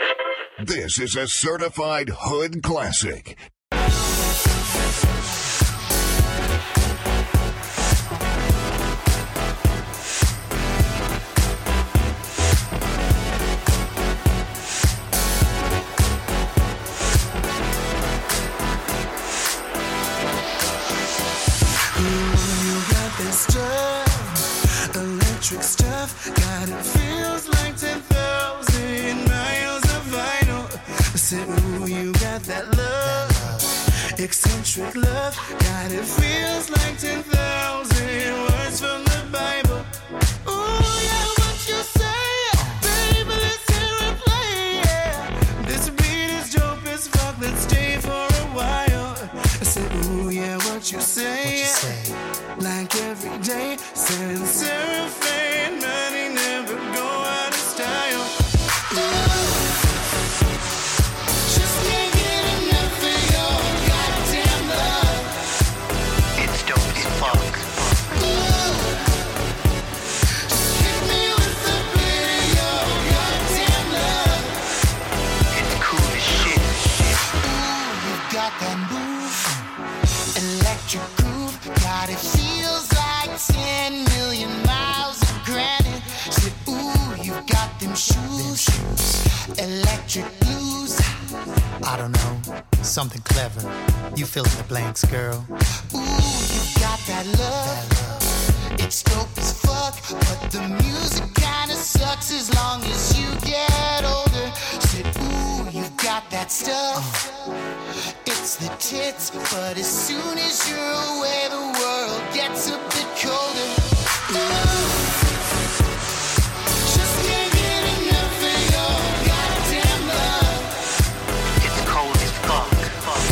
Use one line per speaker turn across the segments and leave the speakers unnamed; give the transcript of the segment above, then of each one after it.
times.
This is a certified hood classic.
electric stuff. God, it feels like 10,000 miles of vinyl. I said, Ooh, you got that love, eccentric love. God, it feels like 10,000 words from the Bible. Ooh, yeah, what you say, baby, let's hear it play. Yeah. This beat is dope as fuck, let's stay for a while. I said, Ooh, yeah, what you say.
What you say?
Like every day, selling serif and money never go out of style. Just can't get enough of your goddamn love.
It's dope as fuck.
Hit me with the bit of your goddamn love.
It's cool as shit.
You got that move, electric groove. God, it feels like 10 million miles of granite. Said, ooh, you got them shoes, electric blues.
I don't know. Something clever. You fill in the blanks, girl.
Ooh, you got that love. It's dope as fuck, but the music kinda sucks as long as you get older. Said, ooh, you got that stuff. It's the tits, but as soon as you're away, the world gets a bit colder. Ooh. Just can't get enough of your goddamn love.
It's cold as fuck. Fuck.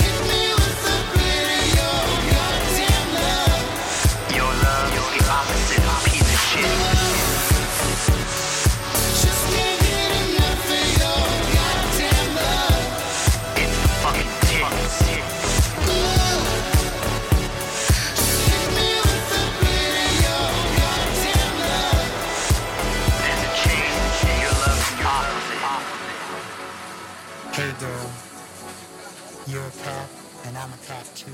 Hit me with the bit of your goddamn love.
Your love is the opposite of a piece of shit.
Just can't get enough of your goddamn love.
It's the fucking tits.
Hit me with the bit of your goddamn love.
There's a change. Your love is opposite.
Hey girl, you're a cop and I'm a cop too.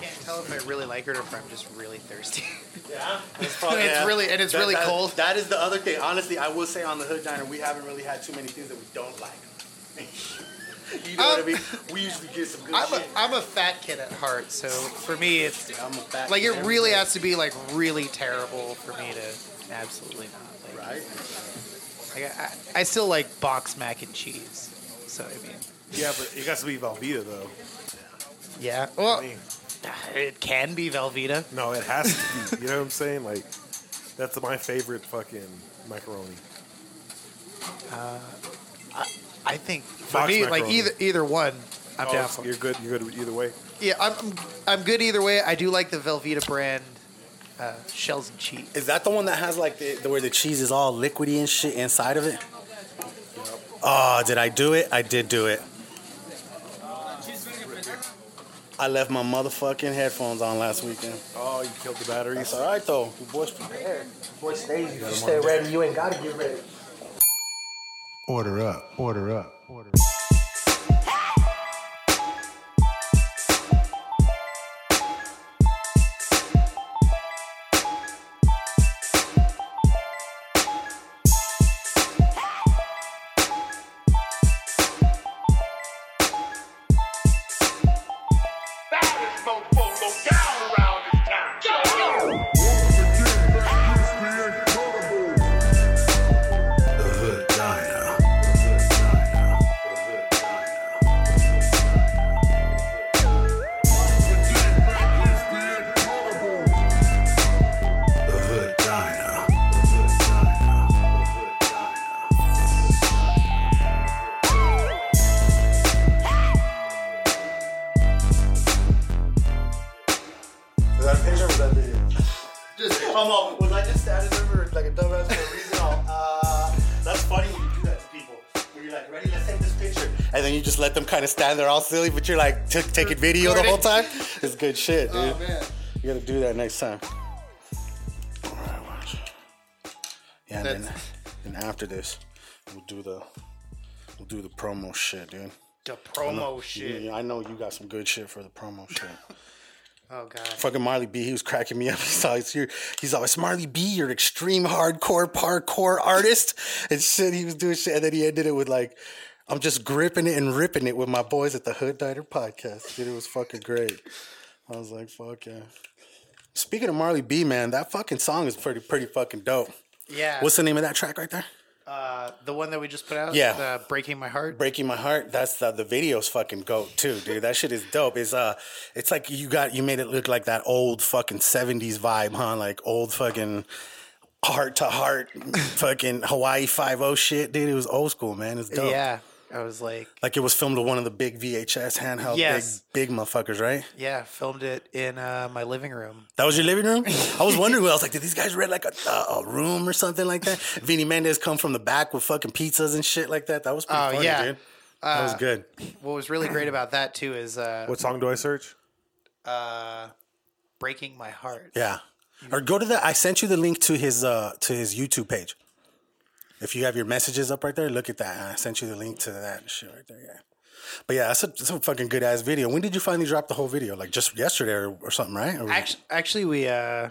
can't tell if I really like it or if I'm just really thirsty.
Oh, Yeah, it's,
It's really- and it's really cold.
That is the other thing. Honestly, I will say on the Hood Diner, we haven't really had too many things that we don't like. you know what I
Um,
mean? We usually get some good
I'm a,
shit.
I'm a fat kid at heart, so for me, it's
I'm a fat
like
kid,
it really has to be like really terrible for me to absolutely not. Like,
right.
like, I, I still like box mac and cheese. So I mean,
Yeah, but it got to be Velveeta though.
yeah. Well,
mean-
it can be Velveeta.
No, it has to be. You know what I'm saying? Like, that's my favorite fucking macaroni.
I think for
Box
me, like
macaroni.
either either one,
Oh,
I'm down for.
you're good. You're good either way.
Yeah, I'm, I'm I'm good either way. I do like the Velveeta brand uh, shells and cheese.
Is that the one that has like the, the where the cheese is all liquidy and shit inside of it? Oh, did I do it? I did do it. I left my motherfucking headphones on last weekend.
Oh, you killed the batteries.
It's all right though. Your boy's prepared. Your boy stays. You stay ready. You ain't gotta get ready.
Order up, order up, order up.
baddest mofo go down around this town.
Is that a picture or was that video? Just, I'm all, was I just standing there or like a dumbass for a reason? I'll, uh, that's funny when you do that to people. When you're like, ready, let's take this picture.
And then you just let them kind of stand there all silly, but you're like t- taking video the whole time. It's good shit, dude.
Oh,
You gotta do that next time. All right, watch. Yeah, and then,
That's-
And after this, we'll do the we'll do the promo shit, dude.
The
Oh,
promo shit.
Yeah, I know you got some good shit for the promo shit.
Oh god.
Fucking Marley B, he was cracking me up. He's always here. He's always Marley B, you're an extreme hardcore parkour artist and shit. He was doing shit, and then he ended it with like, "I'm just gripping it and ripping it with my boys at the Hood Diner podcast." Dude, it was fucking great. I was like, "Fuck yeah." Speaking of Marley B, man, that fucking song is pretty pretty fucking dope.
Yeah.
What's the name of that track right there?
Uh, the one that we just put out?
Yeah.
The Breaking My Heart.
Breaking My Heart. That's the the video's fucking goat too, dude. That shit is dope. It's uh it's like you got you made it look like that old fucking seventies vibe, huh? Like old fucking heart to heart fucking Hawaii five O shit, dude. It was old school, man. It's dope.
Yeah. I was like,
Like it was filmed with one of the big VHS handheld
Yes.
big big motherfuckers, right?
yeah, filmed it in uh, my living room.
That was your living room? I was wondering what I was like, did these guys rent like a, a a room or something like that? Vinny Mendez come from the back with fucking pizzas and shit like that. That was pretty
Oh,
funny,
yeah. Uh,
dude. That was good.
What was really great about that too is uh,
What song do I search?
Breaking My Heart.
Yeah. Or go to the I sent you the link to his uh to his YouTube page. If you have your messages up right there, look at that. I sent you the link to that shit right there. Yeah. But yeah, that's a, that's a fucking good ass video. When did you finally drop the whole video? Like just yesterday or, or something, right? Or-
Actually, actually, we uh, I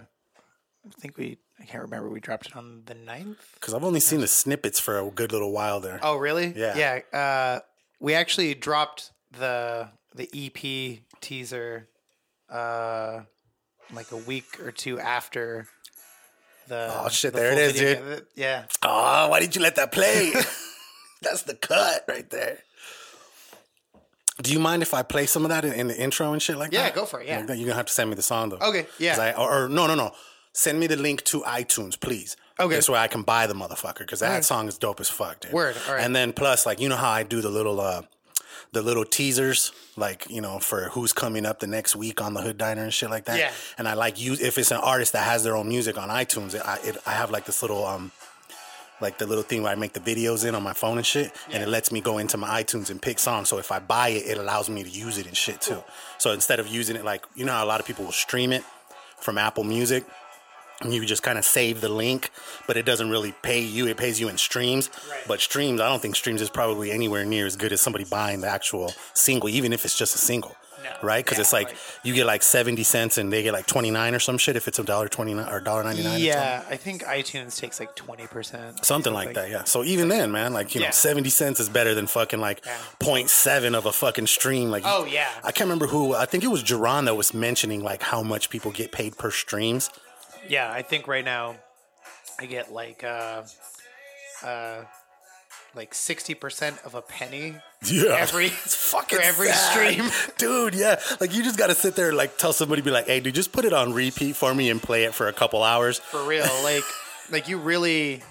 think we I can't remember. We dropped it on the 9th?
Cause I've only seen the snippets for a good little while there.
Oh, really?
Yeah.
Yeah. Uh, we actually dropped the the EP teaser uh, like a week or two after the.
Oh, shit,
the
there it
full
is,
video.
dude.
Yeah.
Oh, why did you let that play? That's the cut right there. Do you mind if I play some of that in, in the intro and shit like
Yeah,
that?
go for it, yeah.
Like that? You're gonna have to send me the song though.
Okay, yeah.
'Cause I, or, or no, no, no. Send me the link to iTunes, please.
Okay.
This way I can buy the motherfucker because that song is dope as fuck, dude.
Word, all right.
And then plus, like you know how I do the little uh, the little teasers, like you know for who's coming up the next week on the Hood Diner and shit like that.
Yeah.
And I like you if it's an artist that has their own music on iTunes. It, I it, I have like this little um like the little thing where I make the videos in on my phone and shit, and it lets me go into my iTunes and pick songs. So if I buy it, it allows me to use it and shit too. So instead of using it like you know how a lot of people will stream it from Apple Music, and you just kind of save the link, but it doesn't really pay you. It pays you in streams, but streams I don't think streams is probably anywhere near as good as somebody buying the actual single, even if it's just a single. right? Because it's like you get like seventy cents and they get like twenty nine or some shit if it's a dollar twenty nine or dollar ninety nine.
Yeah, I think iTunes takes like twenty percent.
Something like that, yeah. So even then, man, like you know,
Yeah.
seventy cents is better than fucking like point seven 0.7 of a fucking stream. Like,
Oh, yeah.
I can't remember who. I think it was Jerron that was mentioning like how much people get paid per streams.
Yeah, I think right now I get like uh, uh, like sixty percent of a penny.
Yeah,
Every-
it's fucking
for every
sad.
stream.
dude. Yeah, like you just gotta sit there and like tell somebody, be like, hey, dude, just put it on repeat for me and play it for a couple hours.
for real. Like, like you really,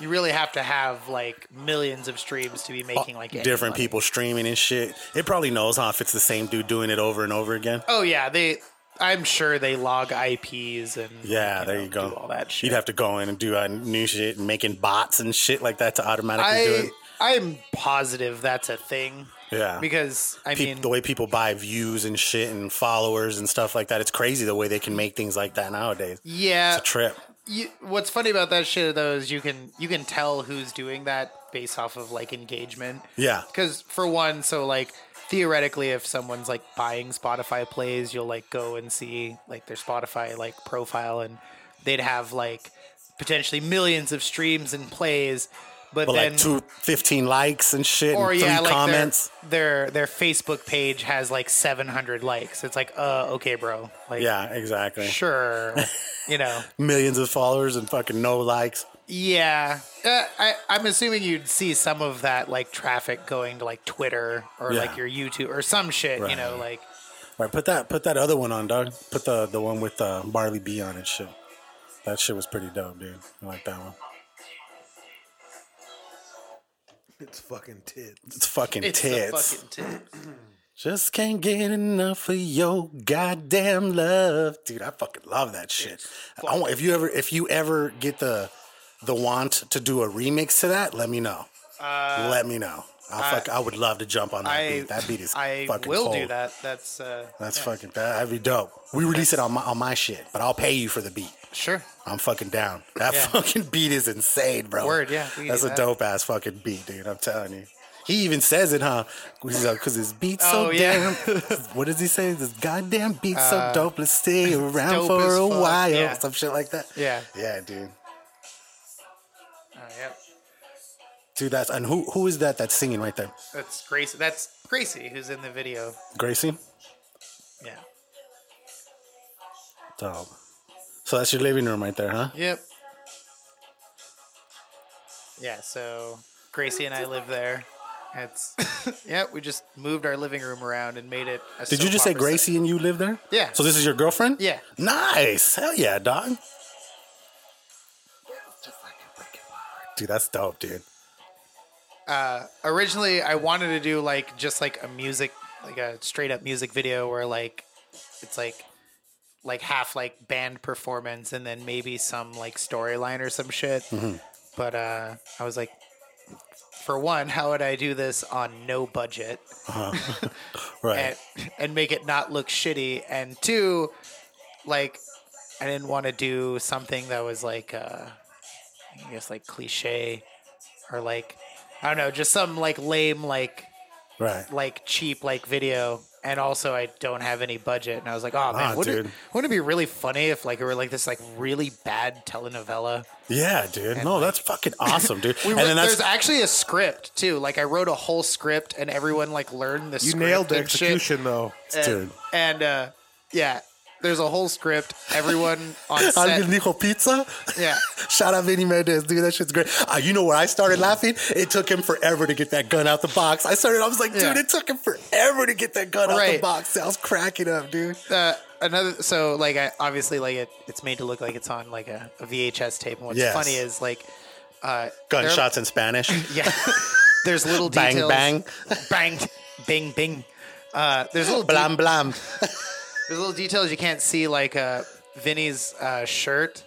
you really have to have like millions of streams to be making like any
Different
money.
people streaming and shit. It probably knows, huh? If it's the same dude doing it over and over again.
Oh yeah, they. I'm sure they log IPs and
Yeah, there
know,
you go.
do all that shit.
You'd have to go in and do uh, new shit and making bots and shit like that to automatically do
I
it.
I'm positive that's a thing.
Yeah.
Because I
Pe-
mean,
the way people buy views and shit and followers and stuff like that, it's crazy the way they can make things like that nowadays.
yeah.
It's a trip.
you, what's funny about that shit though is you can you can tell who's doing that based off of like engagement.
Yeah.
Because for one, so like theoretically, if someone's like buying Spotify plays, you'll like go and see like their Spotify like profile, and they'd have like potentially millions of streams and plays. But,
But
then,
like two, 15 likes and shit
or
and three
yeah, like
comments.
Their, their their Facebook page has like 700 likes. It's like, uh, okay, bro. Like,
yeah, exactly.
sure, you know,
Millions of followers and fucking no likes.
yeah. Uh, I, I'm assuming you'd see some of that like traffic going to like Twitter or
Yeah.
like your YouTube or some shit, you
Right.
know, like.
All right, put that put that other one on, dog. Put the the one with uh, Barley B on it, shit. That shit was pretty dope, dude. I like that one.
It's fucking tits.
It's fucking
It's
tits.
the fucking tits.
Just can't get enough of your goddamn love, dude. I fucking love that shit. I want, if you ever if you ever get the the want to do a remix to that, let me know. let me know. I fuck, I would love to jump on that beat. That beat is
Uh, I
fucking
will do
cold.
that. That's uh,
That's fucking. That, that'd be dope. We release it on my on my shit, but I'll pay you for the beat.
sure.
I'm fucking down. That
Yeah.
fucking beat is insane, bro.
Word, yeah, we can
That's
do
a
that.
dope ass fucking beat, dude. I'm telling you. He even says it, huh? Because his beat's so
Oh, yeah. Uh,
damn. what does he say? This goddamn beat's so dope. Let's stay around
dope
for
as
a
fuck,
while.
yeah.
Some shit like that.
Yeah.
Yeah, dude.
Uh, yeah.
Dude, that's and who who is that that's singing right there?
That's Gracie. That's Gracie who's in the video.
Gracie.
Yeah.
Dope. So that's your living room right there, huh?
Yep. Yeah. So Gracie and I live there. It's yeah. We just moved our living room around and made it. A
Did you
soap
just say
opera set.
Gracie and you live there?
Yeah.
So this is your girlfriend?
Yeah.
Nice. Hell yeah, dog. Dude, that's dope, dude.
originally I wanted to do like just like a music like a straight up music video where like it's like like half like band performance and then maybe some like storyline or some shit. But uh I was like for one, how would I do this on no budget
Right.
and, and make it not look shitty? And two, like I didn't want to do something that was like uh I guess like cliche or like I don't know, just some like lame like
right.
like cheap like video and also I don't have any budget and I was like, oh man,
Ah,
wouldn't, it,
dude.
wouldn't it be really funny if like it were like this like really bad telenovela?
Yeah, dude. No, that's fucking awesome, dude.
We
and
wrote-
then that's
there's actually a script too. Like I wrote a whole script and everyone like learned the
You
script.
nailed the
and shit.
execution though.
And,
dude.
and uh yeah, there's a whole script. Everyone on set.
Alguien dijo pizza.
Yeah.
Shout out Vinny Mendez, dude. That shit's great. Uh, you know where I started laughing? It took him forever to get that gun out the box. I started. I was like, dude,
Yeah.
it took him forever to get that gun out the
Right.
box. I was cracking up, dude.
uh, another so like I, obviously like it, it's made to look like it's on like a, a VHS tape and what's
Yes.
funny is like uh
Gunshots in Spanish.
yeah there's little
Bang,
details
bang.
bang bing bing uh there's little de-
blam blam.
there's little details you can't see like uh Vinny's uh shirt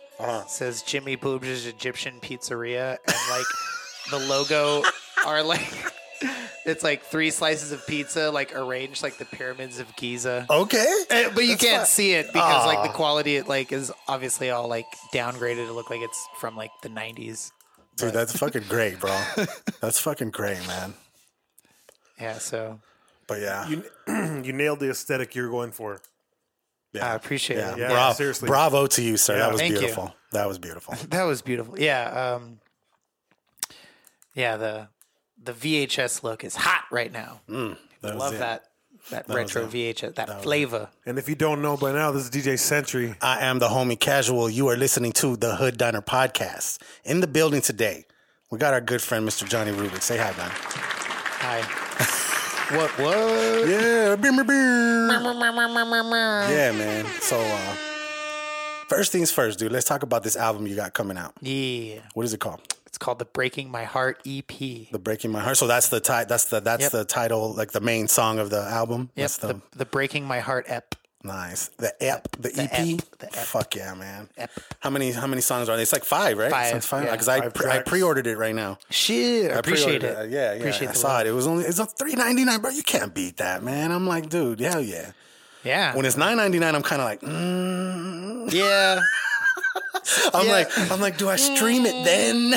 says Jimmy Boobs' Egyptian Pizzeria and like the logo are like it's like three slices of pizza like arranged like the pyramids of Giza
Okay.
Eh, but you
That's
can't
fine.
see it because like the quality it like is obviously all like downgraded to look like it's from like the 90s
Dude, that's fucking great, bro. That's fucking great, man.
yeah so
But yeah,
You, you nailed the aesthetic you're going for.
yeah.
i appreciate
yeah.
it
Yeah,
bravo,
seriously.
bravo to you, sir.
Yeah.
That was
Thank you.
beautiful. That was beautiful.
that was beautiful yeah um yeah the the vhs look is hot right now
That was
love
it.
that that,
was
retro
it.
vhs that, flavor
And if you don't know by now, this is DJ Century.
I am the homie casual. You are listening to the Hood Diner podcast. In the building today, we got our good friend Mr. Johnny Rubik. Say hi, man.
hi what what
Yeah, beer, beer, beer. yeah, man. So, uh, first things first, dude. Let's talk about this album you got coming out.
yeah
What is it called?
it's called the breaking my heart E ep
The Breaking My Heart. So that's the title. That's the that's
Yep.
the title, like the main song of the album.
yep
That's
the, the breaking my heart E ep
Nice. The EP, the, EP,
ep, the ep.
Fuck yeah, man.
Ep.
How many how many songs are they? It's like five, right?
Five,
Because
yeah.
I pre- I pre-ordered it right now.
Shit,
I
appreciate
pre-ordered
it.
Uh, yeah, yeah.
Appreciate
I
the
saw
love.
it. It was only it's a three ninety nine, bro. You can't beat that, man. I'm like, dude, hell yeah.
Yeah.
When it's nine ninety nine, I'm kind of like, mm.
yeah.
I'm
Yeah.
like, I'm like, do I stream it then?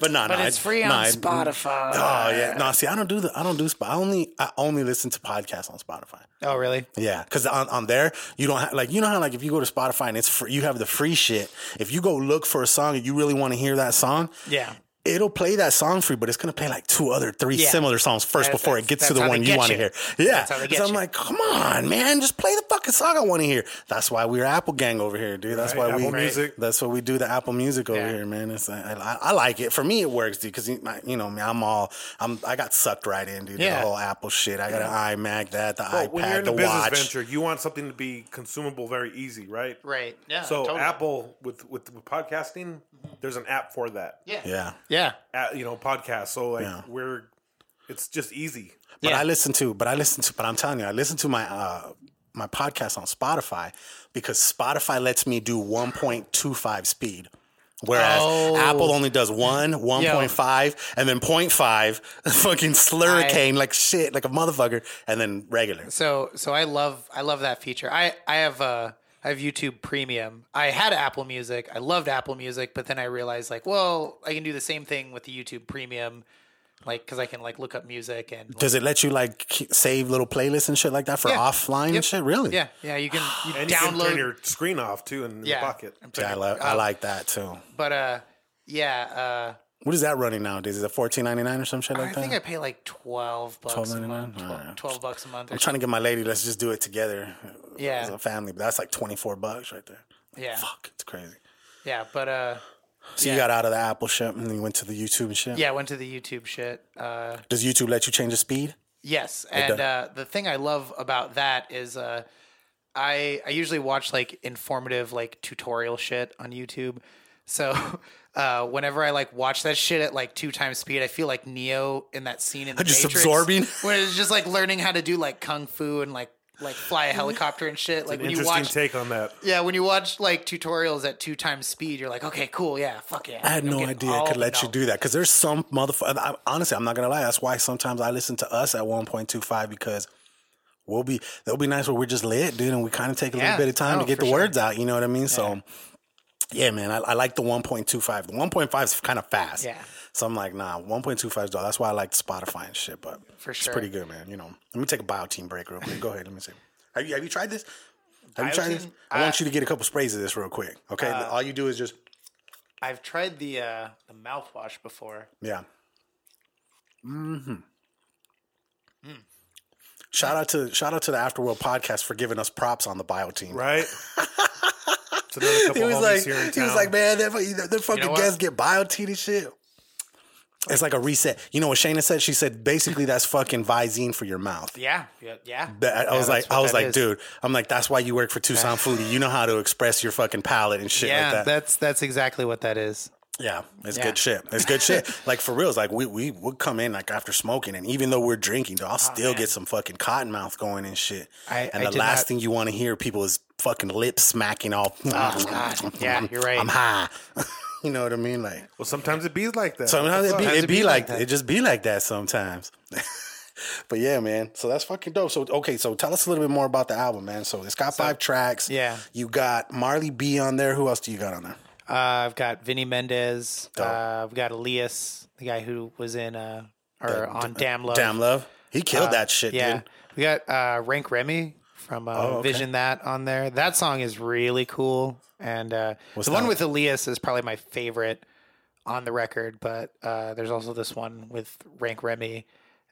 but no, no,
But it's
I-
free
no,
on
I-
Spotify.
Oh yeah, no. See, I don't do the, I don't do. Sp- I only, I only listen to podcasts on Spotify.
Oh, really?
Yeah, because on, on there you don't have, like you know how like if you go to Spotify and it's free, you have the free shit. If you go look for a song and you really want to hear that song,
Yeah.
it'll play that song for you, but it's gonna play like two other three
Yeah.
similar songs first
That-
before it
that's-
gets to
that's
the
how
one
they
you
get
want to
you.
hear. Yeah,
That's how they
So
get
I'm
you.
like, come on, man, just play the fucking song I want to hear. That's why we're Apple Gang over here, dude. That's
Right,
why we
Apple Music.
That's what we do the Apple Music over
Yeah.
here, man. It's I, I, I like it. For me, it works, dude, because you my- you know me, I'm all I'm I got sucked right in, dude.
Yeah.
The whole Apple shit. I got an iMac, that the
Well,
iPad,
Oh, when you're in
the
a business
watch.
venture, you want something to be consumable very easy, right?
Right. Yeah.
So
totally.
Apple with, with with podcasting, there's an app for that.
Yeah.
Yeah.
Yeah.
At, you know, podcast. So like
Yeah.
we're, it's just easy.
But
Yeah.
I listen to, but I listen to, but I'm telling you, I listen to my uh my podcast on Spotify because Spotify lets me do 1.25 speed. Whereas
Oh.
Apple only does one, 1.5, and then 0.5, fucking slurricane like shit, like a motherfucker, and then regular.
So so I love I love that feature. I I have uh I have YouTube Premium. I had Apple Music. I loved Apple Music, but then I realized like, well, I can do the same thing with the YouTube Premium, like because I can like look up music and like,
Does it let you like k- save little playlists and shit like that for
Yeah.
offline
Yep.
and shit? Really?
yeah yeah you can you
And you can
download
turn your screen off too in
yeah
the pocket.
I'm
Yeah, I,
turning-
lo- I
uh,
like that too.
but uh yeah uh
What is that running nowadays? Is it fourteen ninety nine or some shit like
I
that?
think I pay like twelve bucks a month
12.99? All
12,
right.
12 bucks a month or
I'm trying to get my lady. Let's just do it together.
Yeah.
as a family. But that's like twenty four bucks right there.
yeah
Fuck, it's crazy.
yeah but uh
So you got out of the Apple shit and then you went to the YouTube and shit.
yeah I went to the YouTube shit uh
Does YouTube let you change the speed?
Yes, and
does.
uh, the thing I love about that is uh, I I usually watch like informative like tutorial shit on YouTube. So uh, whenever I like watch that shit at like two times speed, I feel like Neo in that scene in the
Just
Matrix,
absorbing.
where it's just like learning how to do like kung fu and like like fly a helicopter and shit. Like when you
Interesting
watch,
take on that.
yeah, when you watch like tutorials at two times speed, you're like, okay, cool, yeah, fuck yeah.
I had
I'm
no
getting
idea I
all
could
the
let you
knowledge.
do that because there's some motherfucker. Honestly, I'm not gonna lie. That's why sometimes I listen to us at 1.25 because we'll be that'll be nice where we're just lit, dude, and we kind of take a
Yeah.
little bit of time
No,
to get
for
the
sure.
words out. You know what I mean? So, yeah, man, I, I like the 1.25. The 1.5 is kind of fast.
Yeah.
So I'm like, nah, 1.25 is dope. That's why I like Spotify and shit. But
For
it's
sure.
pretty good, man. You know, let me take a bio team break real quick. Go ahead. Let me see. Have you have you tried this? Have you tried this?
Biotin? Uh,
I want you to get a couple sprays of this real quick. Okay. All you do is just
I've tried the uh, the mouthwash before.
Yeah. Mm-hmm.
Mm-hmm.
Hmm.
Shout out to shout out to the Afterworld podcast for giving us props on the bio team.
Right? it's another couple
He was
homies
like,
here in
he
town.
was like, man, their, their, their fucking
know what?
guests get bio team and shit. It's like a reset. You know what Shayna said? She said basically that's fucking Visine for your mouth.
Yeah, yeah, yeah.
That- I
Yeah,
was like,
that's what
I was
that
like,
is.
dude, I'm like, that's why you work for Tucson Foodie. You know how to express your fucking palate and shit
yeah,
like that.
that's that's exactly what that is.
Yeah, it's
Yeah.
good shit. It's good shit. like for reals, like we we would come in like after smoking, and even though we're drinking, dude, I'll still get some fucking cotton mouth going and shit.
Oh, I-
and
I
the
did
last
not-
thing you want to hear people is fucking lip smacking all.
Oh, Yeah, you're right.
I'm high. you know what I mean? Like
well, sometimes it be like that.
sometimes it be,
What's up?
it be like that. It just be like that sometimes. but yeah, man. So that's fucking dope. So okay, so tell us a little bit more about the album, man. So it's got five tracks.
Yeah.
you got Marley B on there. Who else do you got on there?
Uh, I've got Vinny Mendez.
Oh.
Uh, I've got Elias, the guy who was in uh, or on Damn Love. Uh,
Damn love. He killed that shit,
Yeah,
dude. Oh,
we got uh, Rank Remy from uh,
okay.
Vision That on there. That song is really cool, and uh, the
What's
one
that?
with Elias is probably my favorite on the record. But uh, there's also this one with Rank Remy.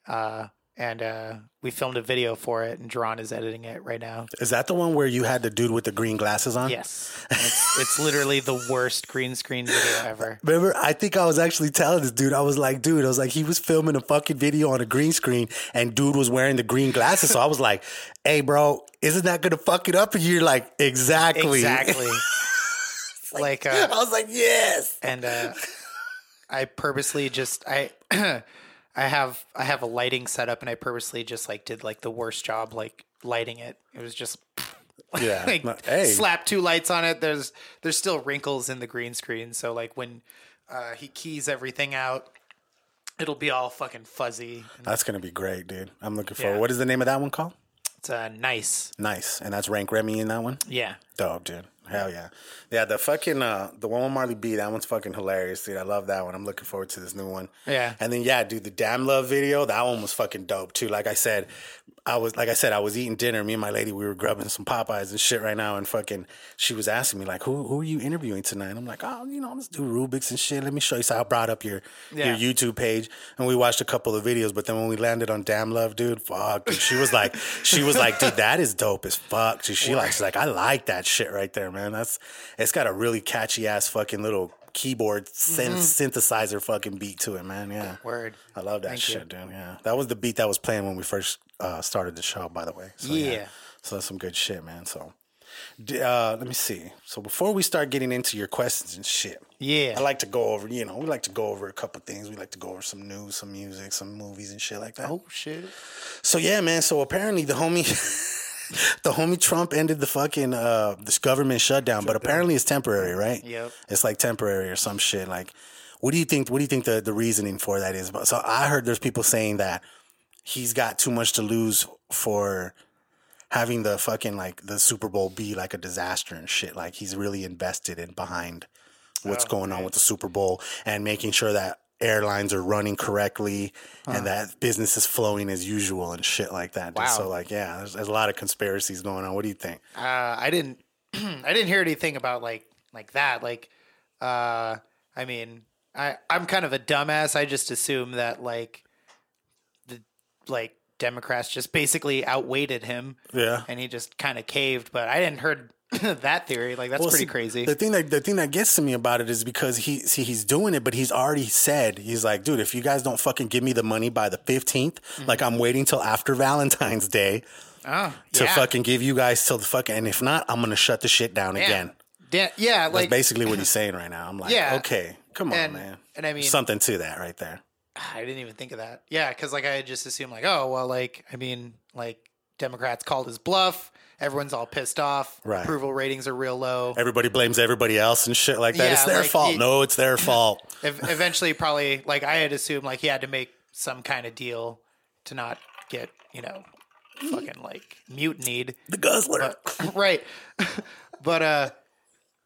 Uh, and uh, we filmed a video for it, and Jerron is editing it right now.
Is that the one where you had the dude with the green glasses on?
Yes, And it's, it's literally the worst green screen video ever.
Remember, I think I was actually telling this dude, I was like, dude, I was like, he was filming a fucking video on a green screen and dude was wearing the green glasses. So I was like, hey, bro, isn't that going to fuck it up? And you're like, exactly.
Exactly. like,
I
uh,
was like, yes.
and uh, I purposely just I I have I have a lighting setup, and I purposely just like did like the worst job like lighting it. It was just
Yeah.
like
No, hey.
slap two lights on it. There's there's still wrinkles in the green screen, so like when uh, he keys everything out, it'll be all fucking fuzzy. And
That's going to be great, dude. I'm looking forward.
Yeah.
What is the name of that one called?
it's uh, nice.
Nice. And that's Rank Remy in that one?
Yeah.
Dope, dude. Hell yeah. Yeah, the fucking uh the one with Marley B, that one's fucking hilarious, dude. I love that one. I'm looking forward to this new one.
Yeah.
And then yeah, dude, the damn love video, that one was fucking dope too. Like I said, I was like I said, I was eating dinner. Me and my lady, we were grubbing some Popeyes and shit right now, and fucking she was asking me, like, who who are you interviewing tonight? And I'm like, oh, you know, I'm just do Rubik's and shit. Let me show you. So I brought up your
Yeah.
your YouTube page and we watched a couple of videos, but then when we landed on Damn Love, dude, fuck. Dude, she was like, she was like, dude, that is dope as fuck. Dude, she like, she's like, I like that shit right there, man. That's it's got a really catchy ass fucking little keyboard syn- synthesizer fucking beat to it, man. Yeah.
Mm-hmm. Word.
I love that shit, dude. Yeah, that was the beat that was playing when we first uh, started the show. By the way, so,
Yeah.
So that's some good shit, man. So, d- uh, let me see. So before we start getting into your questions and shit,
Yeah.
I like to go over. You know, we like to go over a couple things. We like to go over some news, some music, some movies and shit like that.
Oh shit.
So yeah, man. So apparently the homie, the homie Trump ended the fucking uh, this government shutdown, but apparently it's temporary, right?
Yep.
It's like temporary or some shit. Like, what do you think? What do you think the, the reasoning for that is? But so I heard there's people saying that he's got too much to lose for having the fucking like the Super Bowl be like a disaster and shit. Like he's really invested in behind what's going on with the Super Bowl and making sure that airlines are running correctly and that business is flowing as usual and shit like that. dude.
Wow.
So like, yeah, there's, there's a lot of conspiracies going on. What do you think?
uh, I didn't I didn't hear anything about like like that. Like uh I mean I I'm kind of a dumbass. I just assume that like the like Democrats just basically outweighted him.
Yeah.
And he just kind of caved, but I didn't heard that theory. Like that's
Well,
pretty
see,
crazy.
The thing that the thing that gets to me about it is because he see he's doing it, but he's already said he's like, dude, if you guys don't fucking give me the money by the 15th like I'm waiting till after Valentine's Day
Mm-hmm. Ah,
to
yeah.
fucking give you guys till the fucking, and if not, I'm gonna shut the shit down
Yeah.
again.
Da- yeah,
That's
like
basically what he's saying right now. I'm like,
Yeah.
okay, come on,
And-
man.
and I mean-
something to that right there.
I didn't even think of that. Yeah, because like I had just assumed like, oh well, like I mean, like Democrats called his bluff. Everyone's all pissed off.
Right.
Approval ratings are real low.
Everybody blames everybody else and shit like that.
Yeah,
it's their
like,
fault.
he-
no, it's their fault.
Ev- eventually, probably like I had assumed like he had to make some kind of deal to not get you know fucking like mutinied.
The guzzler.
right. but uh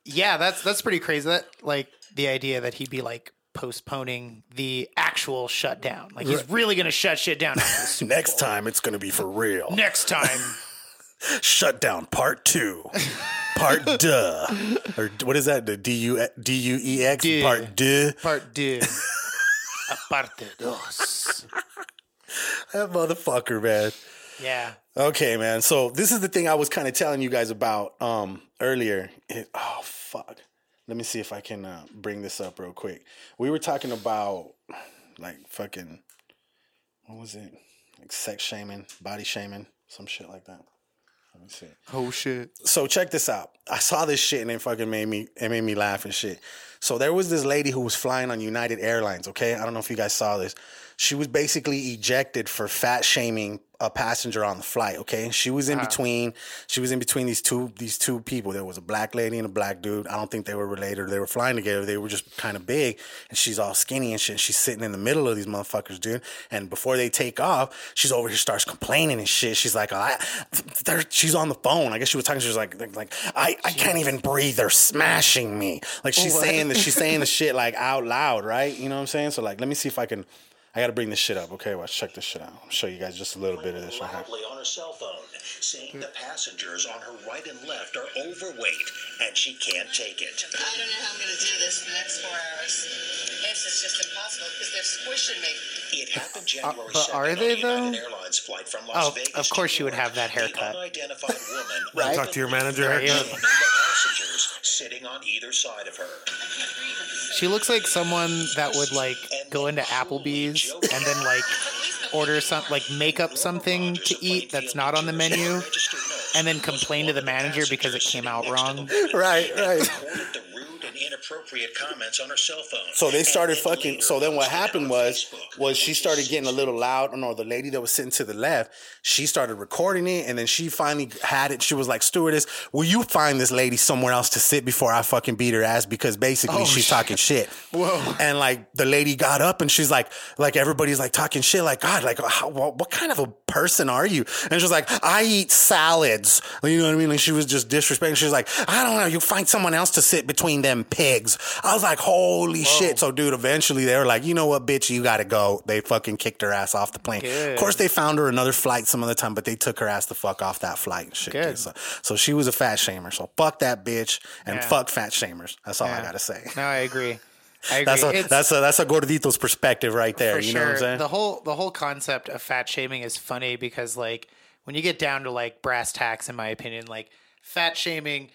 yeah, that's that's pretty crazy. That like the idea that he'd be like postponing the actual shutdown. Like he's really gonna shut shit down after the Super
Next time it's gonna be for real.
next time.
Shutdown Part Two, Part Duh, or what is that? The D U D U E X
Duh.
Part Duh.
Part two. Aparte dos.
That motherfucker, man.
Yeah.
Okay, man. So this is the thing I was kind of telling you guys about um earlier. It- oh fuck. Let me see if I can uh, bring this up real quick. We were talking about like fucking what was it? Like sex shaming, body shaming, some shit like that. Let me see.
Oh shit.
so check this out. I saw this shit and it fucking made me it made me laugh and shit. So there was this lady who was flying on United Airlines, okay? I don't know if you guys saw this. She was basically ejected for fat shaming a passenger on the flight, okay? She was in between she was in between these two these two people. There was a black lady and a black dude. I don't think they were related. They were flying together. They were just kind of big and she's all skinny and shit. She's sitting in the middle of these motherfuckers, dude. And before they take off, she's over here starts complaining and shit. She's like, I, they're, she's on the phone. I guess she was talking. She was like, like, like, I, I can't even breathe. They're smashing me. Like she's saying that she's saying the shit like out loud, right? You know what I'm saying? So like, let me see if I can. I gotta bring this shit up. Okay, watch. Check this shit out. I'll show you guys just a little bit of this right here.
loudly on her cell phone, saying the passengers on her right and left are overweight and she can't take it.
I don't know how I'm going to do this in the next four hours. This is just impossible because they're squishing me.
It happened January
Uh, but
2nd
are
on
they,
a United
though?
Airlines flight from Las
Oh,
Vegas
of
to
course
New
you would
York.
have that haircut.
The unidentified woman
Right?
Talk to your manager.
Yeah.
the passengers sitting on either side of her.
She looks like someone that would like go into Applebee's and then like order some like make up something to eat that's not on the menu and then complain to the manager because it came out wrong.
Right, right.
Recorded the rude and inappropriate comments on her cell phone.
So they started
And
fucking.
later
So then what
posted it
happened
on
was
Facebook.
was she started getting a little loud. No, the lady that was sitting to the left, she started recording it, and then she finally had it. She was like, "Stewardess, will you find this lady somewhere else to sit before I fucking beat her ass?" Because basically, she's talking Oh, shit. Whoa! And like the lady got up, and she's like, like everybody's like talking shit. Like God, like how, what, what kind of a person are you? And she was like, I eat salads. You know what I mean? Like she was just disrespecting. She was like, I don't know. You find someone else to sit between them pigs. I was like, holy shit. So dude, eventually they were like, you know what, bitch, you gotta go. They fucking kicked her ass off the plane. Of course, they found her another flight some other time, but they took her ass the fuck off that flight and shit. dude.
Good.
So, so she was a fat shamer. So fuck that bitch and fuck fat shamers. That's all I gotta say.
No, I agree. I agree.
That's a,
It's-
that's a that's a gordito's perspective right there.
for
You
sure.
know what I'm saying?
The whole the whole concept of fat shaming is funny because like when you get down to like brass tacks, in my opinion, like fat shaming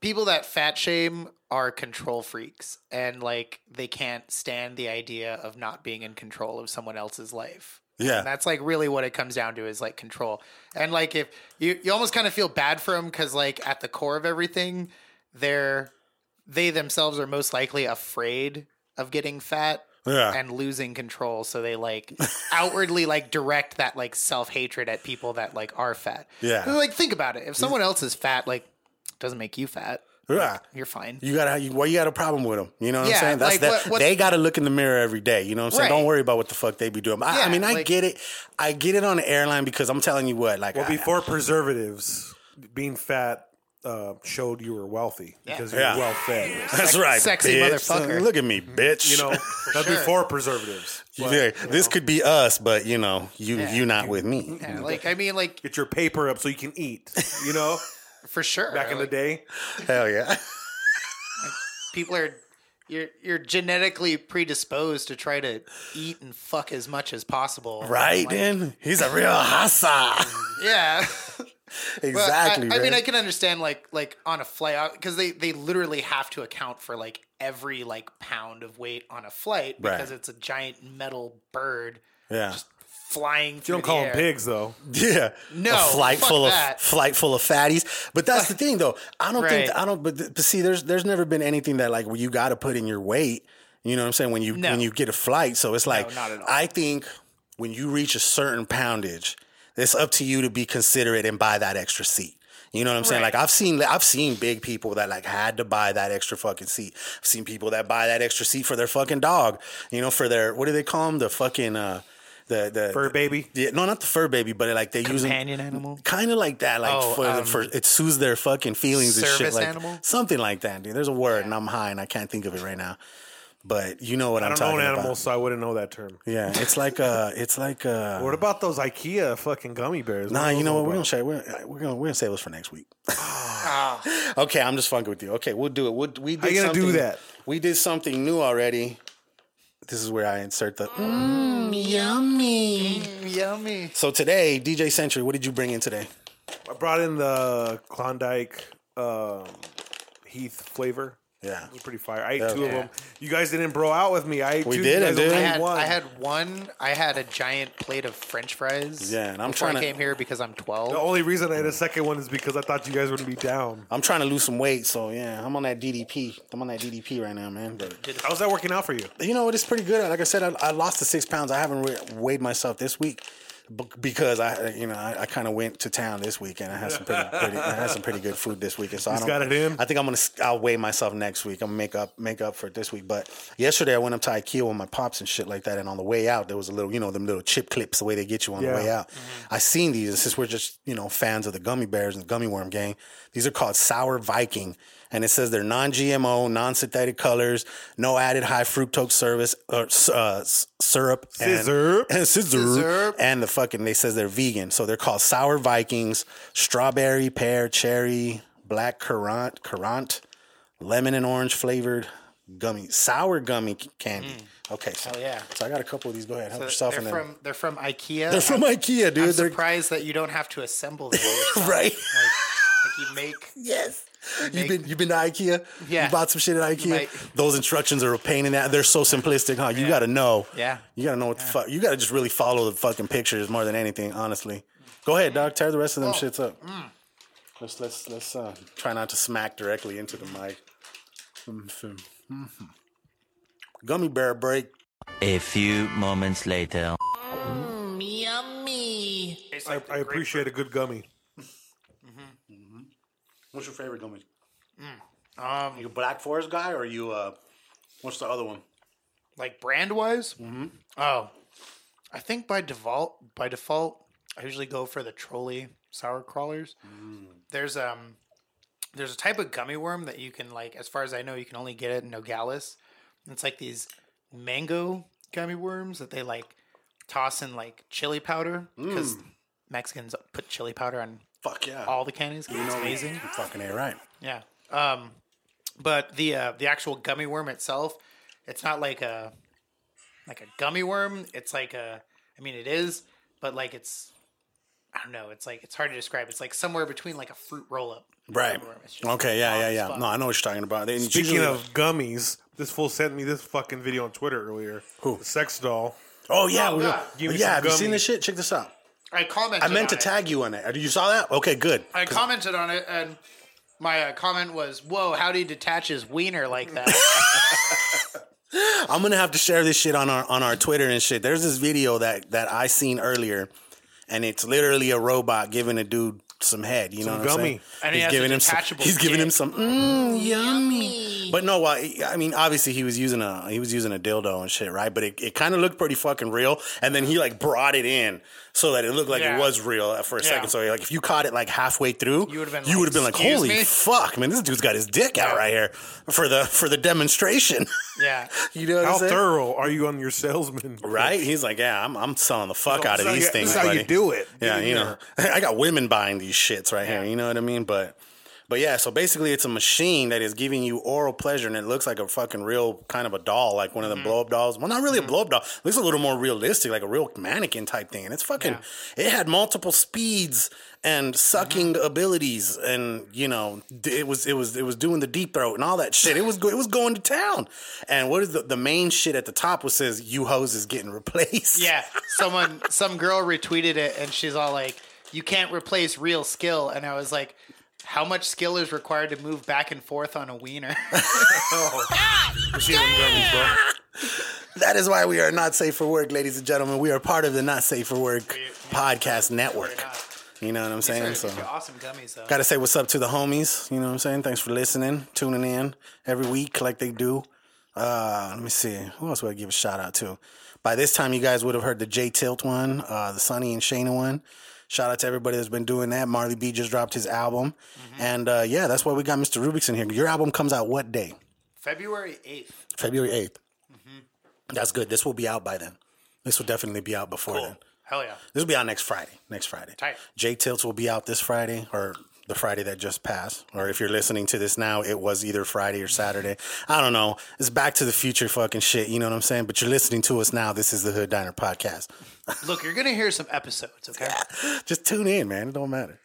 people that fat shame are control freaks and like they can't stand the idea of not being in control of someone else's life.
Yeah.
And that's like really what it comes down to is like control. And like if you you almost kind of feel bad for them cuz like at the core of everything they're they themselves are most likely afraid of getting fat
Ah.
Yeah.
and losing control. So they like outwardly like direct that like self hatred at people that like are fat.
Yeah.
And, like think about it. If someone else is fat, like doesn't make you fat.
Yeah.
You're fine.
You gotta, you, well, you got a problem with them. You know what
Yeah,
I'm saying? That's
like,
that.
what- what's-
they gotta look in the mirror every day. You know what I'm saying?
Right.
Don't worry about what the fuck they be doing. I, I
Yeah,
mean, I
like-
get it. I get it on the airline because I'm telling you what, like,
Well,
I-
before preservatives, being fat uh, showed you were wealthy because you
Yeah.
were well fed.
That's right,
sexy
bitch.
motherfucker.
Look at me, bitch.
Mm-hmm. You know, but
sure.
before preservatives,
Yeah, this could be us, but you know, you
Yeah.
you not with me.
Yeah, like I mean like
get your paper up so you can eat. You know,
for sure.
back in the
Like,
day,
Hell yeah.
people are you're you're genetically predisposed to try to eat and fuck as much as possible.
Right
Like,
then, he's a real hassa.
Yeah. Well, I-
exactly.
I, mean,
man.
I can understand like like on a flight because they they literally have to account for like every like pound of weight on a flight
Right.
because it's a giant metal bird
yeah,
flying.
you
through
don't
the
call them
air.
pigs though.
yeah.
No,
a flight
fuck
full
that.
of flight full of fatties. But that's the thing, though. I don't think
Right.
I don't. But, th- but see, there's there's never been anything that like where you got to put in your weight. You know what I'm saying? When you
No.
when you get a flight, so it's like
not at all.
I think when you reach a certain poundage, it's up to you to be considerate and buy that extra seat. You know what I'm saying?
Right.
Like I've seen I've seen big people that like had to buy that extra fucking seat. I've seen people that buy that extra seat for their fucking dog. You know, for their what do they call them? The fucking uh the the
Fur baby.
yeah, no, not the fur baby, but like they use
Companion animal?
kind of like that, like
Oh,
for,
um,
for it soothes their fucking feelings and shit,
service
like
animal?
something like that, dude. There's a word, and I'm high, and I can't think of it right now, but you know what
I
am
don't
talking
own
about.
animals, so I wouldn't know that term.
Yeah, it's like uh, it's like uh.
What about those IKEA fucking gummy bears?
Nah,
are
you
those
know what?
all
We're gonna
about?
say we're, uh, we're gonna we're gonna save this for next week. okay, I'm just fucking with you. Okay, we'll do it. We'll, we did
Ah. you gonna do
something-
that?
We did something new already. This is where I insert the mm, yummy.
Mm, Yummy.
So today, DJ Century, what did you bring in today?
I brought in the Klondike um, Heath flavor.
Yeah.
It was pretty fire. I ate
Yeah.
two of them. You guys didn't bro out with me. I ate
We
two.
didn't,
you guys
dude.
I
only
had,
one.
I had one. I had a giant plate of French fries.
Yeah, and I'm
before
tryna-
I came here because I'm 12.
the only reason I had a second one is because I thought you guys wouldn't be down.
I'm trying to lose some weight, so yeah, I'm on that DDP. I'm on that DDP right now, man. But
How's that working out for you?
you know what? It's pretty good. Like I said, I, I lost the six pounds. I haven't re- weighed myself this week b- because I, you know, I, I kind of went to town this week and I had some pretty, pretty I had some pretty good food this week. And so I
He's
don't,
got it in.
I think I'm gonna s- I'll weigh myself next week. I'm gonna make up make up for it this week. But yesterday I went up to IKEA with my pops and shit like that. And on the way out, there was a little, you know, them little chip clips the way they get you on
Yeah.
the way out. I seen these, and since we're just you know fans of the gummy bears and the gummy worm gang, these are called Sour Viking, and it says they're non-GMO, non-synthetic colors, no added high fructose service or uh, s- syrup, and-
Syrup.
and, scissor,
Syrup.
and the fucking they says they're vegan, so they're called Sour Vikings, strawberry, pear, cherry, black currant, currant, lemon and orange flavored gummy, sour gummy candy. Okay, so
Mm. Hell yeah.
so I got a couple of these. Go ahead, help
they're
yourself,
they're
and then.
from they're from IKEA.
they're from IKEA, dude.
I'm
they're
surprised that you don't have to assemble them. yourself. like,
right.
like you make
Yes. You've
Make-
been you've been to IKEA.
Yeah.
You bought some shit at IKEA.
Like-
Those instructions are a pain in that. They're so simplistic, huh? You got to know.
Yeah.
You got to know what the fuck. You got to just really follow the fucking pictures more than anything. Honestly. Go ahead, dog. Tear the rest
Oh.
of them shits up.
Mm.
Let's let's let's uh, try not to smack directly into the mic. Mhm. Gummy bear break.
A few moments later.
Yummy.
I, I appreciate a good gummy.
What's your favorite gummy?
um
You a Black Forest guy or you? Uh, what's the other one?
like brand wise. Mm-hmm. Oh, I think by default by default I usually go for the trolley sour crawlers.
Mm.
There's um there's a type of gummy worm that you can like as far as I know you can only get it in Nogales. It's like these mango gummy worms that they like toss in like chili powder because
Mm.
Mexicans put chili powder on
Fuck yeah!
all the candies. 'cause it's Oh, amazing.
You fucking a right.
Yeah. Um, but the uh, the actual gummy worm itself, it's not like a like a gummy worm. It's like a I mean it is, but like it's I don't know. It's like it's hard to describe. It's like somewhere between like a fruit roll up.
Right.
It's just
Okay. Yeah.
long
Yeah.
as
Yeah.
fuck.
No, I know what you're talking about. They- it's
Speaking
usually-
of gummies, this fool sent me this fucking video on Twitter earlier.
Who?
The sex doll.
oh yeah, we
God.
Give me
yeah.
some
Have you
gummy.
seen this shit? Check this out.
I commented.
I meant
on
to
it.
tag you on it. You saw that? Okay. Good.
I commented on it, and my uh, comment was, "Whoa, how do you detach his wiener like that?"
I'm gonna have to share this shit on our on our Twitter and shit. There's this video that that I seen earlier, and it's literally a robot giving a dude some head. You know
Some
what
gummy.
I'm saying?
And he
he's
has a
giving him some.
detachable
He's giving him
dick.
some. Mmm, yummy. But no, well, I mean, obviously he was using a he was using a dildo and shit, right? But it, it kind of looked pretty fucking real. And then he like brought it in so that it looked like
Yeah.
it was real for a
Yeah.
second. So like if you caught it like halfway through, you would have
been
been,
like,
like,
"Excuse
holy
me?"
fuck, man, this dude's got his dick out right here for the for the demonstration.
Yeah.
You know what
How
I'm saying?
thorough are you on your salesman?
Right? He's like, yeah, I'm, I'm selling the fuck out
That's
of
how
these
you-
things.
that's how you
buddy."
do it.
Yeah,
Get in
you know, I got women buying these shits right here. You know what I mean? But, but yeah, so basically, it's a machine that is giving you oral pleasure, and it looks like a fucking real kind of a doll, like one of them blow up dolls. Well, not really a blow up doll. It looks a little more realistic, like a real mannequin type thing. And it's fucking. It had multiple speeds and sucking abilities, and you know, d- it was it was it was doing the deep throat and all that shit. It was go- it was going to town. And what is the the main shit at the top? Was says you hoes is getting replaced.
Yeah, someone, some girl retweeted it, and she's all like, "You can't replace real skill." And I was like, "How much skill is required to move back and forth on a wiener?"
That is why we are not safe for work, ladies and gentlemen. We are part of the Not Safe for Work podcast network. You know what I'm saying? So,
awesome gummies though.
gotta say what's up to the homies. You know what I'm saying? Thanks for listening, tuning in every week like they do. Uh, let me see. Who else would I give a shout out to? By this time, you guys would have heard the J Tilt one, uh, the Sonny and Shana one. Shout out to everybody that's been doing that. Marley B just dropped his album. And uh, yeah, that's why we got Mr. Rubik's in here. Your album comes out what day?
February eighth.
February 8th. That's good. This will be out by then. This will definitely be out before then.
Hell yeah.
This will be out next Friday. Next Friday.
Tight.
J Tilts will be out this Friday or the Friday that just passed. Or if you're listening to this now, it was either Friday or Saturday. I don't know. It's back to the future fucking shit. You know what I'm saying? But you're listening to us now. This is the Hood Diner podcast.
Look, you're gonna hear some episodes, okay?
Just tune in, man. It don't matter.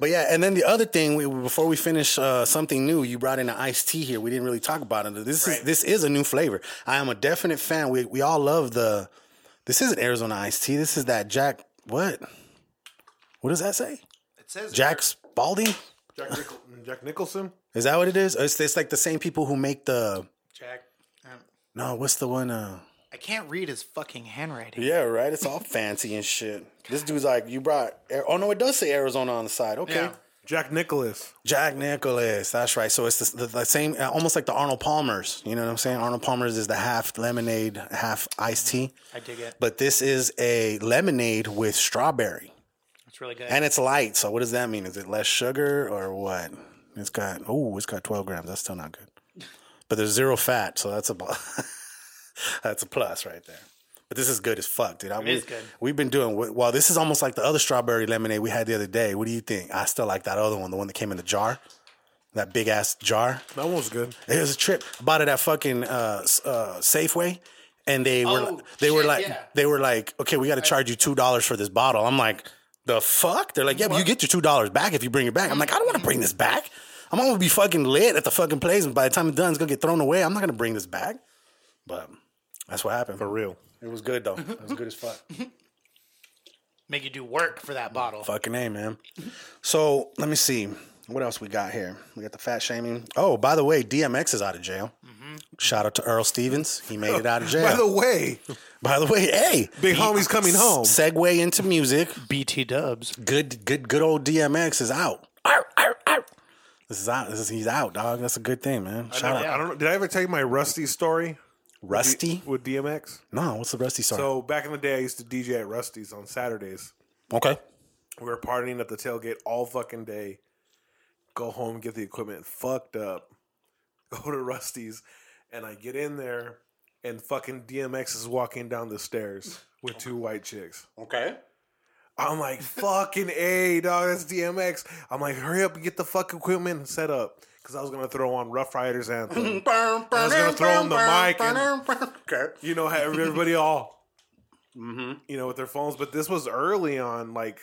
But yeah, and then the other thing we, before we finish uh, something new, you brought in an iced tea here. We didn't really talk about it. This is this is a new flavor. I am a definite fan. We we all love the. This isn't Arizona iced tea. This is that Jack. What? What does that say?
It says
Jack Spalding.
Jack, Nichol- Jack Nicholson.
Is that what it is? It's it's like the same people who make the.
Jack. um,
No, what's the one? Uh,
I can't read his fucking handwriting.
yeah, right. It's all fancy and shit. This dude's like, you brought. Oh no, it does say Arizona on the side. Okay.
Yeah.
Jack Nicholas. Jack Nicholas. That's right. So it's the, the, the same, uh, almost like the Arnold Palmer's. You know what I'm saying? Arnold Palmer's is the half lemonade, half iced tea.
I dig it.
But this is a lemonade with strawberry,
It's really good.
and it's light. So what does that mean? Is it less sugar or what? It's got oh, it's got 12 grams. That's still not good. But there's zero fat, so that's a bu- that's a plus right there. But this is good as fuck, dude. I,
It
we,
is good.
We've been doing well. This is almost like the other strawberry lemonade we had the other day. What do you think? I still like that other one, the one that came in the jar, that big ass jar.
That one was good.
It was a trip. I bought it at fucking uh, s- uh, Safeway, and they were
Oh,
they were
shit,
like
yeah.
they were like, okay, we got to charge you two dollars for this bottle. I'm like, the fuck? They're like, yeah, but you get your two dollars back if you bring it back. I'm like, I don't want to bring this back. I'm gonna be fucking lit at the fucking place, and by the time it's done, it's gonna get thrown away. I'm not gonna bring this back. But that's what happened for
real.
It was good though. It was good as fuck.
Make you do work for that bottle.
Fucking A, man. So let me see. What else we got here? We got the fat shaming. Oh, by the way, DMX is out of jail. Shout out to Earl Stevens. He made it out of jail.
Mm-hmm. By the way,
by the way, hey,
Big homie's coming home.
Segue into music.
BT Dubs.
Good, good, good old DMX is out. Arr, arr, arr. This is out. This is, he's out, dog. That's a good thing, man.
I
Shout
don't,
out.
I don't know. Did I ever tell you my Rusty story?
Rusty?
with, D- with DMX.
No, what's the rusty song?
So back in the day, I used to DJ at Rusty's on Saturdays.
okay.
We were partying at the tailgate all fucking day. Go home, get the equipment fucked up. Go to Rusty's, and I get in there, and fucking DMX is walking down the stairs with two white chicks.
Okay.
I'm like, fucking A, dog, that's DMX. I'm like, hurry up and get the fuck equipment and set up. Because I was going to throw on Rough Riders Anthem. And
I
was going to throw on the mic. And,
okay.
you know, have everybody all, you know, with their phones. But this was early on, like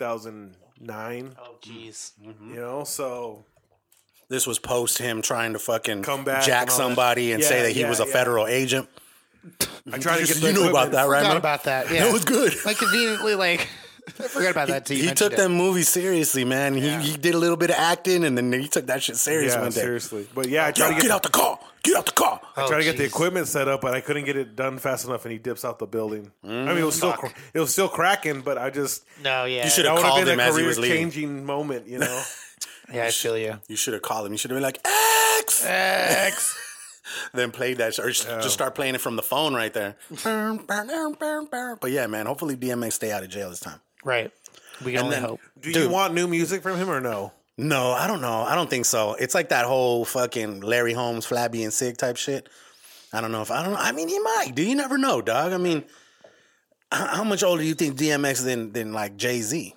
2009.
Oh, jeez.
Mm.
You know, so
This was post him trying to fucking
Come back
jack
and all that.
somebody and say
Yeah,
that he
yeah,
was a
yeah.
federal agent.
I tried to
You-
get the
you knew
equipment.
about that, right?
Forgot
man?
about that. Yeah,
That was good.
Like conveniently, like I forgot about that. Too. You
He
mentioned
took
it.
that movie seriously, man. He, he did a little bit of acting, and then he took that shit serious
Yeah,
one day.
seriously. But yeah, I
Yo,
tried to
get,
get,
out the car. Get out the car.
Oh.
I tried to get the equipment set up, but I couldn't get it done fast enough, and he dips out the building. I mean, it was still
fuck.
cr- it was still cracking, but I just
No, yeah.
You should
That
have
would've
called
been
him
a
as he was leaving.
career-changing moment, you know.
Yeah, I feel you.
You should have called him. You should have been like, X,
X.
then played that, sh- or just, just start playing it from the phone right there. But yeah, man, hopefully DMX stay out of jail this time.
Right. We can
And
only
then-
hope.
Do you
Dude.
want new music from him or no?
No, I don't know. I don't think so. It's like that whole fucking Larry Holmes, flabby and sick type shit. I don't know if I don't. I mean, he might. Do you never know, dog? I mean, h- how much older do you think DMX than than like Jay Z?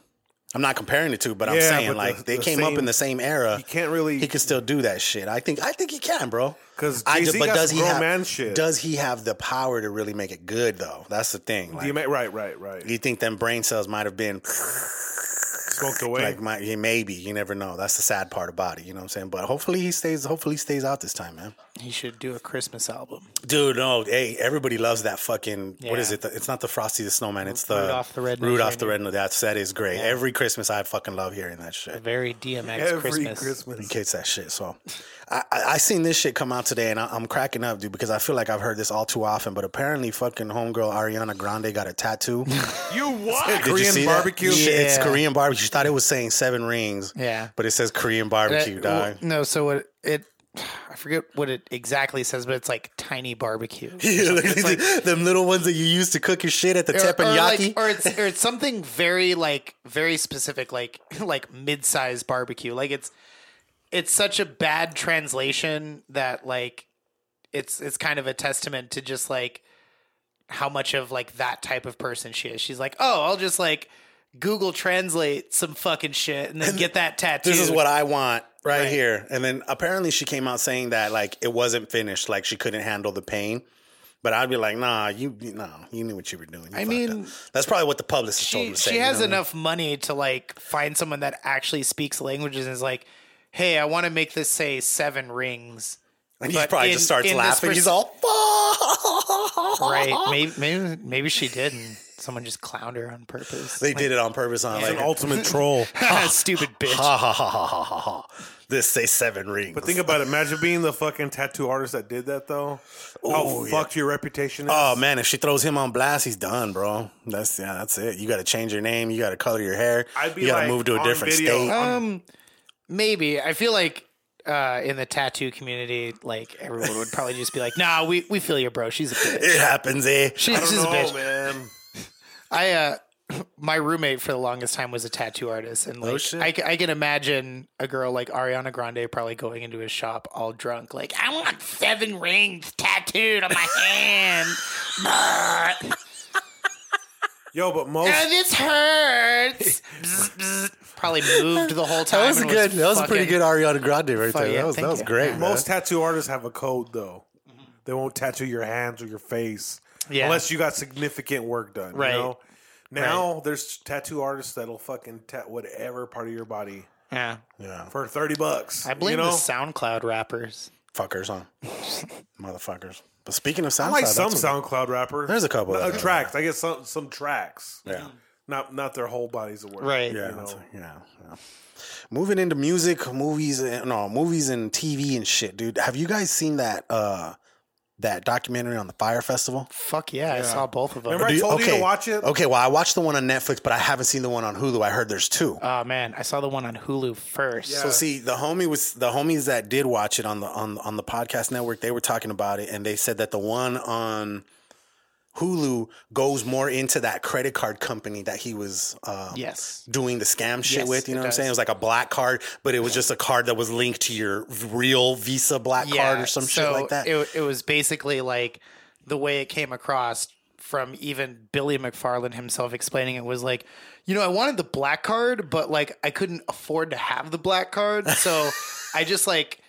I'm not comparing the two, but I'm
Yeah,
saying
but
like
the-
they
the
came up
same-
in the same era. He
can't really.
He can still do that shit. I think. I think he can, bro.
Because
I
Jay
just-
Z got some grown
have
man shit.
does he have the power to really make it good though? That's the thing. Like,
DMX, right, right, right.
you think them brain cells might have been
Smoked away.
like my, yeah, maybe you never know. That's the sad part about it. You know what I'm saying? But hopefully he stays. Hopefully he stays out this time, man.
He should do a Christmas album.
Dude, no, hey, everybody loves that fucking. What is
Yeah.
it? The- It's not the Frosty the Snowman. It's the
Rudolph the Red-Nosed
Rudolph the Red Nose. That's that is great.
Yeah.
Every Christmas, I fucking love hearing that shit.
Very DMX Christmas.
He hates that shit. So I, I, I seen this shit come out today and I, I'm cracking up, dude, because I feel like I've heard this all too often. But apparently, fucking homegirl Ariana Grande got a tattoo.
You what?
Did you
Korean
see that?
barbecue.
Shit, It's
Yeah.
Korean barbecue. She thought it was saying seven rings.
Yeah. uh,
But it says Korean barbecue,
That- well,
dog.
no, so what it I forget what it exactly says, but it's like tiny barbecue. or
Yeah,
something.
look at
It's like-
the- them little ones that you use to cook your shit at the
or, or, like-
teppanyaki.
or it's or it's something very like very specific, like like mid-sized barbecue. Like it's it's such a bad translation that like it's it's kind of a testament to just like how much of like that type of person she is. She's like, oh, I'll just like Google translate some fucking shit and then get that tattoo.
this is what I want right, here. And then apparently she came out saying that like it wasn't finished, like she couldn't handle the pain. But I'd be like, nah, you, you no, you knew what you were doing. You
I
fucked
mean,
up. that's probably what the publicist told
she,
him. to say,
she
you
has
know?
enough money to like find someone that actually speaks languages and is like, hey, I want to make this say seven rings.
And he
But
probably
in-
just starts
in this
laughing.
pers-
He's all
right. Maybe, maybe maybe she did, and someone just clowned her on purpose.
They did it on purpose. On
He's
like
an ultimate troll.
stupid bitch.
Ha ha ha ha ha ha ha. This say seven rings.
But think about it. Imagine being the fucking tattoo artist that did that, though. How
Ooh, yeah.
fucked your reputation is.
Oh man, if she throws him on blast, he's done, bro. That's yeah, that's it. You got to change your name. You got to color your hair.
I'd be
you got to
like,
move to a
on
different
video,
state.
Um, maybe I feel like uh, in the tattoo community, like everyone would probably just be like, "Nah, we we feel you, bro. She's a bitch.
it happens, eh?
She's,
I don't
she's a
know,
bitch."
man.
I uh, my roommate for the longest time was a tattoo artist,
Oh,
and like
shit.
I, ca- I can imagine a girl like Ariana Grande probably going into his shop all drunk, like I want seven rings tattooed on my hand. Brrr.
Yo, but most
oh, this hurts. Bzz, bzz. probably moved the whole time.
That was a
and
good. That was a pretty
fucking-
good Ariana Grande right
Fuck
there.
yeah,
that was
thank
that was
you.
great. man.
most tattoo artists have a code though. They won't tattoo your hands or your face
Yeah.
unless you got significant work done.
Right.
You know? Now there's tattoo artists that'll fucking tat whatever part of your body
Yeah,
yeah,
for thirty bucks.
I blame
you
the
know?
SoundCloud rappers.
fuckers, huh? Motherfuckers. But speaking of SoundCloud,
I like
that's
some
what-
SoundCloud rapper.
There's a couple
Uh,
of them.
tracks. I guess some some tracks.
Yeah.
Not not their whole bodies of work.
Mm-hmm. Right.
You
Yeah,
know?
that's- yeah, yeah. Moving into music, movies, and no movies and TV and shit, dude. Have you guys seen that uh that documentary on the Fire Festival?
Fuck yeah, I saw both of them.
Remember I
Do
told you to watch it?
Okay, well, I watched the one on Netflix, but I haven't seen the one on Hulu. I heard there's two.
Oh man, I saw the one on Hulu first.
So see, the homie was the homies that did watch it on the on on the podcast network. They were talking about it, and they said that the one on Hulu goes more into that credit card company that he was um,
Yes.
doing the scam shit
Yes,
with. You know
it
what I'm
does.
saying? It was like a black card, but it was just a card that was linked to your real Visa black card or some shit
so
like that.
It, it was basically like the way it came across from even Billy McFarland himself explaining it was like, you know, I wanted the black card, but like I couldn't afford to have the black card, so I just like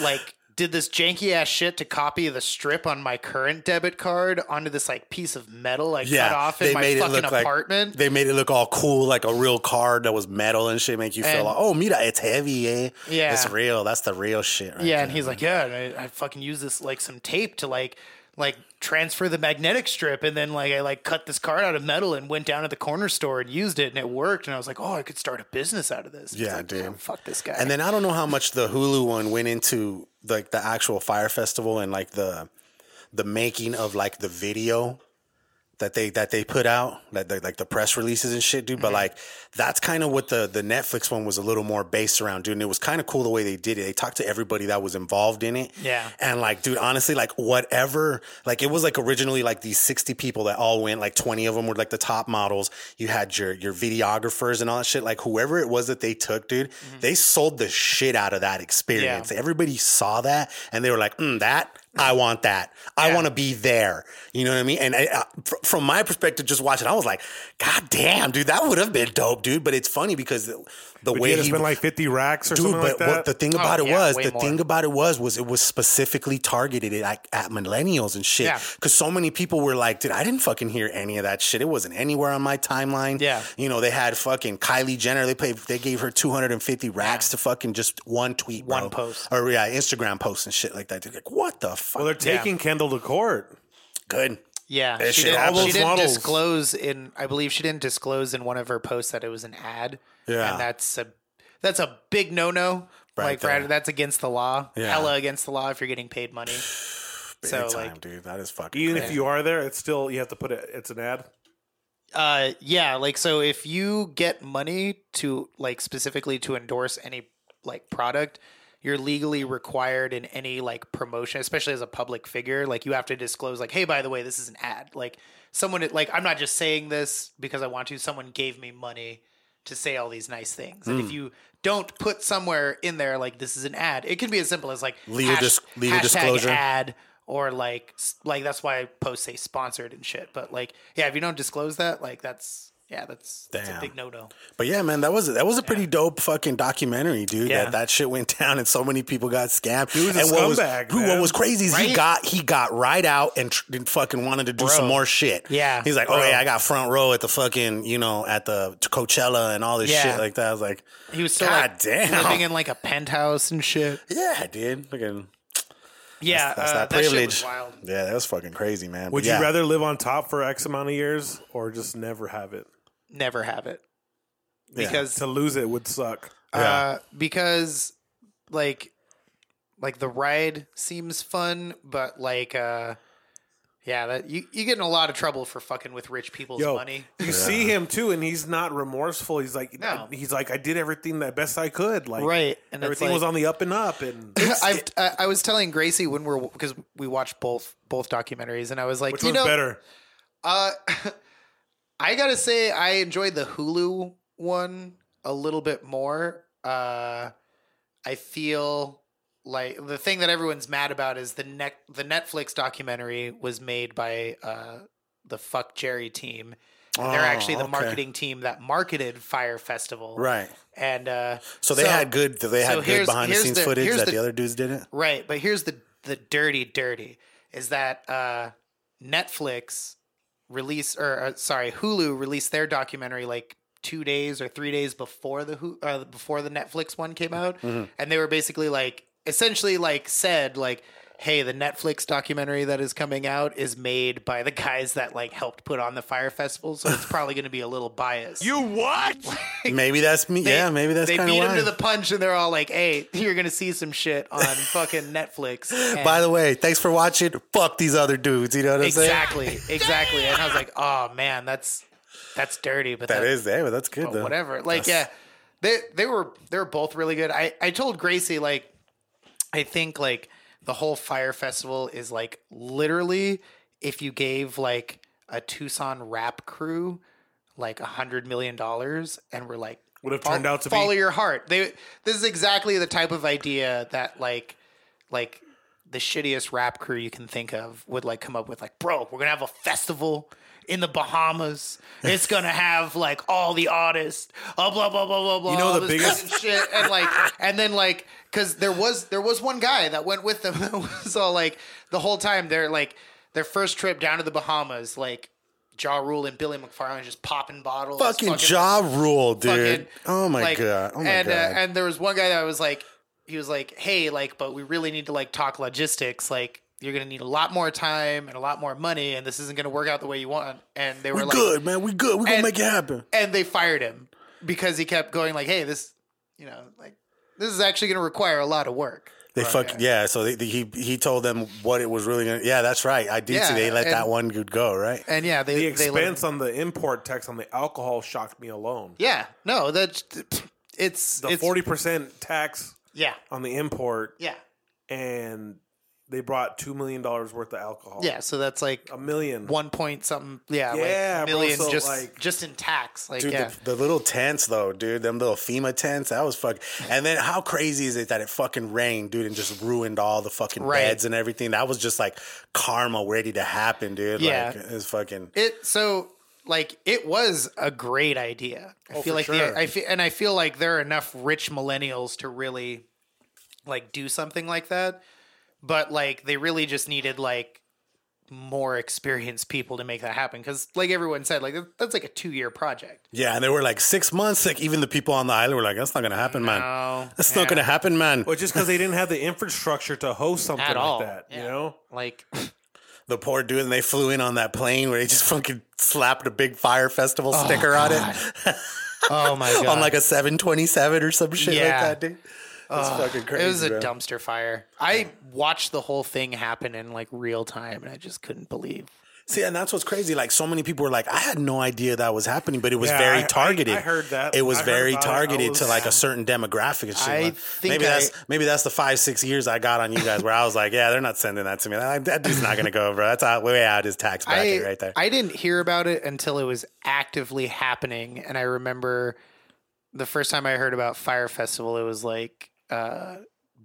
like did this janky ass shit to copy the strip on my current debit card onto this like piece of metal I cut off in my fucking apartment.
like they made it look all cool, like a real card that was metal and shit. Make you feel
And-
like, oh, mira, it's heavy, eh?
Yeah.
it's real. That's the real shit, right?
yeah, and
there.
he's like, yeah, and I, I fucking use this like some tape to like like transfer the magnetic strip, and then like I like cut this card out of metal and went down to the corner store and used it, and it worked, and I was like, oh, I could start a business out of this. It's
Yeah,
like,
dude.
"Man, fuck this guy.
And then I don't know how much the Hulu one went into like the actual fire festival and like the the making of like the video that they that they put out like the, like the press releases and shit dude but like that's kind of what the the Netflix one was a little more based around dude and it was kind of cool the way they did it they talked to everybody that was involved in it
Yeah.
and like, dude, honestly, like whatever, like it was like originally like these 60 people that all went, like 20 of them were like the top models. You had your your videographers and all that shit. Like whoever it was that they took, dude, they sold the shit out of that experience. Everybody saw that and they were like, mm, that I want that. I want to be there. You know what I mean? And I, I, fr- from my perspective, just watching, I was like, God damn, dude, that would have been dope, dude. But it's funny because the, the
But
way
you had to
he-
spend like fifty racks or something like that. Oh,
what the thing about it was, the thing about it was, was it was specifically targeted at, like, at millennials and shit.
Yeah.
Because so many people were like, dude, I didn't fucking hear any of that shit. It wasn't anywhere on my timeline.
Yeah.
You know, they had fucking Kylie Jenner. They played, they gave her 250 racks to fucking just one tweet, bro.
One post.
Or yeah, Instagram posts and shit like that. Dude, like, what the fuck?
Well, they're taking Kendall to court.
Good.
Yeah,
That
she,
shit
didn't,
happens.
she
All those
didn't
models.
disclose in. I believe she didn't disclose in one of her posts that it was an ad.
Yeah.
and that's a that's a big no no.
Right
like
there.
right- that's against the law.
Yeah.
Hella against the law if you're getting paid money.
Big
so
time,
like,
dude. That is fucking
Even if
crazy.
you are there, it's still you have to put it. It's an ad.
uh, yeah, like so if you get money to like specifically to endorse any like product. You're legally required in any like promotion, especially as a public figure. Like you have to disclose, like, hey, by the way, this is an ad. Like someone, like, I'm not just saying this because I want to. Someone gave me money to say all these nice things. And if
Mm.
you don't put somewhere in there like this is an ad, it can be as simple as like
Legal dis- legal
hashtag
disclosure.
ad or like s- like that's why posts say sponsored and shit. But like yeah, if you don't disclose that, like that's yeah, that's, that's a
Damn.
big no no.
But yeah, man, that was that was a pretty dope fucking documentary, dude.
Yeah.
That that shit went down, and so many people got scammed.
He was a
and what
scumbag,
was dude, what
man.
was crazy is he
Right?
got he got right out and, tr- and fucking wanted to do
Bro.
some more shit.
Yeah,
he's like, oh
bro.
yeah, I got front row at the fucking you know at the Coachella and all this
Yeah.
shit like that. I was like,
He was still
God
like,
damn.
living in like a penthouse and shit.
yeah, dude, fucking
Yeah,
that's
uh,
that
shit was
privilege.
wild.
yeah, that was fucking crazy, man.
Would
But yeah.
you rather live on top for X amount of years or just never have it?
Never have it.
Yeah.
Because-
to lose it would suck.
Uh, because like like the ride seems fun, but like uh yeah, that you you get in a lot of trouble for fucking with rich people's
Yo,
money.
you see him too, and he's not remorseful. He's like,
No.
he's like, I did everything that best I could. Like,
Right, and it's
everything
like-
was on the up and up, and
I've, I I was telling Gracie when we're because we watched both both documentaries, and I was like,
which
you
one's
know,
better?
Uh, I gotta say, I enjoyed the Hulu one a little bit more. Uh, I feel like the thing that everyone's mad about is the net the Netflix documentary was made by uh the Fuck Jerry team. And they're
Oh,
actually the
okay.
marketing team that marketed Fire Festival,
Right.
And uh,
So they had good they
so
had good
here's-
behind the
here's
scenes
the-
footage
here's
that
the-
the, other dudes didn't.
Right, but here's the the dirty dirty is that uh Netflix release or uh, sorry, Hulu released their documentary like 2 days or 3 days before the Hu- uh, before the Netflix one came out
Mhm.
and they were basically like essentially like said like hey, the Netflix documentary that is coming out is made by the guys that like helped put on the Fire Festival, so it's probably going to be a little biased. You what?
Maybe that's me. yeah, maybe that's
they
kind of
beat
why.
him to the punch, and they're all like, "Hey, you're gonna see some shit on fucking Netflix." And-
By the way, thanks for watching. Fuck these other dudes. You know what I'm saying?
exactly, exactly. And I was like, "Oh man, that's that's dirty." But
that is there, but that's good
but
though.
whatever. Like,
That's-
yeah, they they were they were both really good. I I told Gracie like, I think like the whole fire festival is like literally if you gave like a Tucson rap crew like a hundred million dollars and were like
Would have
fol-
turned out to be-
follow your heart. They this is exactly the type of idea that like like the shittiest rap crew you can think of would like come up with like bro we're gonna have a festival in the bahamas it's gonna have like all the artists oh blah blah blah blah blah
You know
all
the
this
biggest-
fucking shit and like and then like because there was there was one guy that went with them that was all like the whole time they're like their first trip down to the bahamas like Ja Rule and Billy McFarlane just popping bottles
fucking, jaw rule, dude.
fucking-
oh my
like,
god. Oh my
and,
god.
Uh, and there was one guy that was like, he was like, hey, like, but we really need to like talk logistics. Like, you're gonna need a lot more time and a lot more money, and this isn't gonna work out the way you want. And they were
we
like,
good, Oh man. We good. We gonna
and-
make it happen.
and they fired him because he kept going like, hey, this, you know, like, this is actually gonna require a lot of work.
They fuck yeah. So they, they- he he told them what it was really gonna. Yeah, that's right. I did
Yeah,
see they let
and-
that one dude go right.
And yeah, they
the
they let-
expense on the import tax on the alcohol shocked me alone.
yeah, no, that's it's
The forty percent tax
yeah
on the import.
Yeah.
And they brought two million dollars worth of alcohol.
yeah. So that's like
Um,
a million,
one point something. Yeah,
Yeah,
like
bro,
million
so,
just
like-
just in tax. Like
dude,
yeah,
the, the little tents though, dude, them little FEMA tents, that was fuck. And then how crazy is it that it fucking rained, dude, and just ruined all the fucking
Right.
beds and everything? That was just like karma ready to happen, dude.
Yeah.
Like it's fucking
It so like it was a great idea. I
Oh,
feel
for
like
sure.
the, I feel and I feel like there are enough rich millennials to really like do something like that. But like they really just needed like more experienced people to make that happen because like everyone said like that- that's like a two year project.
Yeah, and they were like six months, like even the people on the island were like, That's not gonna happen, man. That's not gonna happen, man.
Well, just because they didn't have the infrastructure to host something
At
like
all,
that, you know?
Like
The poor dude, and they flew in on that plane where they just fucking slapped a big fire festival
Oh,
sticker on it.
Oh my god.
on like a 727 or some shit
Yeah.
like that, dude. That's
Ugh,
fucking crazy.
It was a
bro.
dumpster fire. I watched the whole thing happen in like real time and I just couldn't believe.
See, and that's what's crazy. Like, so many people were like, I had no idea that was happening, but it was
Yeah, I-
very
I-
targeted.
I heard that.
It was
I heard
very
about it. I
targeted to
was-
like a certain demographic and shit.
I
Like,
think
maybe
I-
that's maybe that's the five six years I got on you guys, where I was like, yeah, they're not sending that to me. Like, that dude's not gonna go, bro. That's out, way out his tax bracket
I,
right there.
I didn't hear about it until it was actively happening. And I remember the first time I heard about Fire Festival, it was like uh,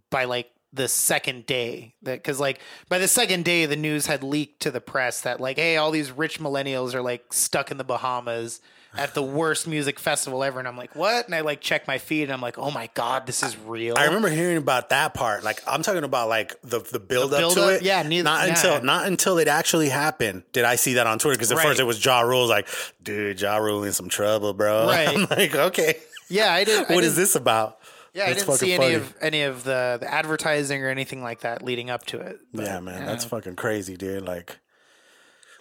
by like the second day that because like by the second day the news had leaked to the press that like hey all these rich millennials are like stuck in the bahamas at the worst music festival ever and i'm like what and i like check my feed and i'm like oh my god this is real
I remember hearing about that part. Like I'm talking about like the the build, up to
build-up?
it.
Yeah, neither-
not
yeah.
until not until it actually happened did I see that on Twitter. Because at
Right.
first it was Ja Rule's like, dude, Ja Rule in some trouble, bro.
Right.
I'm like, okay,
yeah i didn't
what
I
is
didn't-
this about?
Yeah,
That's
I didn't
fucking
see
funny.
any of any of the, the advertising or anything like that leading up to it.
yeah, man,
yeah.
that's fucking crazy, dude. Like,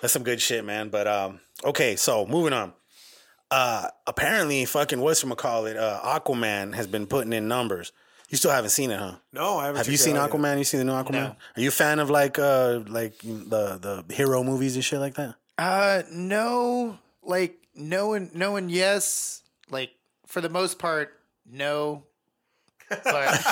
that's some good shit, man. But um, okay, so moving on. Uh, apparently, fucking what's call it? Uh, Aquaman has been putting in numbers. You still haven't seen it, huh?
No, I haven't.
Have you
checked it
seen
out yet.
Aquaman? You seen the new Aquaman? Are you a fan of like uh like the the hero movies and shit like that?
Uh, no, like no and no and yes, like for the most part, no. But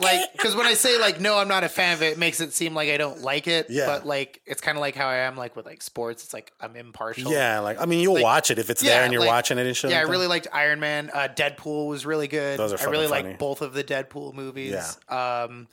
like, because when I say like no, I'm not a fan of it. It makes it seem like I don't like it.
Yeah.
But like, it's kind of like how I am like with like sports. It's like I'm impartial.
Yeah, like I mean, you'll
Like-
watch it if it's there and you're
like-
watching it and shit.
Yeah,
like
I really
that.
liked Iron Man. Uh, Deadpool was really good.
Those are
I really
fucking funny.
like both of the Deadpool movies. Um,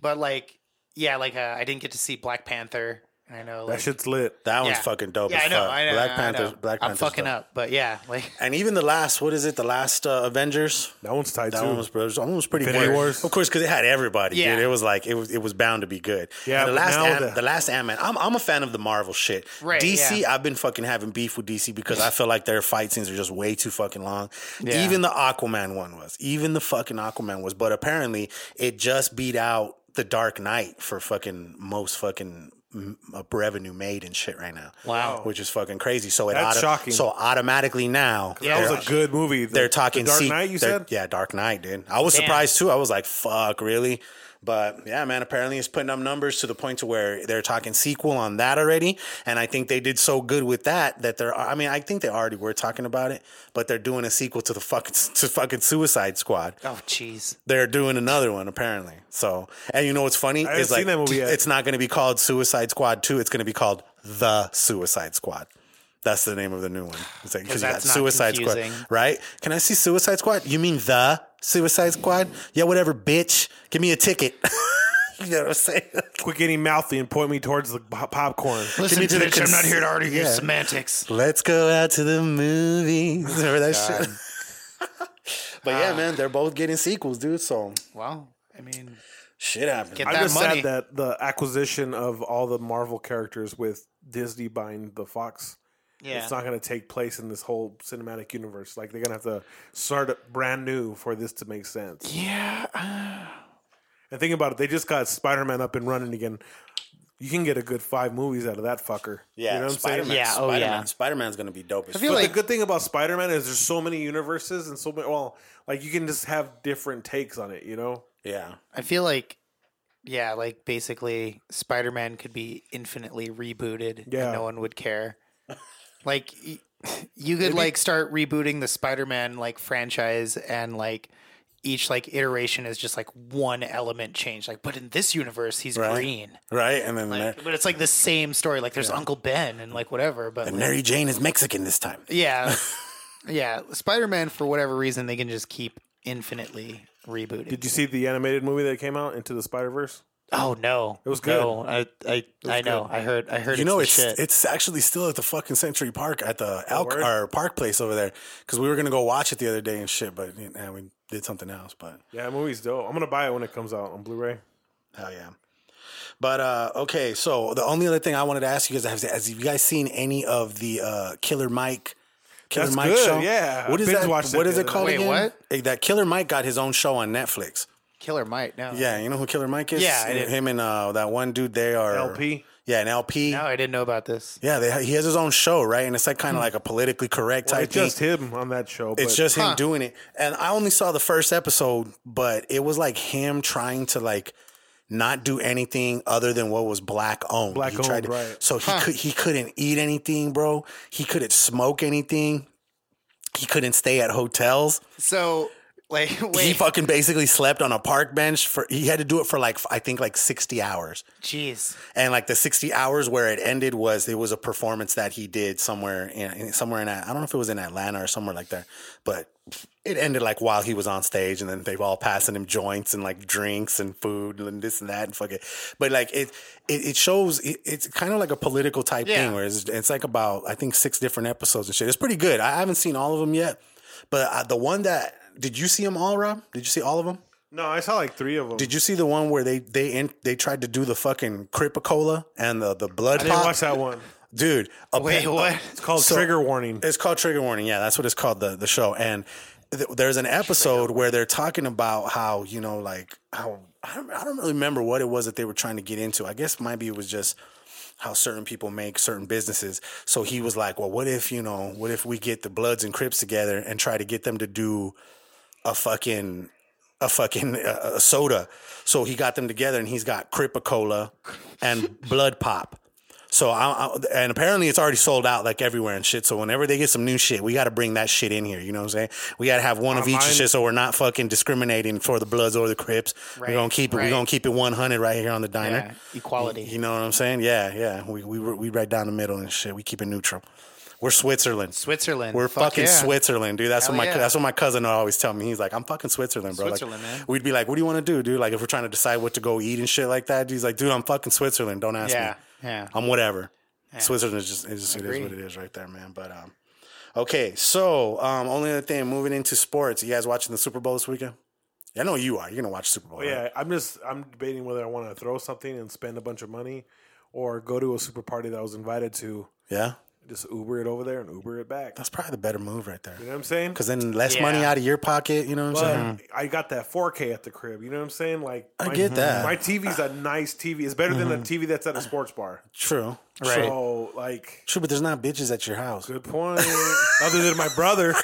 but like, yeah, like uh, I didn't get to see Black Panther. I know like,
That shit's lit.
that one's
yeah.
fucking dope.
Yeah,
as
I know,
fuck.
I know,
Black
I
Panther.
know.
Black
I'm
Panther.
fucking up, but yeah, like
And even the last, what is it? The last uh, Avengers.
That one's tied
That
too.
one was, bro, that one was pretty
Infinity
good.
Wars.
Of course, because it had everybody.
Yeah.
dude. It was like it was it was bound to be good.
Yeah,
And the
but
last
now
Ant-
the-
the last Ant Man. I'm I'm a fan of the Marvel shit.
Right,
DC.
yeah.
I've been fucking having beef with DC because I feel like their fight scenes are just way too fucking long.
Yeah.
Even the Aquaman one was. Even the fucking Aquaman was. But apparently, it just beat out the Dark Knight for fucking most fucking. mm, uh, Revenue made and shit right now.
Wow.
which is fucking crazy. So it
That's
auto-
shocking.
So automatically now,
That was a good movie. The-
they're talking
the Dark
se-
Knight. You
they're-
said
yeah, Dark Knight, dude. I was
Damn.
surprised too. I was like, fuck, really? But yeah, man, apparently it's putting up numbers to the point to where they're talking sequel on that already. And I think they did so good with that that they're I mean, I think they already were talking about it, but they're doing a sequel to the fucking to fucking Suicide Squad.
oh jeez,
They're doing another one apparently. So, and you know what's funny
I haven't
is like
seen that movie yet.
it's not going to be called Suicide Squad 2, it's going to be called The Suicide Squad. That's the name of the new one. It's like
'Cause
because you got
that's not
Suicide
confusing.
Squad, right? Can I see Suicide Squad? You mean the Suicide Squad? Yeah, whatever, bitch. Give me a ticket. you know what I'm saying?
quit getting mouthy and point me towards the pop- popcorn.
listen
me
to
the
this. I'm not here to argue your
yeah.
semantics.
Let's go out to the
Oh
movies. Remember that shit? but yeah,
Ah.
man, they're both getting sequels, dude. So
Well, I mean,
shit happens.
Get
I'm
that
just
money.
sad that the acquisition of all the Marvel characters with Disney buying the Fox,
Yeah.
it's not going to take place in this whole cinematic universe. Like they're going to have to start it brand new for this to make sense.
yeah,
And think about it, they just got Spider Man up and running again. You can get a good five movies out of that fucker.
Yeah,
you know what I'm saying?
Spider-Man,
Yeah, oh,
Spider-Man,
yeah.
Spider-Man's gonna be dope. As
I feel
fuck.
But
like-
the good thing about Spider Man is there's so many universes and so many. Well, like you can just have different takes on it. You know,
Yeah.
I feel like, yeah, like basically Spider Man could be infinitely rebooted
Yeah.
and no one would care. like, y- you could
Maybe-
like start rebooting the Spider Man like franchise and like each like iteration is just like one element change. Like, but in this universe, he's
Right.
green.
Right, and then
Like, but it's like the same story. Like, there's Uncle Ben and like whatever. But
and
like-
Mary Jane is Mexican this time.
Yeah. yeah. Spider Man, for whatever reason, they can just keep infinitely rebooting.
Did you see the animated movie that came out into the Spider Verse?
Oh no.
It was good.
No, I I,
was
I know.
good.
I heard I heard
you
it's
know,
the
it's
shit.
it's actually still at the fucking Century Park at the Al-
word?
or Park Place over there because we were gonna go watch it the other day and shit, but you know, we did something else. But
Yeah, that movie's dope. I'm gonna buy it when it comes out on Blu-ray.
hell yeah. But uh, okay, so the only other thing I wanted to ask you guys have has you guys seen any of the uh, Killer Mike? Killer
That's
Mike
good,
show?
yeah.
What is
Binge
that?
watched that
What
the
is it
other
called
day.
Wait,
again?
what?
Eh, That Killer Mike got his own show on Netflix.
Killer Mike, no.
Yeah, you know who Killer Mike is?
Yeah, I
Him-
did.
him and uh, that one dude. They are
LP?
Yeah, an LP.
No, I didn't know about this.
Yeah, they, he has his own show, right? And it's like kind of like a politically correct
Hmm. Well,
type
it's just
thing.
him on that show.
It's
but-
just him doing it. And I only saw the first episode, but it was like him trying to like not do anything other than what was black owned.
Black
he tried
owned,
to,
right.
So he could he couldn't eat anything, bro. He couldn't smoke anything. He couldn't stay at hotels.
So like
He
wait
fucking basically slept on a park bench for he had to do it for like I think like 60 hours
jeez.
and like the 60 hours where it ended was it was a performance that he did somewhere in, in- somewhere in I don't know if it was in Atlanta or somewhere like there but it ended like while he was on stage and then they were all passing him joints and like drinks and food and this and that and fuck it but like it it, it shows it, it's kind of like a political type
Yeah.
thing where it's, it's like about I think six different episodes and shit it's pretty good I haven't seen all of them yet but uh the one that did you see them all Rob did you see all of them
no, I saw like three of them.
did you see the one where they they in, they tried to do the fucking Cripacola and the the blood
I
pop?
didn't watch that one.
Dude, a
Wait, what?
It's called
So-
Trigger Warning.
It's called Trigger Warning. Yeah, that's what it's called the the show. And th- there's an episode where they're talking about how you know like how I don't, I don't really remember what it was that they were trying to get into. I guess maybe it was just how certain people make certain businesses. So he was like, well, what if you know, what if we get the Bloods and Crips together and try to get them to do a fucking a fucking uh, a soda. So he got them together, and he's got Cripa Cola and Blood Pop. So I, I and apparently it's already sold out like everywhere and shit. So whenever they get some new shit, we got to bring that shit in here. You know what I'm saying? We got to have one of
Uh,
each and
mine-
shit, so we're not fucking discriminating for the Bloods or the Crips.
Right,
we're gonna keep it.
right.
We're gonna keep it 100 right here on the diner.
Yeah. Equality.
You know what I'm saying? Yeah, yeah. We we we right down the middle and shit. We keep it neutral. We're Switzerland.
Switzerland.
We're
Fuck
fucking
yeah.
Switzerland, dude. That's
Hell
what my
yeah.
that's what my cousin would always tell me. He's like, I'm fucking Switzerland, bro.
Switzerland,
like,
man.
We'd be like, what do you want to do, dude? Like, if we're trying to decide what to go eat and shit like that, he's like, dude, I'm fucking Switzerland. Don't ask
Yeah.
me.
Yeah.
I'm whatever. Switzerland is just, it's just it is
Agree.
what it is right there, man. But um, okay. So um, only other thing, moving into sports. You guys watching the Super Bowl this weekend? I know you are. You're gonna watch Super Bowl.
But yeah, I'm just I'm debating whether I want to throw something and spend a bunch of money, or go to a super party that I was invited to,
yeah. Yeah.
just Uber it over there and Uber it back.
That's probably the better move right there.
You know what I'm saying?
Because then less money
Yeah.
out of your pocket. You know what I'm saying?
But I got that 4K at the crib. You know what I'm saying? Like
uh, I get that. Mm-hmm.
My TV's a nice TV. It's better than a TV that's at a sports bar.
True.
Right.
So like,
True, but there's not bitches at your house.
good point. Other than my brother,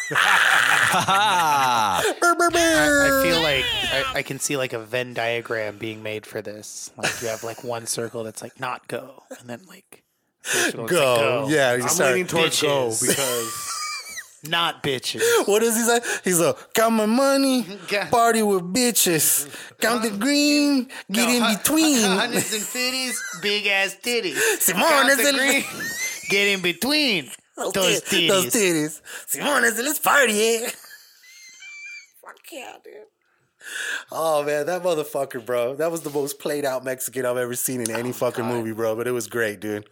I feel like I, I can see like a Venn diagram being made for this. Like you have like one circle that's like not go, and then like
go.
go,
Yeah, you
I'm
start-
leaning towards go
Bitches.
because
not bitches.
What does he say? He's like, count my money,
Ga-
party with bitches, count the green, get
No,
in
hun-
between.
Hundreds and fifties, big ass titties.
Simone's
Count the
in-
green, get in between those titties.
Those titties. Simone's, let's party, yeah. Fuck yeah, dude. Oh man, that motherfucker, bro. That was the most played out Mexican I've ever seen in any
Oh,
fucking movie, bro. But it was great, dude.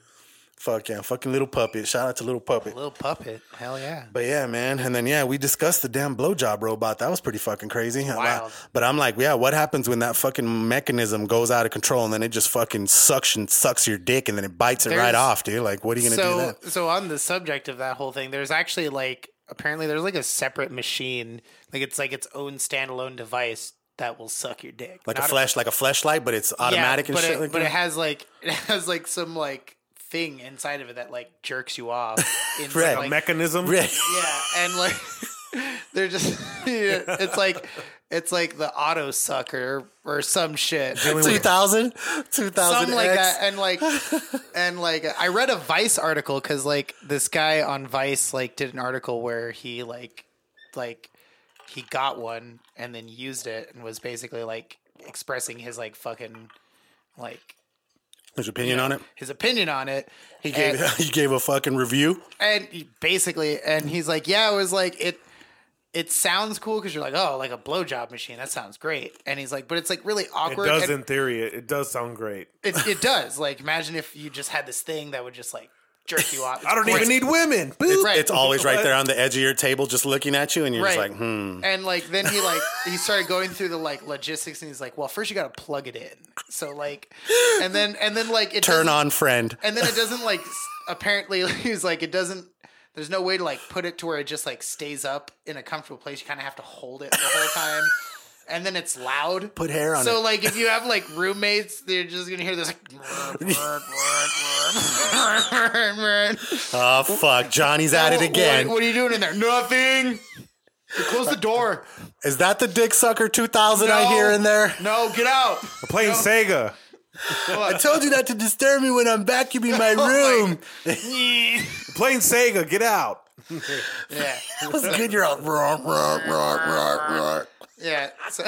Fuck yeah, fucking little puppet. Shout out to little puppet.
Little puppet, hell yeah.
But yeah, man. And then yeah, we discussed the damn blowjob robot. That was pretty fucking crazy.
Wild.
But I'm like, yeah, what happens when that fucking mechanism goes out of control and then it just fucking suction sucks your dick and then it bites it right
There's-
off, dude? Like, what are you gonna do
so
then?
so on the subject of that whole thing there's actually like apparently there's like a separate machine like it's like its own standalone device that will suck your dick
Like a
Not
flash, like a flashlight, but it's automatic
yeah,
and
but
shit.
it,
like
but
that?
it has like it has like some like thing inside of it that like jerks you off in
Right.
like,
mechanism.
Right.
yeah and like They're just it's like it's like the auto sucker or some shit.
2000? 2000
Something like
X.
that. And like and like I read a Vice article because like this guy on Vice like did an article where he like like he got one and then used it and was basically like expressing his like fucking like
His opinion on it.
his opinion on it.
He gave
and,
he gave a fucking review.
and he- basically and he's like yeah it was like it it sounds cool because you're like oh like a blowjob machine that sounds great and he's like but it's like really
It
awkward
does,
and
in theory. It, it does sound great.
it, it does like imagine if you just had this thing that would just like jerk you off
I don't even need women.
It's,
Right.
it's always right there on the edge of your table, just looking at you, and you're just
Right.
like, hmm.
and like then he like he started going through the like logistics and he's like well first you gotta plug it in so like and then and then like it
Turn
doesn't-
on friend.
and then it doesn't like s- apparently he's like it doesn't there's no way to like put it to where it just like stays up in a comfortable place you kind of have to hold it the whole time and then it's loud
Put hair on
so
it.
like if you have like roommates they're just gonna hear this like
Oh fuck, Johnny's at it
What-
again.
What, what are you doing in there? Nothing. You close the door.
Is that the Dick Sucker 2000 I hear in there?
No, get out.
I'm playing Sega.
I told you not to disturb me when I'm vacuuming Oh my room.
playing Sega. Get out.
Yeah.
That was good. You're all rock, rock, rock, rock, rock.
Yeah. So,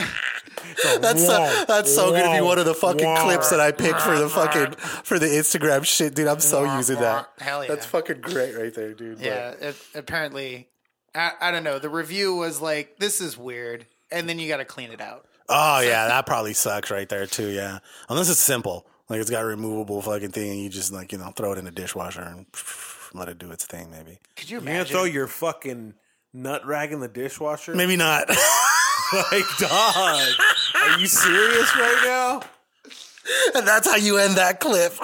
That's so, that's so good to be one of the fucking clips that I picked for the fucking for the Instagram shit, dude. I'm so using that.
hell yeah.
That's fucking great right there, dude. Like,
yeah. It, apparently, I, I don't know. The review was like, "This is weird," and then you got to clean it out.
Oh yeah, that probably sucks right there too. Yeah, unless it's simple, like it's got a removable fucking thing, and you just like you know throw it in the dishwasher and let it do its thing. Maybe,
Could you
You're gonna
imagine?
throw your fucking nut rag in the dishwasher?
maybe not.
Like, dog, are you serious right now?
and that's how you end that clip.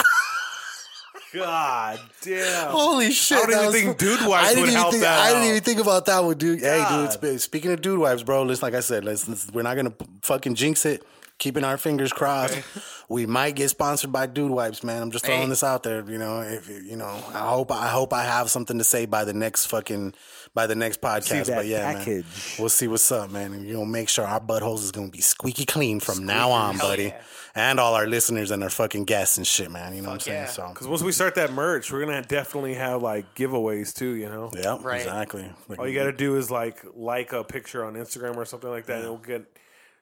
God damn.
Holy shit!
I don't
that
even
was-
think dude
I
wipes
didn't
would
even
help
think,
that.
I
out.
didn't even think about that one, dude. Hey, dude.
God.
It's been, speaking of dude wipes, bro. Let's like I said, let's, let's we're not gonna p- fucking jinx it. Keeping our fingers crossed, we might get sponsored by Dude Wipes, man. I'm just throwing
Hey.
this out there, you know. If you know, I hope I hope I have something to say by the next fucking by the next podcast.
that
but yeah, man,
package.
we'll see what's up, man. And you know, make sure our buttholes is gonna be squeaky clean from now on, buddy, and all our listeners and our fucking guests and shit, man. You know what I'm saying?
yeah.
So
Because once we start that merch, we're gonna definitely have like giveaways too. You know,
yeah,
Right.
exactly. Like,
all you gotta do is like like a picture on Instagram or something like that, and it'll get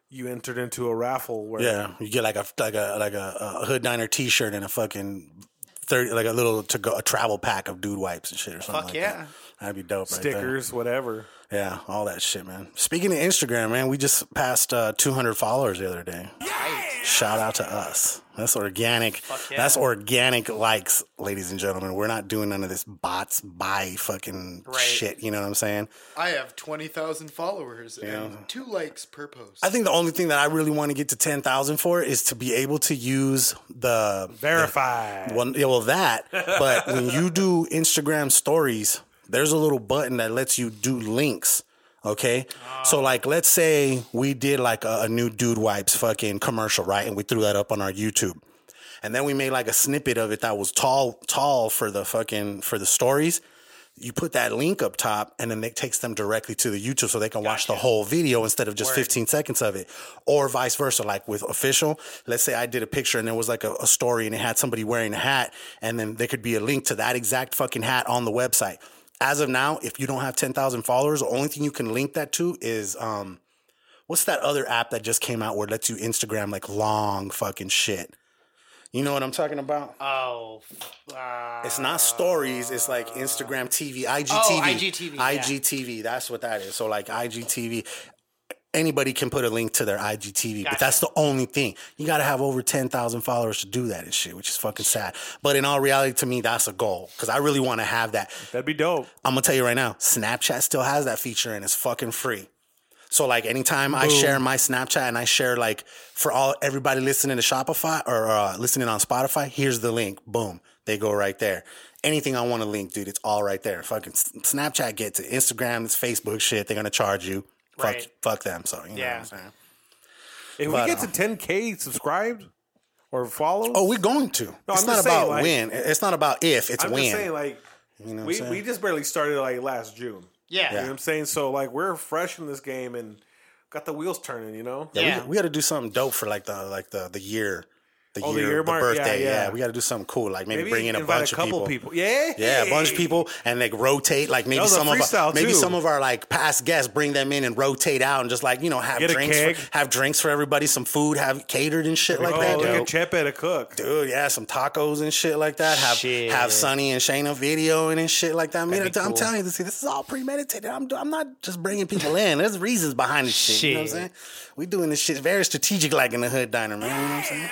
you entered into a raffle. Where
Yeah, you get like a like a like a, a hood diner T-shirt and a fucking thirty like a little to go a travel pack of dude wipes and shit or something.
Fuck
like
yeah.
that. that'd be dope. right there.
stickers, whatever.
yeah, all that shit, man. Speaking of Instagram, man, we just passed uh, 200 followers the other day. Shout out to us. That's organic.
yeah.
That's organic likes, ladies and gentlemen. We're not doing none of this bots buy fucking
Right.
shit. You know what I'm saying?
I have twenty thousand followers
Yeah.
and two likes per post.
I think the only thing that I really want to get to 10,000 for is to be able to use the
Verified.
Well, yeah, well, that. But when you do Instagram stories, there's a little button that lets you do links. Okay, so like, let's say we did like a, a new Dude Wipes fucking commercial, right? And we threw that up on our YouTube, and then we made like a snippet of it that was tall, tall for the fucking for the stories. You put that link up top, and then it takes them directly to the YouTube, so they can watch the whole video instead of just 15 seconds of it, or vice versa. Like with official, let's say I did a picture and there was like a, a story, and it had somebody wearing a hat, and then there could be a link to that exact fucking hat on the website. As of now, if you don't have 10,000 followers, the only thing you can link that to is um, what's that other app that just came out where it lets you Instagram like long fucking shit? You know what I'm talking about?
Oh, uh,
It's not stories. It's like Instagram TV, IGTV,
Oh, IGTV, yeah.
IGTV. That's what that is. So like IGTV, anybody can put a link to their IGTV, but that's the only thing. You got to have over ten thousand followers to do that and shit, which is fucking sad. But in all reality, to me, that's a goal because I really want to have that.
That'd be dope.
I'm gonna tell you right now, Snapchat still has that feature and it's fucking free. So like anytime I share my Snapchat and I share like for all everybody listening to Shopify or uh, listening on Spotify, here's the link. Boom, they go right there. Anything I want to link, dude, it's all right there. Fucking S- Snapchat gets it. Instagram, it's Facebook shit. They're gonna charge you.
Right.
Fuck, fuck them. So you know
Yeah.
what I'm saying.
If
But,
we get
uh,
to 10k subscribed or followed,
Oh, we're going to. it's
I'm
not
just saying,
about
like-
when. It's not about if. It's
I'm
when.
just saying, like
you know what
we
I'm saying?
we just barely started like last June.
Yeah.
You know what I'm saying? So like we're fresh in this game and got the wheels turning, you know?
Yeah, We, we got to do something dope for like the like the the year, the
Oh, the
year, the,
year mark? Yeah,
birthday. Yeah,
yeah.
we got to do something cool. Like maybe,
Maybe
bring in a
invite a
bunch of
couple
people.
people. Yeah.
yeah, a bunch of people, and like rotate. Like maybe
was a
some of our,
freestyle,
maybe
too.
some of our like past guests bring them in and rotate out and just like you know have
Get a
drinks,
keg.
for, have drinks for everybody, some food, have catered and shit like
oh,
that.
look
dude.
at Chepe to cook.
Dude, yeah, some tacos and shit like that. Have
Shit.
have Sonny and Shayna videoing and shit like that. I mean,
That'd be
I'm
cool.
telling you, this, this is all premeditated. I'm, I'm not just bringing people in. There's reasons behind this shit. You know what I'm
Shit.
saying? We doing this shit very strategic, like in the hood diner, man. You know what I'm saying?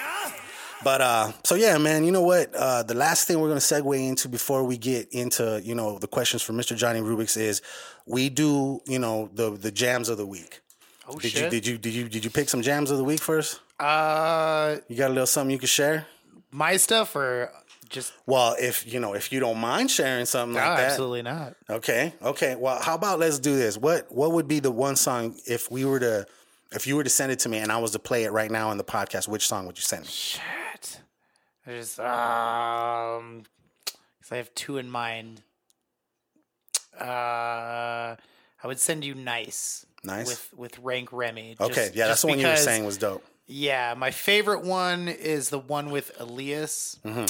But uh, so yeah, man. You know what? Uh, the last thing we're gonna segue into before we get into you know the questions for Mr. Johnny Rubix is we do you know the the jams of the week.
Oh
did you
shit.
did you did you did you pick some jams of the week first?
Uh,
You got a little something you could share?
my stuff or just
Well, if you know, if you don't mind sharing something
no,
like that,
absolutely not.
Okay, okay. Well, how about let's do this? What what would be the one song if we were to if you were to send it to me and I was to play it right now on the podcast? Which song would you send me?
Shit. I just um, 'cause I have two in mind. Uh, I would send you nice.
Nice.
with with rank Remy.
Okay,
just-
yeah, that's
just
the one you were
because-
saying was dope.
Yeah, my favorite one is the one with Elias,
hmm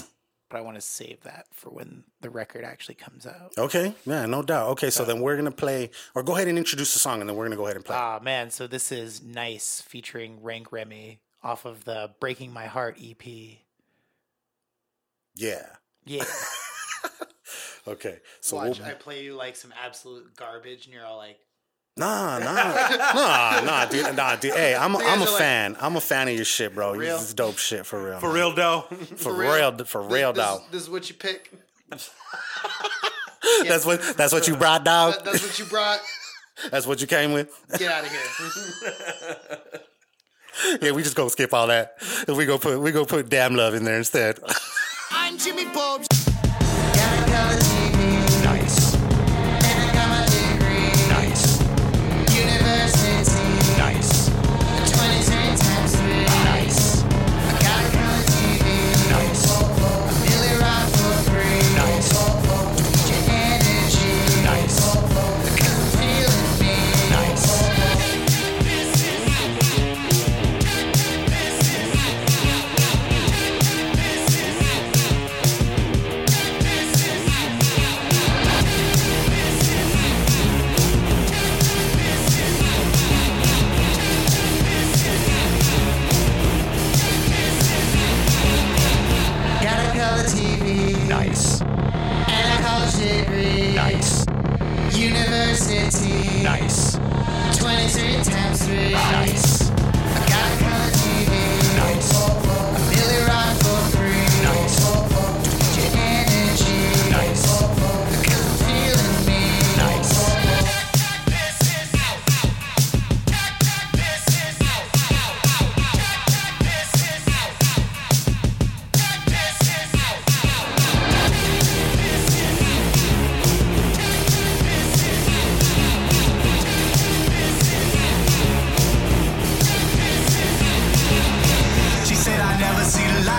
but I want to save that for when the record actually comes out.
Okay, yeah, no doubt. Okay, so then we're gonna play, or go ahead and introduce the song, and then we're gonna go ahead and play.
Ah man, so this is nice featuring Rank Remy off of the Breaking My Heart E EP.
yeah.
Yeah.
Okay. So
So
we'll,
Watch, I play you like some absolute garbage, and you're all like,
nah, nah, nah, nah, dude, nah, dude. Hey, I'm a,
You
I'm a
guys are like-
fan. I'm a fan of your shit, bro.
Real.
This is dope shit for real.
For
man.
real though.
For real, for real,
this,
dog.
Is, this is what you pick.
That's what that's what you brought, dog.
That- that's what you brought.
That's what you came with.
Get out of here.
Yeah, we just gonna skip all that. We gonna put we gonna put damn love in there instead.
I'm Jimmy Bob's.
Nice.
Nice. University. Nice. 23 times three. Nice. I got a color TV. Nice. Billy Rock for free. Nice. Your energy. Nice. I couldn't feel it me. Nice. Got a color TV. Nice. And a college degree. Nice. University. Nice. 23 times 3. Nice. I got a color TV. Nice. A Billy Rock for free. Nice. Your energy. Nice. I couldn't feel in me. Nice.
She said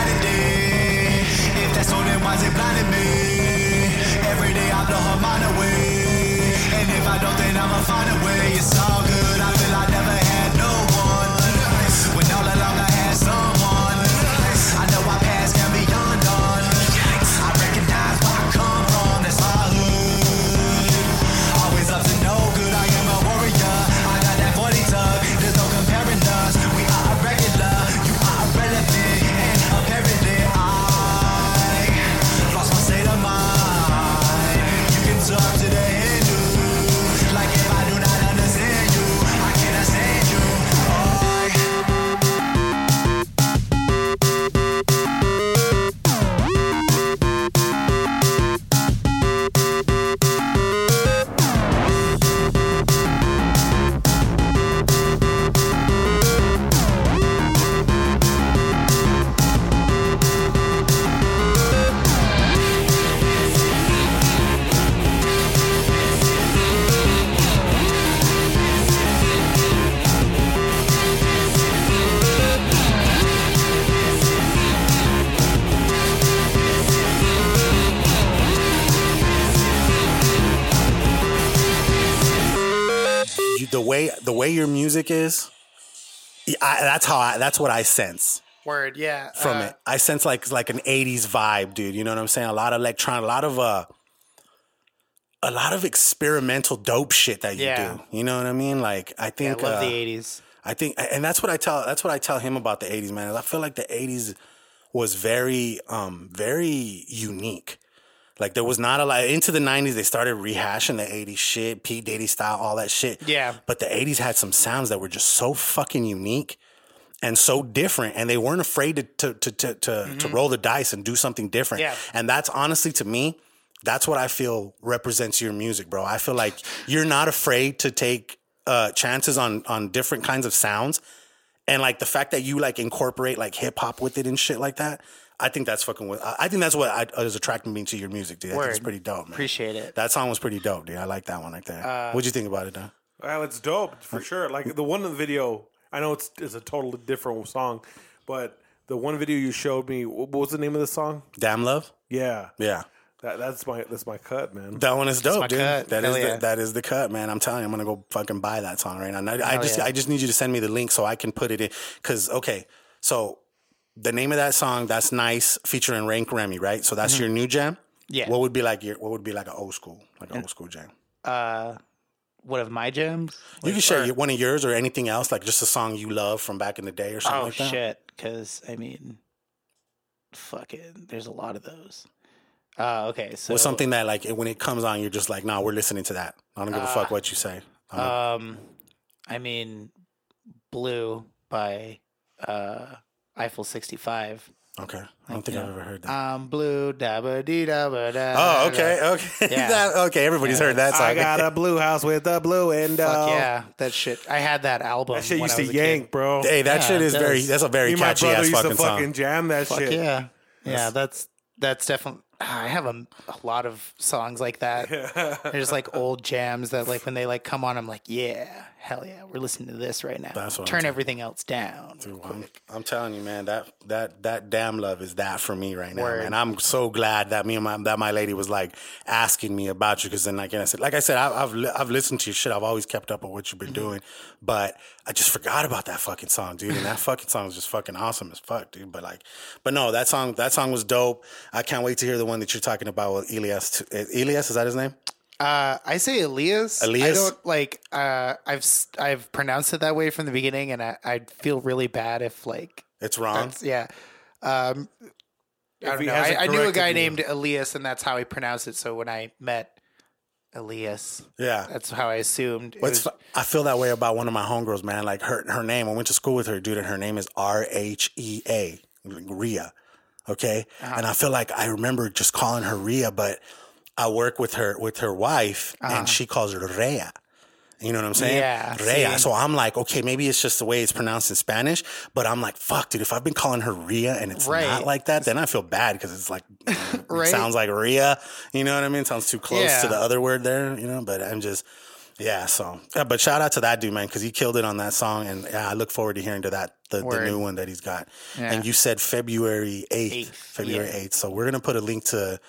the way your music is, yeah, I, that's how I, that's what I sense
Word, yeah.
from
uh,
it. I sense like like an '80s vibe, dude. You know what I'm saying? A lot of electron, a lot of uh, a lot of experimental dope shit that you
Yeah.
do. You know what I mean? Like I think
love
uh,
the '80s.
I think, and that's what I tell. That's what I tell him about the '80s, man. is I feel like the '80s was very, um, very unique. Like there was not a lot into the '90s. They started rehashing the '80s shit, P Diddy style, all that shit.
Yeah.
But the '80s had some sounds that were just so fucking unique and so different, and they weren't afraid to to to to, to, to roll the dice and do something different.
Mm-hmm. Yeah.
And that's honestly to me. That's what I feel represents your music, bro. I feel like you're not afraid to take uh, chances on on different kinds of sounds, and like the fact that you like incorporate like hip hop with it and shit like that. I think that's fucking. What, I I think that's what I, uh, is attracting me to your music, dude. I think it's
Word.
pretty dope, man.
Appreciate it.
That song was pretty dope, dude. I like that one right there.
Uh,
What'd you think about it, Don?
Well, it's dope for sure. Like the one in the video, I know it's it's a totally different song, but the one video you showed me, what was the name of the song?
Damn love.
Yeah,
Yeah.
that, that's my that's my cut, man.
That one is
That's
dope,
my
dude.
cut.
That
Hell
is
yeah.
the, that is the cut, man. I'm telling you, I'm gonna go fucking buy that song right now. And I, I
Hell
just
yeah.
I just need you to send me the link so I can put it in. Cause okay, so the name of that song, that's nice, featuring Rank Remy, right? So that's
Mm-hmm.
Mhm.
your new jam.
Yeah.
What would be like your what would be like an old school, like an old school jam?
Uh, one of my gems.
You can share your, one of yours or anything else, like just a song you love from back in the day or something
Oh
like that.
shit! Because I mean, fucking, there's a lot of those. Uh, okay, so
What's something that like when it comes on, you're just like, nah, we're listening to that. I don't give a
Uh,
fuck what you say. I'm
uh,
like,
Um, I mean, Blue by uh, Eiffel 65.
okay, I don't think I've ever heard that.
I'm blue, da ba dee da ba da.
Oh, okay, okay,
Yeah.
That- okay. Everybody's heard that song.
Uh, I got a blue house with a blue window.
Fuck yeah, that shit. I had that album.
That shit
when
used
I
to
was a
yank,
kid.
bro.
Hey, that
Yeah,
shit is
it
very.
does.
That's a very
Me and my
catchy
brother
ass
used to
fucking song.
fucking jam that
Fuck
shit.
yeah, yeah. That's that's definitely. I have a, a lot of songs like that. There's like old jams that like when they like come on, I'm like, yeah, hell yeah, we're listening to this right now.
That's what I'm
Turn
saying.
everything else down.
Dude, I'm, I'm telling you, man, that that that damn love is that for me right now,
Word.
man. I'm so glad that me and my that my lady was like asking me about you because then, like I said, like I said, I, I've li- I've listened to your shit. I've always kept up with what you've been
Mm-hmm.
doing, but I just forgot about that fucking song, dude. And that fucking song is just fucking awesome as fuck, dude. But like, but no, that song that song was dope. I can't wait to hear the one that you're talking about with Elias. too. Eh, Elias is that his name?
Uh, I say Elias. I
Elias?
don't like. Uh, I've s- I've pronounced it that way from the beginning, and I I feel really bad if like
It's wrong.
that's yeah. Um,
If
I don't
he
know.
hasn't
I, I knew a
corrected
guy
you.
named Elias, and that's how he pronounced it. So when I met Elias,
Yeah.
that's how I assumed. It
What's
was-
fu- I feel that way about one of my homegirls, man. Like her, her name. I went to school with her, dude, and her name is R H E A, Rhea. Okay,
Uh-huh.
and I feel like I remember just calling her Rhea, but I work with her with her wife, and she calls her Rhea. You know what I'm saying?
Uh-huh. Yeah,
Rhea.
see.
So I'm like, okay, maybe it's just the way it's pronounced in Spanish, but I'm like, fuck, dude, if I've been calling her Rhea and it's
Right.
not like that, then I feel bad because it's like, it
Right.
sounds like Rhea. You know what I mean? sounds too close to
Yeah.
the other word there, you know, but I'm just, yeah, so yeah, but shout out to that dude, man, because he killed it on that song, and yeah, I look forward to hearing to that the, the
Word.
new one that he's got.
Yeah.
And you said February eighth,
Eighth,
February
yeah.
eighth. So we're gonna put a link to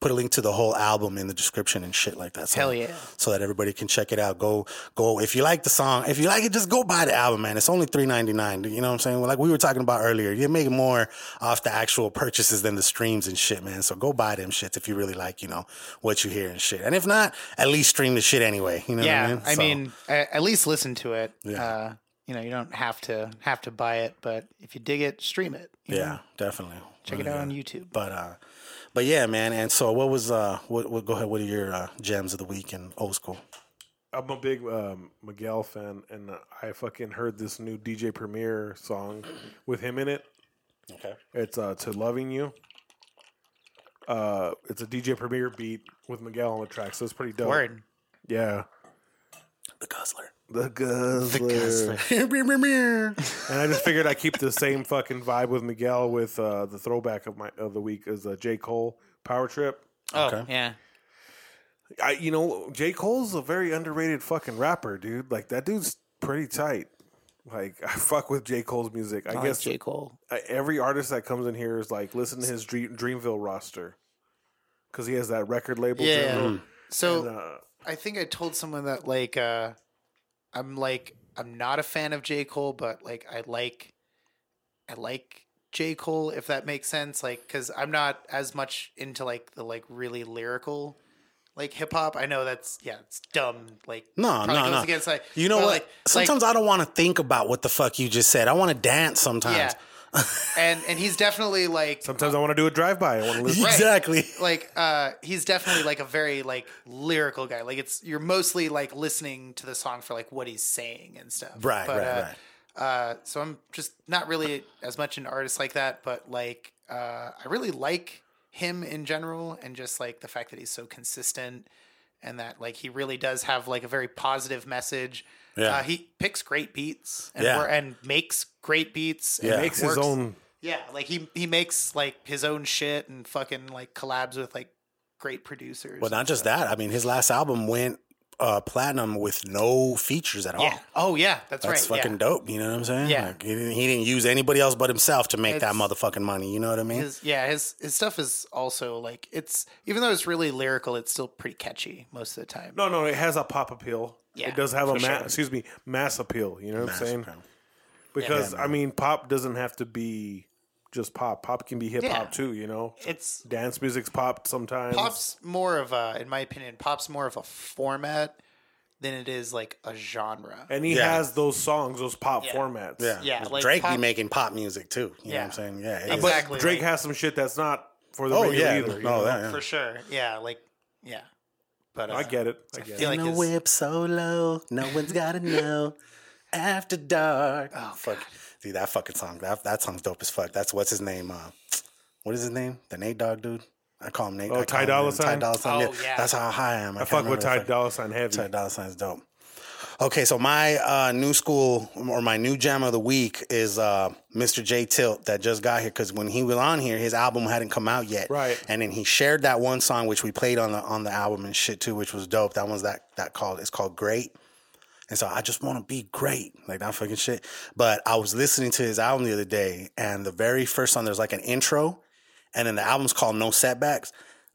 put a link to the whole album in the description and shit like that. So,
Hell yeah.
So that everybody can check it out. Go go if you like the song, if you like it, just go buy the album, man. It's only three ninety nine. You know what I'm saying? Well, like we were talking about earlier, you make more off the actual purchases than the streams and shit, man. So go buy them shits if you really like, you know, what you hear and shit. And if not, at least stream the shit anyway. You know
yeah,
what I mean?
I
So-
mean, a- at least listen to it.
Yeah.
Uh, you know, you don't have to have to buy it, but if you dig it, stream it. you
Yeah,
know?
definitely.
check it
Really
out on
good.
YouTube.
But uh but yeah, man. And so what was uh what, what go ahead, what are your uh, gems of the week in old school?
I'm a big um, Miguel fan, and I fucking heard this new DJ Premier song with him in it.
Okay.
It's uh, "To Loving You." Uh, it's a DJ Premier beat with Miguel on the track, so it's pretty dope.
Word.
Yeah.
The Guzzler.
The Guzzler. and I just figured I keep the same fucking vibe with Miguel with uh, the throwback of my of the week is uh, J Cole Power Trip.
Oh yeah.
I you know J Cole's a very underrated fucking rapper, dude. Like that dude's pretty tight. Like I fuck with J Cole's music. I,
I like
guess
Oh, J. Cole.
I- every artist that comes in here is like listen to his Dream, Dreamville roster because he has that record label.
Yeah.
Dreamville.
So
And, uh,
I think I told someone that like uh I'm like I'm not a fan of J Cole, but like I like I like J Cole if that makes sense. Like because I'm not as much into like the like really lyrical like hip hop. I know that's yeah, it's dumb. Like
No,
probably
no,
goes
no.
Against, like,
you know
but,
what?
Like,
sometimes I don't want to think about what the fuck you just said. I want to dance sometimes.
yeah. and and he's definitely like
Sometimes I want to do a drive by. I want to listen.
Right. like uh he's definitely like a very like lyrical guy like it's you're mostly like listening to the song for like what he's saying and stuff
Right, right,
uh, uh so i'm just not really as much an artist like that but like uh i really like him in general and just like the fact that he's so consistent and that like he really does have like a very positive message
Yeah.
uh, he picks great beats and,
Yeah.
wor- and makes great beats and
Yeah. Makes his
works-
own-
yeah, like he he makes like his own shit and fucking like collabs with like great producers.
Well, not just that. I mean, his last album went uh, platinum with no features at all.
Yeah. Oh yeah, that's,
That's
right.
fucking
yeah.
dope. You know what I'm saying?
Yeah.
Like, he, didn't, he didn't use anybody else but himself to make that
It's-
motherfucking money. You know what I mean?
His, yeah, his his stuff is also like it's even though it's really lyrical, it's still pretty catchy most of the time.
No, no, it has a pop appeal.
Yeah,
it does have a
for
ma-
sure.
excuse me mass appeal. You know what
Mass
I'm saying?
appeal.
Because
Yeah, man.
I mean, pop doesn't have to be just pop. Pop can be hip hop
Yeah.
too. You know,
It's-
dance music's pop sometimes.
Pop's more of a, in my opinion, pop's more of a format than it is like a genre.
and he has those songs, those pop formats.
Yeah.
Yeah, like
Drake
pop-
be making pop music too. You
Yeah. Uh,
know what I'm saying? Yeah. it is.
But Drake has some shit that's not for the
Oh,
radio
yeah.
either. you
No,
know?
that, yeah.
for sure. Yeah, like yeah, but uh,
I get it. I
I
get
feel
it.
like his-
whip solo. No one's gotta know. After dark. Oh fuck. See that fucking song. That that song's dope as fuck. That's what's his name. Uh, what is his name? The Nate Dog dude. I call him Nate.
Oh,
I call
Ty
him
Dolla
Nate. Ty
Sign?
Dolla Sign.
Oh,
yeah.
yeah.
That's how high I am. I,
I,
can't
fuck
remember
with Ty
the fuck-
Dolla Sign heavy.
Ty Dolla Sign's dope. Okay, so my uh, new school or my new jam of the week is uh, Mr. J Tilt that just got here because when he was on here, his album hadn't come out yet. Right. And then he shared that one song which we played on the on the album and shit too, which was dope. That one's that that called it's called Great. And so I just want to be great, like that fucking shit. But I was listening to his album the other day, and the very first song there's like an intro, and then the album's called No Setbacks.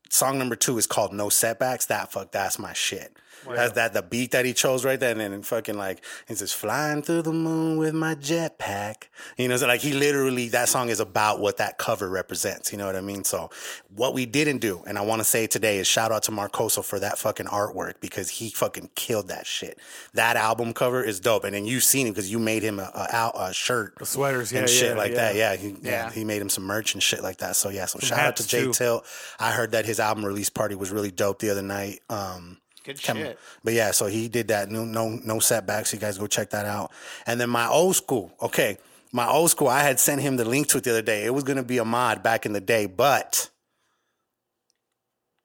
Song number two is called No Setbacks. That fuck, that's my shit. That's that the beat that he chose right there, and then fucking like he says, "Flying through the moon with my jetpack." You know, so like he literally that song is about what that cover represents. You know what I mean? So what we didn't do, and I want to say today is shout out to Marcoso for that fucking artwork because he fucking killed that shit. That album cover is dope, and then you've seen him because you made him a, a, out- a shirt,
The sweaters, yeah,
and shit
yeah,
like
yeah.
that. Yeah, he, yeah,
Yeah.
he made him some merch and shit like that. So yeah, so
Some
shout out
hats,
to Jay
too.
Tilt. I heard that his album release party was really dope the other night. Um,
Good
Come-
shit.
But yeah, so he did that. No, no, no setbacks. You guys go check that out. And then my old school. Okay, my old school. I had sent him the link to it the other day. It was gonna be a mod back in the day, but,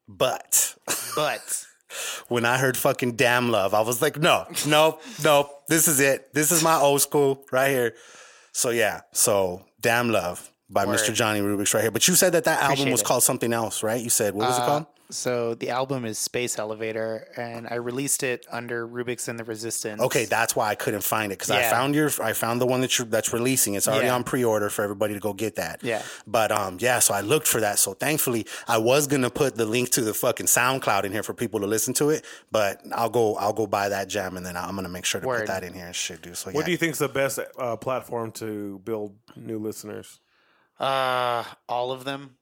but,
but
when I heard fucking damn love, I was like, no, no, no. This is it. This is my old school right here. So yeah, so damn love by
Word.
Mr. Johnny Rubik's right here. But you said that that album
Appreciate
was
it.
called something else, right? You said what was it
Uh,
called?
So the album is Space Elevator, and I released it under Rubik's and the Resistance.
Okay, that's why I couldn't find it because I
Yeah.
found your, I found the one that you that's releasing. It's already
Yeah.
on pre-order for everybody to go get that.
Yeah.
But um, yeah. So I looked for that. So thankfully, I was gonna put the link to the fucking SoundCloud in here for people to listen to it. But I'll go, I'll go buy that jam and then I'm gonna make sure to put
Word.
that in here and shit, dude. So yeah.
What do you think's the best uh, platform to build new listeners?
Uh, all of them.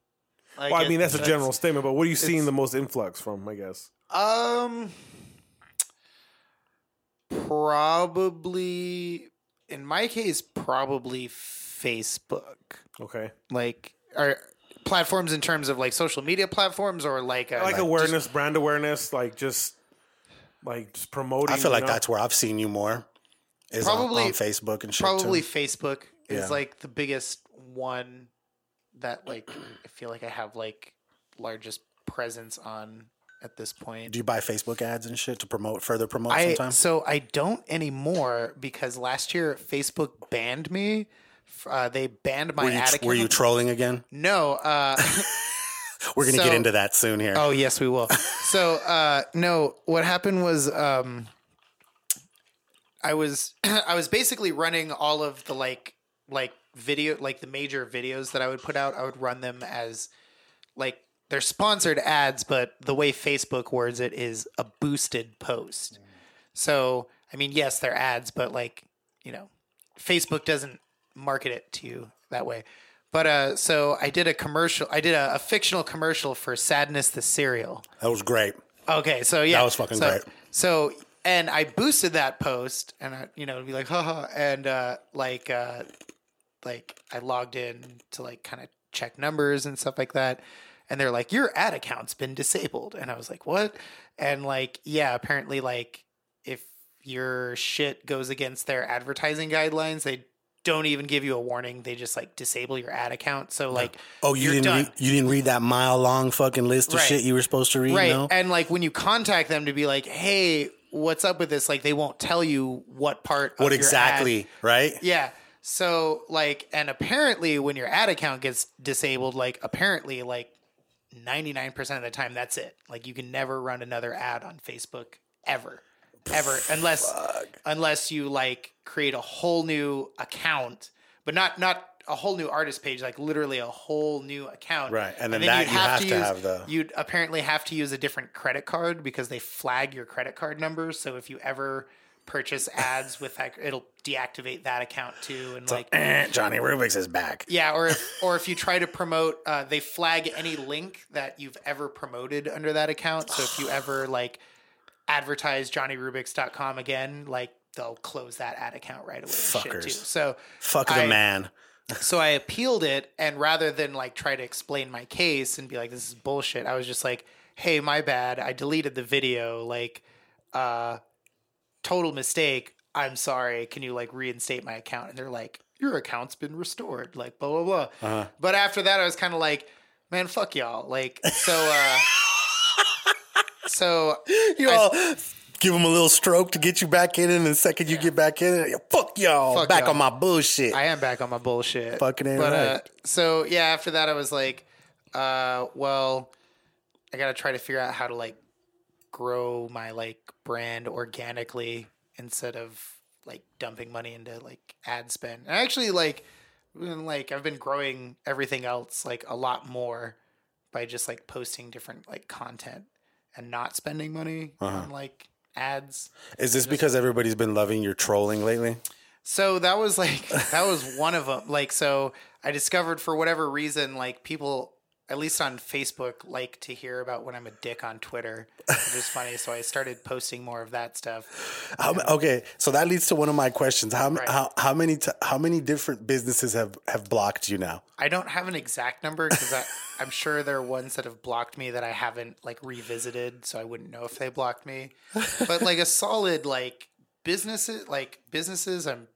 well, I mean
guess
that's a general statement, but what are you seeing the most influx from? I guess.
Um, probably in my case, probably Facebook.
Okay.
Like, are platforms in terms of like social media platforms or like a,
like,
just-
awareness, brand awareness, like just like just promoting.
I feel
you
like
know?
that's where I've seen you more. Is probably
Probably-
on, Facebook and shit.
probably
too.
Facebook is
Yeah.
like the biggest one that like I feel like I have like largest presence on at this point.
Do you buy Facebook ads and shit to promote further promote
I
sometimes?
so I don't anymore because last year Facebook banned me. F- Uh, they banned my
were you,
ad
tr-
account.
were you trolling again?
no, uh,
We're gonna
So-
get into that soon here.
Oh yes, we will. so uh, no, what happened was um, I was I was basically running all of the like like video like the major videos that I would put out. I would run them as like they're sponsored ads, but the way Facebook words it is a boosted post. So I mean, yes, they're ads, but like, you know, Facebook doesn't market it to you that way. But uh, so I did a commercial. I did a, a fictional commercial for Sadness the cereal.
That was great.
Okay, so yeah,
That was fucking
so,
great.
So and I boosted that post, and I, you know, it'd be like, haha, and uh, like, uh, like I logged in to like kind of check numbers and stuff like that, and they're like, your ad account's been disabled, and I was like, what? And like, yeah, apparently, like, if your shit goes against their advertising guidelines, they don't even give you a warning. They just like disable your ad account. So like,
Oh, you
you're
didn't
done.
re- you didn't read that mile long fucking list of
Right.
shit you were supposed to read.
right
No?
and like when you contact them to be like hey what's up with this like they won't tell you what part of
What
your ad-
exactly? Right.
yeah so like and apparently when your ad account gets disabled like apparently like 99% of the time that's it like you can never run another ad on facebook ever ever unless unless you like create a whole new account but not not a whole new artist page like literally a whole new account
Right, and then that
you'd
you have to
use-
have the-
you'd apparently have to use a different credit card because they flag your credit card number so if you ever purchase ads with that it'll deactivate that account too and
So,
like
eh, Johnny Rubix is back.
yeah, or if or if you try to promote, uh, they flag any link that you've ever promoted under that account. So if you ever like advertise johnnyrubix.com again, like they'll close that ad account right away. and shit, too.
Fuckers.
So
Fuck the
I-
man.
so I appealed it, and rather than like try to explain my case and be like, "This is bullshit," I was just like, "Hey, my bad. I deleted the video. Like, uh, total mistake. I'm sorry. Can you like reinstate my account?" And they're like, "Your account's been restored." Like, blah blah blah.
Uh-huh.
But after that, I was kind of like, "Man, fuck y'all." Like, so, uh, so
You all give him a little stroke to get you back in, and the second you get back in, you- fuck y'all,
Fuck
back
y'all.
on my bullshit.
I am back on my bullshit.
Fucking ain't
but, uh,
right.
so yeah, after that, I was like, uh, well, I gotta try to figure out how to like grow my like brand organically instead of like dumping money into like ad spend. And I actually like been, like I've been growing everything else like a lot more by just like posting different like content and not spending money
Uh-huh.
on like ads.
Is this because everybody's been loving your trolling lately?
So that was like that was one of them. Like so I discovered for whatever reason like people at least on Facebook like to hear about when I'm a dick on Twitter, which is funny. So I started posting more of that stuff.
How, ma- okay, so that leads to one of my questions. How m
Right.
how, how many t- how many different businesses have have blocked you now?
I don't have an exact number because I'm sure there are ones that have blocked me that I haven't like revisited, so I wouldn't know if they blocked me. But like a solid like businesses like businesses, I'm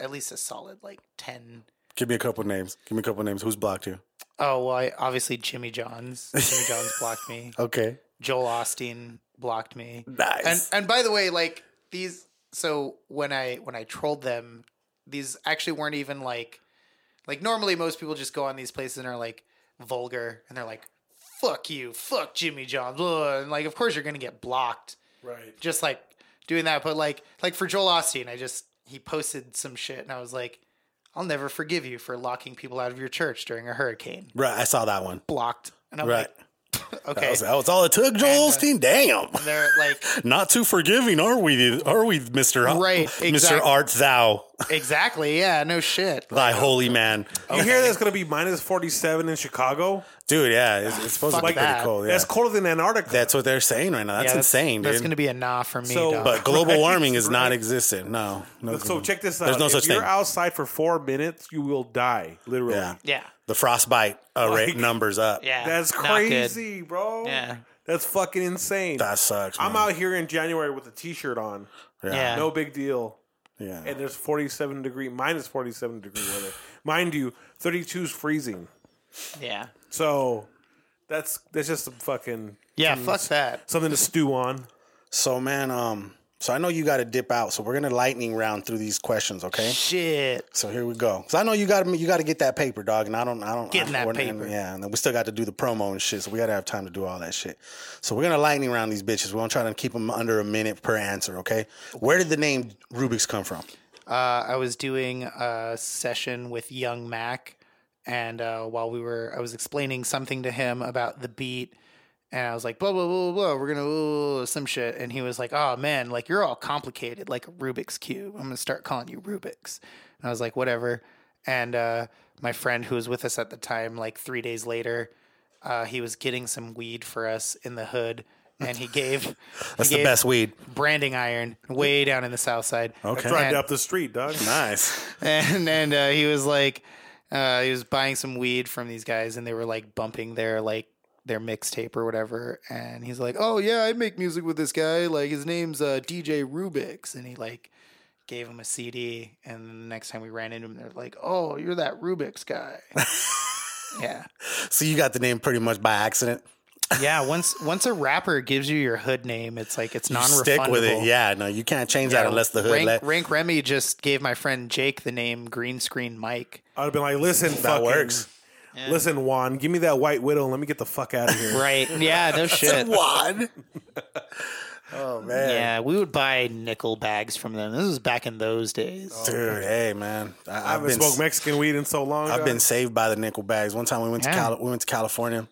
at least a solid like ten
Give me a couple names. Give me a couple names. Who's blocked you?
Oh well, I, obviously Jimmy John's. Jimmy John's blocked me.
Okay.
Joel Austin blocked me.
Nice.
And and by the way, like these, so when I when I trolled them, these actually weren't even like, like normally most people just go on these places and are like vulgar and they're like, "Fuck you, fuck Jimmy John's," blah, and like of course you're gonna get blocked
Right.
just like doing that. But like like for Joel Osteen, I just he posted some shit and I was like, I'll never forgive you for locking people out of your church during a hurricane.
Right, I saw that one.
Blocked. And I'm
right.
like, okay.
That was, that was all it took, Joel
uh,
Osteen. Damn.
And they're like
Not too forgiving, are we? Are we, Mister?
Right,
Mister
exact-
Art Thou,
Exactly, yeah, no shit.
Thy Holy Man.
You hear that's going to be minus 47 in Chicago?
Dude, yeah, it's, it's supposed to
Fuck
be pretty
that.
cold. Oh, Yeah.
That's
That's,
colder than Antarctica.
what they're saying right now. That's
Yeah,
insane,
That's
dude.
gonna be a nah for me.
So-
dog.
but global
Right,
warming is
right.
non-existent. No, no.
so check this out.
There's no
if
such
you're
thing.
outside for four minutes, you will die, literally.
Yeah.
yeah,
The frostbite uh, rate
Like-
numbers up.
yeah,
That's
not good.
crazy, bro.
Yeah.
That's fucking insane.
That sucks.
I'm
man.
out here in January with a t shirt on.
Yeah.
No big deal.
Yeah.
And there's 47 degree, minus 47 degree weather. Mind you, 32 is freezing.
Yeah,
So that's that's just some fucking
yeah.
some-
Fuck that.
something to stew on.
So man, um, so I know you got to dip out. So we're gonna lightning round through these questions, okay?
Shit.
So here we go. Cause I know you got to you got to get that paper, dog. And I don't, I don't
Getting
I,
that
we're-
paper.
and, yeah, and then we still got to do the promo and shit. So we got to have time to do all that shit. So we're gonna lightning round these bitches. We're gonna try to keep them under a minute per answer, okay? Where did the name Rubik's come from?
Uh, I was doing a session with Young Mac, and uh, while we were, I was explaining something to him about the beat, And I was like, blah, blah, blah, blah, blah. We're going to some shit. And he was like, oh, man, like you're all complicated, like a Rubik's Cube. I'm going to start calling you Rubik's. And I was like, whatever. And uh, my friend who was with us at the time, like three days later, uh, he was getting some weed for us in the hood. And he gave
That's
he
the
gave
best weed.
branding iron way down in the south side.
That's right
And-
up the street, dog.
Nice.
and and uh, he was like, uh, he was buying some weed from these guys, and they were like bumping their like their mixtape or whatever. And he's like, "Oh yeah, I make music with this guy. Like his name's uh, DJ Rubix," and he like gave him a CD. And the next time we ran into him, they're like, "Oh, you're that Rubix guy." yeah,
So you got the name pretty much by accident.
yeah. Once once a rapper gives you your hood name, it's like it's
You
non-refundable.
stick with it. Yeah, no, you can't change that
Yeah,
unless the hood
Rank,
let.
Rank Remy just gave my friend Jake the name Green Screen Mike.
I'd have been like, listen,
That
fucking-
works.
Listen, Juan, give me that white widow and let me get the fuck out of here.
Right. Yeah, no shit.
Juan. oh man.
Yeah, we would buy nickel bags from them. This was back in those days.
Dude, hey man, I,
I haven't
been
smoked Mexican weed in so long.
I've
dog.
been saved by the nickel bags. One time we went to
Yeah.
Cali- we went to California,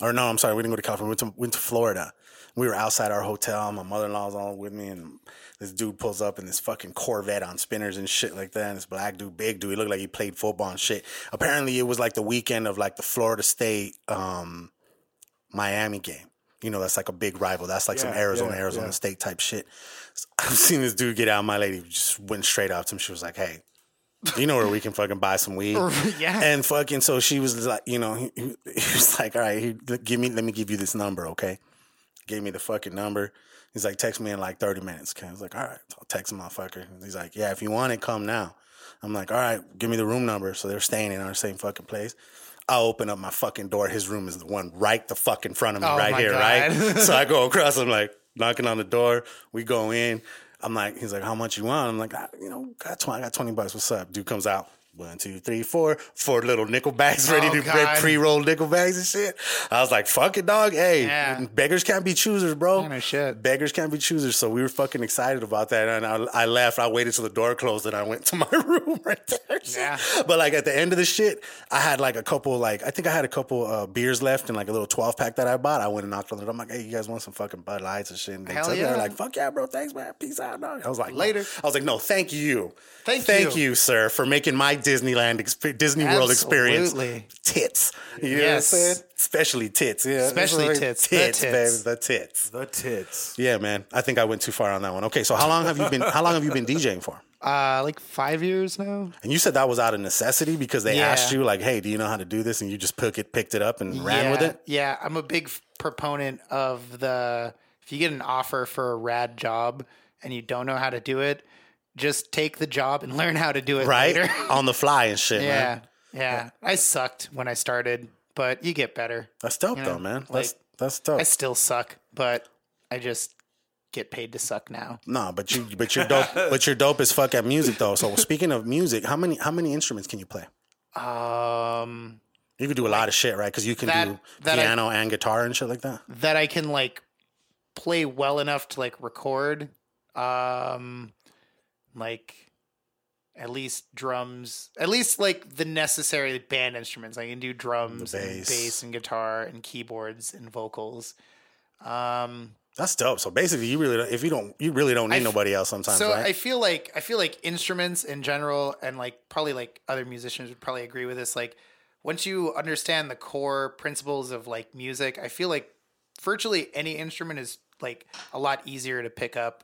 or no, I'm sorry, we didn't go to California. We went to, went to Florida. We were outside our hotel. My mother in law was all with me, and this dude pulls up in this fucking Corvette on spinners and shit like that. And this black dude, big dude, he looked like he played football and shit. Apparently, it was like the weekend of like the Florida State um, Miami game. You know, that's like a big rival. That's like some
Yeah,
Arizona,
yeah,
Arizona
yeah.
State type shit. So I've seen this dude get out. My lady just went straight up to him. She was like, "Hey, you know where we can fucking buy some weed?"
yeah.
And fucking, so she was like, you know, he, he he was like, all right, here, give me, let me give you this number, okay? Gave me the fucking number. He's like, text me in like 30 minutes. Okay. I was like, all right, I'll text the motherfucker. He's like, yeah, if you want it, come now. I'm like, all right, give me the room number. So they're staying in our same fucking place. I open up my fucking door. His room is the one right the fuck in front of me,
Oh
right
my
here,
God.
right? so I go across. I'm like knocking on the door. We go in. I'm like, he's like, how much you want? I'm like, I, you know, got 20, I got 20 bucks. What's up? Dude comes out. One, two, three, four. Four little nickel bags ready
Oh,
to
God.
pre roll nickel bags and shit. I was like, fuck it, dog. Hey,
Yeah.
beggars can't be choosers, bro.
Yeah, no shit.
Beggars can't be choosers. So we were fucking excited about that. And I, I left. I waited till the door closed and I went to my room right there.
Yeah.
But like at the end of the shit, I had like a couple, like, I think I had a couple uh, beers left and like a little 12 pack that I bought. I went and knocked on the door. I'm like, hey, you guys want some fucking Bud Lights and shit? And they
Hell
took it.
yeah.
They're like, fuck yeah, bro. Thanks, man. Peace out, dog. I was like, no.
Later.
I was like, no, thank you.
Thank
Thank
you.
you, sir, for making my Disneyland, exp- Disney World experience
Absolutely.
tits. You know
Yes.
what I'm saying? Especially tits. Yeah.
Especially
Like,
tits. The
Tits,
tits.
baby. The tits.
the tits.
Yeah, man. I think I went too far on that one. Okay, so how long have you been how long have you been DJing for?
Uh, like five years now.
And you said that was out of necessity because they
Yeah.
asked you like, "Hey, do you know how to do this?" and you just pick it, picked it up and ran
yeah,
with it.
Yeah, I'm a big f- proponent of the. If you get an offer for a rad job and you don't know how to do it, just take the job and learn how to do it
Right?
later.
On the fly and shit,
yeah,
man.
yeah. I sucked when I started, but you get better.
That's dope
You know,
though, man. that's
like,
that's dope.
I still suck, but I just get paid to suck now.
no, but you but you're dope but you're dope as fuck at music though. So speaking of music, how many how many instruments can you play?
Um,
You could do a lot of shit, right? Because you can
That-
do
that I-
piano and guitar and shit like that.
that I can like play well enough to like record um like at least drums at least like the necessary band instruments I can do drums and
bass.
bass and guitar and keyboards and vocals um
That's dope. So basically, you really don't, if you don't you really don't need
I f-
nobody else sometimes,
so
right?
I feel like I feel like instruments in general, and like probably like other musicians would probably agree with this. Like once you understand the core principles of like music, I feel like virtually any instrument is like a lot easier to pick up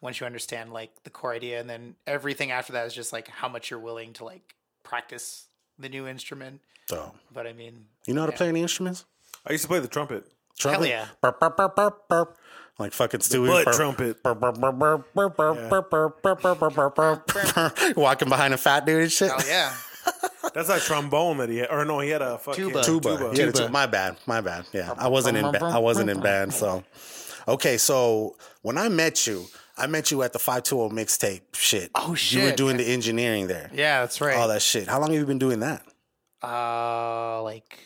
once you understand like the core idea, and then everything after that is just like how much you're willing to like practice the new instrument.
so
But I mean,
you know how to
yeah.
play any instruments?
I used to play the trumpet.
Trumpet?
yeah.
Burp, burp, burp, burp, burp. Like fucking Stewie.
butt
burp,
trumpet.
burp, burp, burp, burp, burp, burp,
Yeah.
burp, burp, burp, burp, burp, burp, burp. Walking behind a fat dude and shit.
Hell Oh, yeah,
That's that trombone that he had. Or no, he had a fucking
Tuba.
Tuba.
tuba.
Yeah, tuba. My bad. My bad. Yeah. I wasn't in ba- I wasn't in band, so okay, so when I met you, I met you at the 520 mixtape shit.
Oh,
You were
shit.
doing the engineering there.
yeah, that's right.
All that shit. How long have you been doing that?
uh like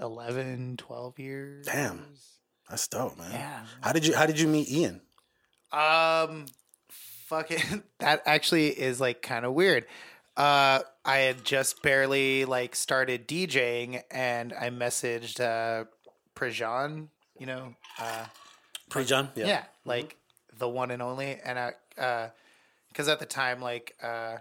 11 12 years
Damn. That's dope, man.
Yeah.
How did you how did you meet Ian?
um fucking that actually is like kind of weird uh I had just barely like started DJing, and I messaged uh, Prejan, you know, uh,
Prejan,
yeah, like the one and only, and I, because at the time, like, uh,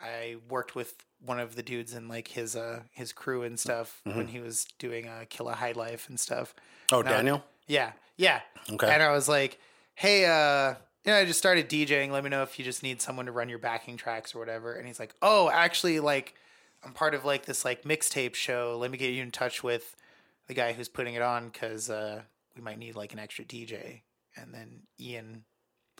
I worked with one of the dudes and like his uh his crew and stuff
Mhm.
when he was doing uh, Kill a High Life and stuff.
Oh,
And I-
Daniel?
yeah, yeah.
Okay.
And I was like, hey, uh, you know, I just started DJing. Let me know if you just need someone to run your backing tracks or whatever. And he's like, oh, actually, like, I'm part of like this like mixtape show. Let me get you in touch with the guy who's putting it on because uh, we might need like an extra DJ. And then Ian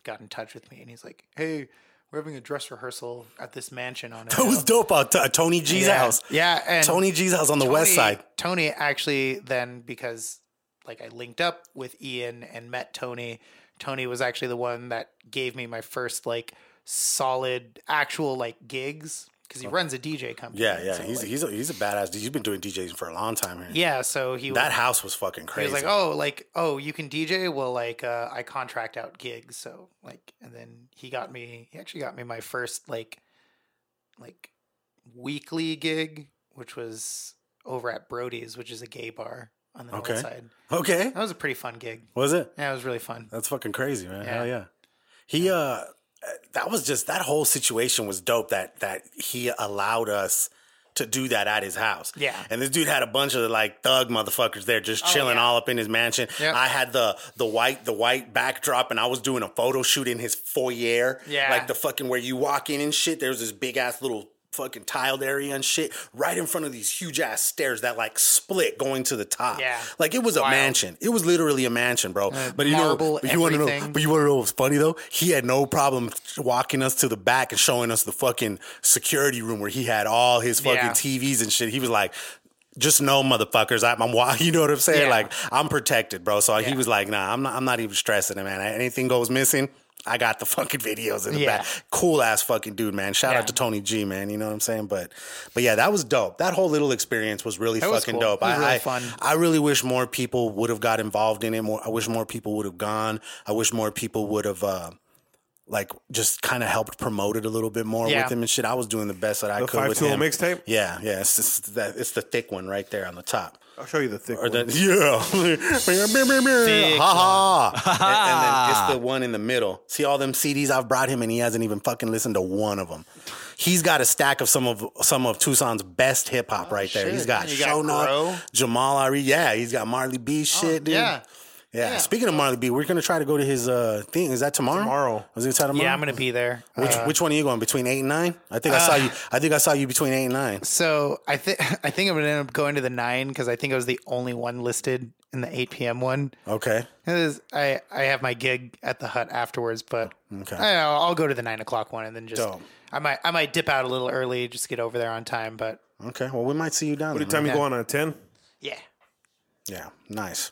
got in touch with me and he's like, hey, we're having a dress rehearsal at this mansion on
That was dope out to- Tony G's
yeah.
house.
Yeah, and
Tony G's house on the
Tony-
west side.
Tony actually then because like I linked up with Ian and met Tony. Tony was actually the one that gave me my first like solid actual like gigs because he runs a DJ company.
Oh. Yeah, yeah.
So,
he's
like-
he's a, he's a badass dude. You've been doing DJs for a long time here.
yeah. So he
that
was,
house was fucking
he
crazy.
was like, oh, like oh, you can DJ. Well, like uh, I contract out gigs, so like, and then he got me. He actually got me my first like like weekly gig, which was over at Brody's, which is a gay bar on the
Okay.
north side.
Okay.
that was a pretty fun gig.
Was it?
Yeah, it was really fun.
That's fucking crazy, man.
Yeah.
Hell yeah. He uh that was just that whole situation was dope that that he allowed us to do that at his house.
Yeah.
And this dude had a bunch of like thug motherfuckers there just
Oh,
chilling
yeah.
all up in his mansion.
Yep.
I had the the white the white backdrop and I was doing a photo shoot in his foyer.
Yeah.
Like the fucking where you walk in and shit. There's this big ass little fucking tiled area and shit right in front of these huge ass stairs that like split going to the top.
Yeah.
Like it was a
Wild.
mansion. It was literally a mansion, bro.
Uh,
But you know,
marble,
but you want to know,
everything.
but you want to know what's funny though? He had no problem walking us to the back and showing us the fucking security room where he had all his fucking
Yeah.
TVs and shit. He was like, "Just know, motherfuckers, I'm, I'm wa- you know what I'm saying?
Yeah.
Like, I'm protected, bro." So he was like, "Nah, I'm not, I'm not even stressing it, man. Anything goes missing." I got the fucking videos in the
Yeah.
back. Cool ass fucking dude, man. Shout
Yeah.
out to Tony G, man. You know what I'm saying? But but yeah, that was dope. That whole little experience was really
That was
fucking
cool.
dope.
It was
I,
really
I-
fun.
I really wish more people would have got involved in it. More, I wish more people would have gone. I wish more people would have, uh, like, just kind of helped promote it a little bit more
Yeah.
with him and shit. I was doing the best that I
The
could with
520
him.
mixtape?
Yeah, yeah. It's just that. It's the thick one right there on the top.
I'll show you the thick
Or
one.
the, yeah.
Thick
ha ha.
one.
and, and then it's the one in the middle. See all them CDs I've brought him, and he hasn't even fucking listened to one of them. He's got a stack of some of some of Tucson's best hip hop right there.
Oh, shit.
He's got
You got Grow?
Shona, Jamal Ari. Yeah, he's got Marley B shit, dude.
yeah.
Yeah. Speaking of Marley B, we're gonna try to go to his uh thing. Is that tomorrow? Tomorrow. Is it tomorrow?
Yeah, I'm gonna be there.
Which
Uh,
which one are you going? Between eight and nine? I think I saw
Uh,
you. I think I saw you between eight and nine.
So I think I think I'm gonna end up going to the nine because I think I was the only one listed in the eight p.m. one.
Okay.
It is- I I have my gig at the hut afterwards, but
Okay.
I know, I'll go to the nine o'clock one and then just
Dope.
I might I might dip out a little early just to get over there on time. But
Okay. Well, we might see you down.
What
there,
time
man.
you go
on at ten?
yeah,
Yeah, nice.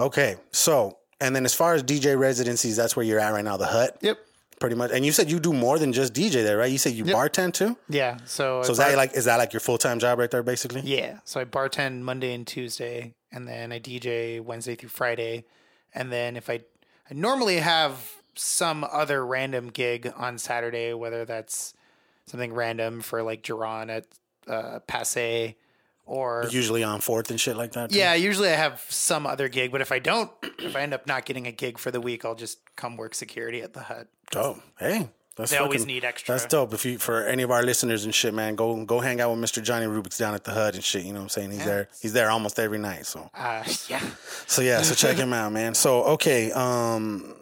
Okay, so and then as far as DJ residencies, that's where you're at right now, the Hut.
Yep.
Pretty much. And you said you do more than just DJ there, right? You said you bartend too.
yeah. So I
So is that
bar-
like is that like your full time job right there, basically?
yeah? So I bartend Monday and Tuesday, and then I DJ Wednesday through Friday, and then if I I normally have some other random gig on Saturday, whether that's something random for like Duran at uh, Passe or
Usually on fourth and shit like that. too?
Yeah, usually I have some other gig, but if I don't, if I end up not getting a gig for the week, I'll just come work security at the hut.
Dope. Hey. That's
They always
fucking-
need extra.
That's dope. If you for any of our listeners and shit, man, go go hang out with Mr. Johnny Rubik's down at the HUD and shit. You know what I'm saying? He's there. He's there almost every night. So
Uh, yeah.
So yeah, so check him out, man. So okay, um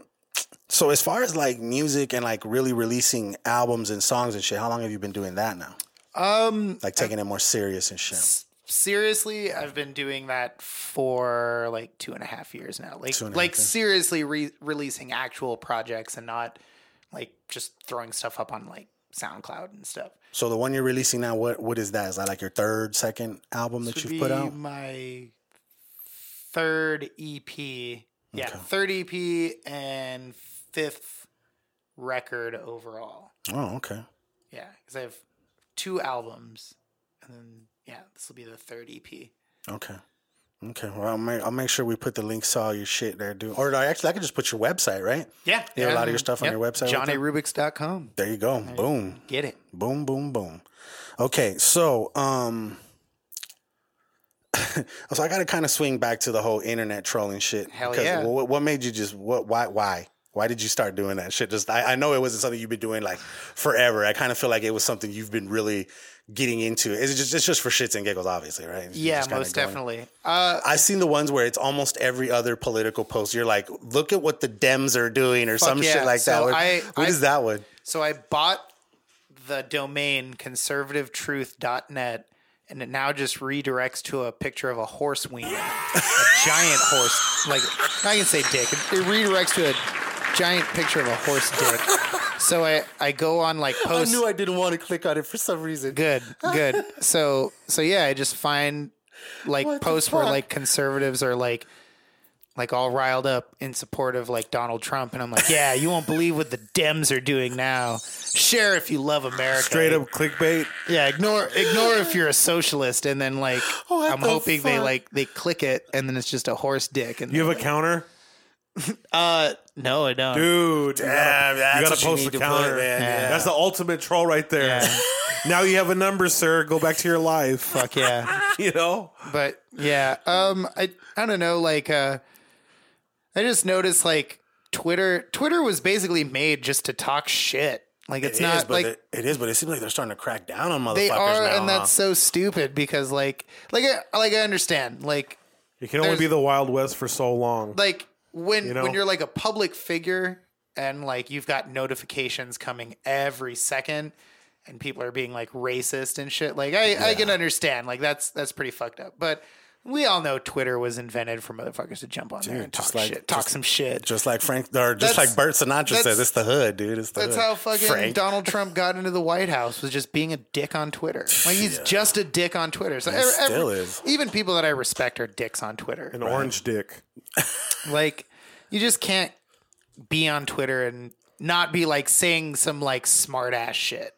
so as far as like music and like really releasing albums and songs and shit, how long have you been doing that now?
Um,
Like taking it more serious and shit.
seriously, I've been doing that for like two and a half years now. Like,
Two and a half,
like
yeah.
seriously re- releasing actual projects and not like just throwing stuff up on like SoundCloud and stuff.
So the one you're releasing now, what what is that? Is that like your third, second album that
This would
you've put
be
out?
My third EP, yeah,
Okay.
third EP and fifth record overall.
Oh, okay.
Yeah, because I have E two albums, and then yeah, this will be the third EP.
Okay. Okay, well, I'll make, I'll make sure we put the links to all your shit there, dude. Or no, actually, I could just put your website, right?
Yeah.
You have a lot of
Yeah.
your stuff
Yep.
on your website. with it?
JohnnyRubix.com.
There you go. Boom.
Get it.
Boom, boom, boom. Okay, so um so I gotta kinda swing back to the whole internet trolling shit.
Hell
because
yeah.
What, what made you just what why why? Why did you start doing that shit? Just I, I know it wasn't something you've been doing like forever. I kind of feel like it was something you've been really getting into. It's just it's just for shits and giggles, obviously, right? It's
Yeah,
just kinda
most
going-
definitely. Uh,
I've seen the ones where it's almost every other political post. You're like, look at what the Dems are doing, or
Fuck
some
yeah.
shit like that.
So
What-
I-
what
I-
is that one?
so I bought the domain conservativetruth.net, and it now just redirects to a picture of a horse wiener, a giant horse. Like I can say dick. It, it redirects to a giant picture of a horse dick. So I I go on like posts.
I didn't want to click on it for some reason.
good good so so yeah i just find like
What the
posts where
fuck?
like conservatives are like like all riled up in support of like donald trump and i'm like yeah you won't believe what the dems are doing now share if you love america
Straight up clickbait.
yeah ignore ignore if you're a socialist and then like
What
i'm
the
hoping they
fuck?
like they click it and then it's just a horse dick and
You have a counter,
uh no i don't
dude. you gotta,
Damn, that's
you gotta
what you
post
need
the
to put,
counter.
man, yeah.
That's the ultimate troll right there. now you have a number, sir. Go back to your life. Fuck
yeah.
you know.
but yeah um i i don't know like uh i just noticed like twitter twitter was basically made just to talk shit like it's
It
not
is, but
like
it- it is, but it seems like they're starting to crack down on motherfuckers
they are
now,
and
huh?
that's so stupid because like like i like i understand like
It can only
There's-
be the Wild West for so long.
like when
You know?
when you're like a public figure and like you've got notifications coming every second and people are being like racist and shit like i i can understand like that's that's pretty fucked up but we all know twitter was invented for motherfuckers to jump on there and talk shit talk some shit.
Just like Frank, or just
That's-
like Bert Sinatra
that's-
says, it's the hood, dude. It's the
That's
hood.
how fucking
Frank.
Donald Trump got into the White House was just being a dick on Twitter. Like he's just a dick on Twitter. So
He
every-
still
every-
is.
even people that I respect are dicks on Twitter.
An orange dick.
Like you just can't be on Twitter and not be like saying some like smart ass shit.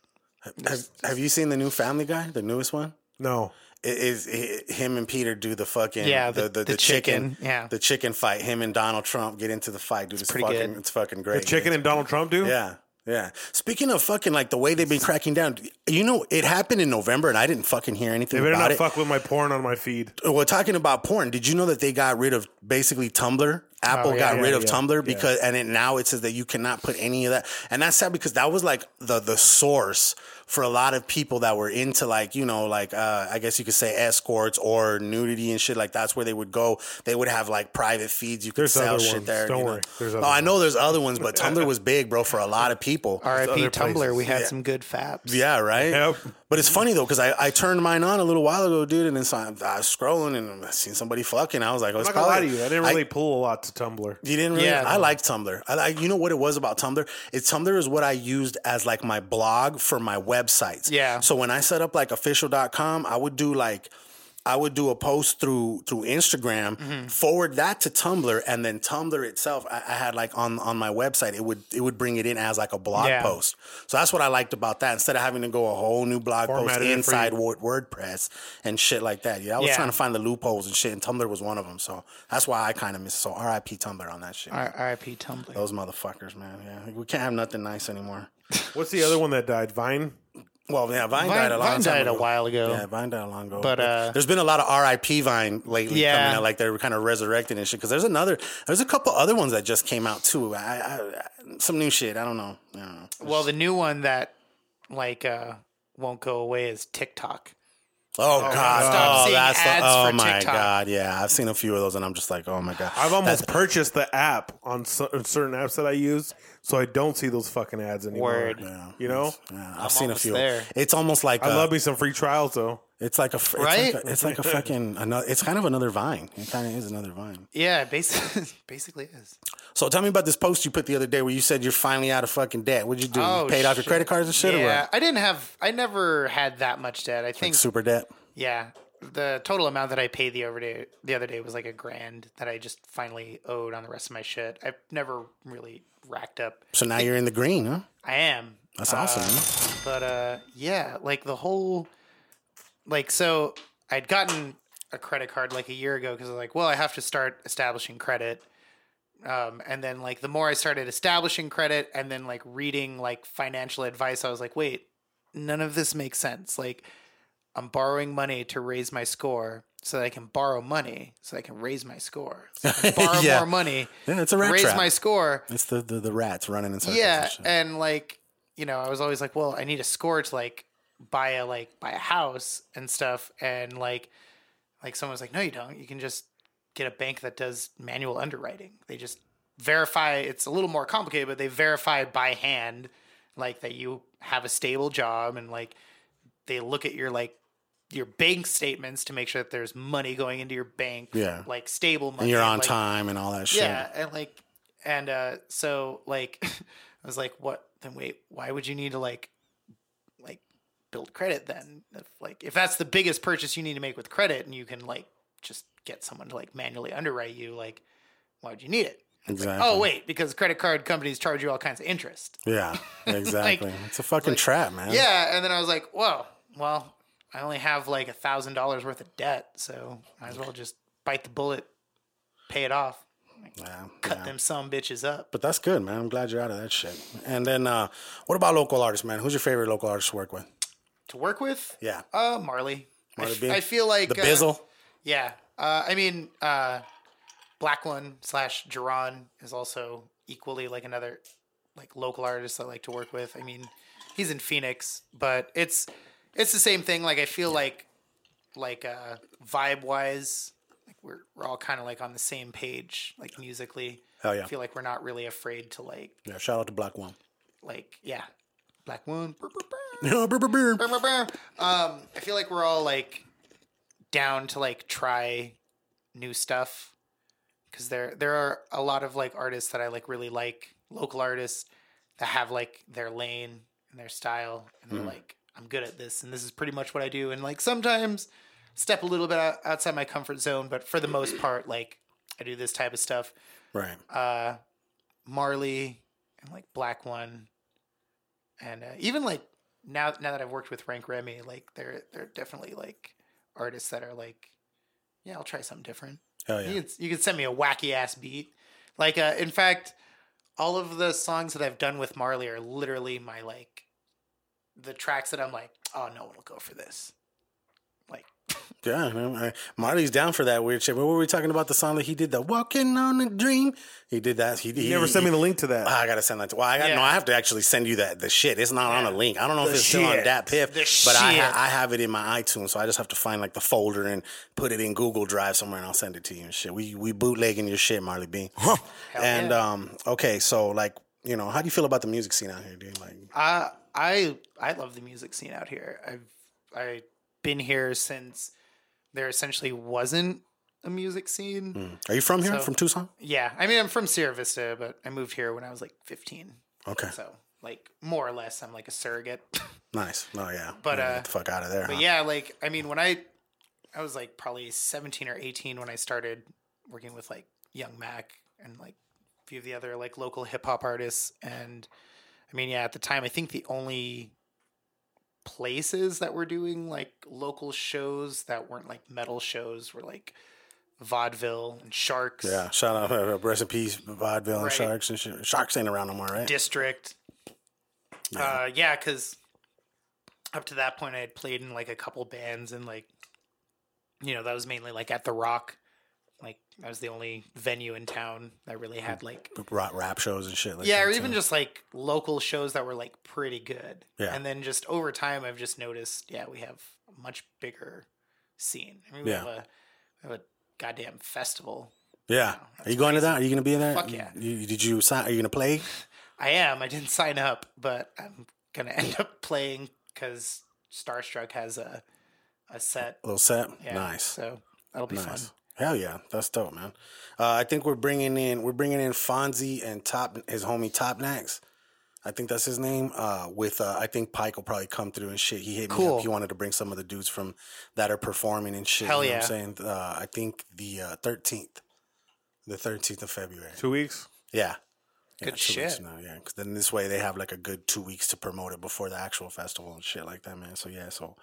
Have, have you seen the new Family Guy, the newest one?
No.
It is i him and Peter do the fucking
Yeah,
the,
the-
the,
the
chicken,
chicken, yeah.
the chicken fight. Him and Donald Trump get into the fight, dude. It's,
pretty
fucking,
good.
It's fucking
The
great.
chicken and Donald Trump do.
Yeah. Yeah. Speaking of fucking like the way they've been cracking down, you know, it happened in November and I didn't fucking hear anything
They better
about
not
it.
fuck with my porn on my feed.
Well, talking about porn, did you know that they got rid of basically Tumblr? Apple
Oh, yeah,
got
yeah,
rid of
yeah,
Tumblr
yeah.
because, and it now it says that you cannot put any of that, and that's sad because that was like the the source for a lot of people that were into like you know like uh, I guess you could say escorts or nudity and shit like that's where they would go. They would have like private feeds. You could
There's
sell
other
shit
ones.
there.
Don't
you know.
worry. There's other
oh, I know there's other ones, but Tumblr was big, bro, for a lot of people.
R.I.P.
other
Tumblr.
places.
We had
Yeah.
some good faps.
Yeah, right. But it's funny though because I, I turned mine on a little while ago, dude, and then so I, I was scrolling and I seen somebody fucking. I was like, oh,
I'm
it's
not gonna lie to
probably
you. I didn't really pull a lot to Tumblr.
you didn't really.
Yeah,
I
no.
like Tumblr. I like. You know what it was about Tumblr? It's Tumblr is what I used as like my blog for my websites.
Yeah.
So when I set up like official.com, I would do like. I would do a post through through Instagram,
Mm-hmm.
forward that to Tumblr, and then Tumblr itself, I, I had like on on my website, it would it would bring it in as like a blog
Yeah.
post. So that's what I liked about that. Instead of having to go a whole new blog post
Formatted it for
inside
you.
Word- WordPress and shit like that. Yeah, I was
Yeah.
trying to find the loopholes and shit, and Tumblr was one of them. So that's why I kind of miss. So R.I.P. Tumblr on that shit.
R- R.I.P. Tumblr.
Those motherfuckers, man. Yeah, Like, we can't have nothing nice anymore.
What's the other one that died? Vine.
Well, yeah, Vine,
Vine-
died a long
Vine
time
died a
ago.
while ago.
Yeah, Vine died a long ago.
But, uh,
there's been a lot of R.I.P. Vine lately
Yeah.
coming out. Like they're kind of resurrecting and shit. Because there's another, there's a couple other ones that just came out too. I, I, I some new shit. I don't know. I don't know.
Well, the new one that like uh won't go away is TikTok.
Oh,
Oh,
god!
stop
oh,
seeing
that's the-
ads
oh
for
my
TikTok.
god! Yeah, I've seen a few of those, and I'm just like, oh my god!
I've almost purchased the app on cer- certain apps that I use, so I don't see those fucking ads anymore.
Word.
You know,
Yeah, I've
I'm
seen a
almost
few.
there.
It's almost like uh,
I
a-
love me some free trials though.
It's like a f-
Right?
It's like a, it's like a fucking another. It's kind of another Vine. It kind of is another Vine.
Yeah, basically basically is.
So tell me about this post you put the other day where you said you're finally out of fucking debt. What'd you do? you paid off your
Oh, shit.
credit cards and shit, or
Yeah,
what?
I didn't have. I never had that much debt. I think.
Like super debt.
yeah, the total amount that I paid the over day the other day was like a grand that I just finally owed on the rest of my shit. I've never really racked up.
So now you're in the green, huh?
I am.
That's
Uh,
awesome. man.
But uh, yeah, like the whole, like so, I'd gotten a credit card like a year ago because I was like, well, I have to start establishing credit. Um, and then like the more I started establishing credit and then like reading like financial advice, I was like, wait, none of this makes sense. Like I'm borrowing money to raise my score so that I can borrow money so I can raise my score. So I can borrow
Yeah.
more money.
Yeah, it's a rat
raise
trap.
my score.
It's the, the, the rats running in circles.
Yeah,
and shit.
and like you know, I was always like, well, I need a score to like buy a like buy a house and stuff, and like like someone was like, no, you don't. You can just get a bank that does manual underwriting. They just verify. It's a little more complicated, but they verify by hand, like that you have a stable job, and like they look at your like your bank statements to make sure that there's money going into your bank,
Yeah.
like stable money,
And you're on
like-
time and all that shit.
yeah, and like, and uh, so like, I was like, what? Then wait, why would you need to like, like, build credit then? If like, if that's the biggest purchase you need to make with credit, and you can like just get someone to like manually underwrite you, like, why would you need it? It's like,
Exactly.
oh wait, because credit card companies charge you all kinds of interest.
Yeah, exactly. it's a fucking trap, man.
Yeah, and then I was like, whoa, well, I only have like a thousand dollars worth of debt, so might as well just bite the bullet, pay it off,
yeah
cut them some bitches up.
But that's good, man. I'm glad you're out of that shit. And then, uh, what about local artists, man? Who's your favorite local artist to work with?
to work with?
Yeah.
Uh, Marley.
Marley
I, f-
B?
I feel like
The
uh,
Bizzle?
Yeah. Uh, I mean, uh, Black One slash Geron is also equally like another like local artist I like to work with. I mean, he's in Phoenix, but it's it's the same thing. Like I feel like like uh, vibe wise, like we're we're all kind of like on the same page, like musically.
Hell yeah.
I feel like we're not really afraid to like
Yeah, shout out to Black One.
like yeah, Black One.
Brr,
brr, brr. um, I feel like we're all like down to like try new stuff because there there are a lot of like artists that I like really like local artists that have like their lane and their style and they're
Mhm.
like I'm good at this and this is pretty much what I do and like sometimes step a little bit out, outside my comfort zone but for the most part like I do this type of stuff
Right.
uh Marley and like Black One, and uh, even like now now that I've worked with Rank Remy, like they're they're definitely like artists that are like, yeah, I'll try something different.
Hell yeah.
You can, you can send me a wacky ass beat. Like uh, in fact, all of the songs that I've done with Marley are literally my like the tracks that I'm like, oh no one will go for this.
Yeah, man, I- Marley's down for that weird shit. What were we talking about? The song that he did, the "Walking on a Dream." He did that. He, Ah,
You never sent me the link to that.
I gotta send that. To, well, I got to no. I have to actually send you that. The shit. It's not on a link. I don't know
The
if it's still on
shit.
that piff,
The
but I ha-
shit.
I have it in my iTunes, so I just have to find like the folder and put it in Google Drive somewhere, and I'll send it to you and shit. We we bootlegging your shit, Marley B. and um, okay, so like you know, how do you feel about the music scene out here, dude? Like,
I I I love the music scene out here. I've I been here since there essentially wasn't a music scene.
hmm. are you from here?
So-
from Tucson?
Yeah, I mean I'm from Sierra Vista, but I moved here when I was like 15.
Okay.
So like more or less, I'm like a surrogate.
Nice. Oh yeah.
But,
Yeah,
uh,
get the fuck out of there.
But
huh?
yeah, like I mean, when I I was like probably 17 or 18 when I started working with like Young Mac and like a few of the other like local hip hop artists, and I mean, yeah, at the time, I think the only places that were doing like local shows that weren't like metal shows were like vaudeville and sharks
Yeah, shout out, uh, rest in peace, Vaudeville and
Right.
Sharks and shit. Sharks ain't around no more, right?
district. Uh, yeah, because up to that point, I had played in like a couple bands, and like, you know, that was mainly like at the Rock. Like, that was the only venue in town that really had like,
Rap, rap shows and shit. Mm, Like
yeah,
that,
or
too.
even just like local shows that were like pretty good.
Yeah.
And then just over time, I've just noticed, yeah, we have a much bigger scene. I mean, we
Yeah.
have a we have a goddamn festival.
Yeah, are you going to that? Are you gonna be there?
Fuck yeah.
You, you- did you sign? Are you gonna play?
I am. I didn't sign up, but I'm gonna end up playing because Starstruck has a a set.
Little set.
Yeah,
nice.
So that'll be fun.
Hell yeah, that's dope, man. Uh, I think we're bringing in we're bringing in Fonzie and Top his homie Top Knacks. I think that's his name. Uh, with uh, I think Pike will probably come through and shit. He hit me
Cool.
up. He wanted to bring some of the dudes from that are performing and shit.
Hell
you know
yeah.
What I'm saying uh, I think the thirteenth, the thirteenth of February.
Two weeks.
Yeah. Yeah,
Good
two weeks
shit.
from now, yeah, because then this way they have like a good two weeks to promote it before the actual festival and shit like that, man. So yeah, so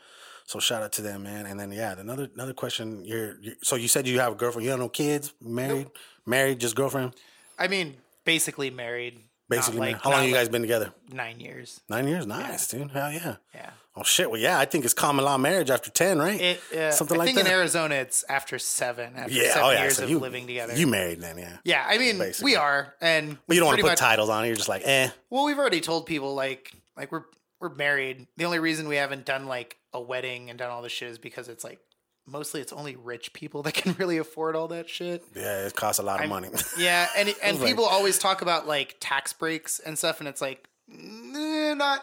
so shout out to them, man. And then yeah, another another question. You're, you so you said you have a girlfriend. You have no kids, married, married, just girlfriend.
I mean, basically married. not
Basically, man.
like-
how long
not
you guys
like
been together?
Nine years.
Nine years, nice, dude. Hell yeah.
Yeah.
Oh shit. Well, yeah, I think it's common law marriage after ten, right?
It, uh,
Something
I
like
think
that.
in Arizona it's after seven. After
Yeah,
seven
oh, yeah,
years
so
of
you-
living together.
you married then, yeah.
Yeah, I mean
Basically.
we are, and
But you don't want to
pretty
put
much-
titles on it. You're just like, eh.
Well, we've already told people like like we're we're married. The only reason we haven't done like a wedding and done all this shit is because it's like mostly it's only rich people that can really afford all that shit.
Yeah, it costs a lot
I'm-
of money.
Yeah, and and
Right.
people always talk about like tax breaks and stuff, and it's like "Nah, not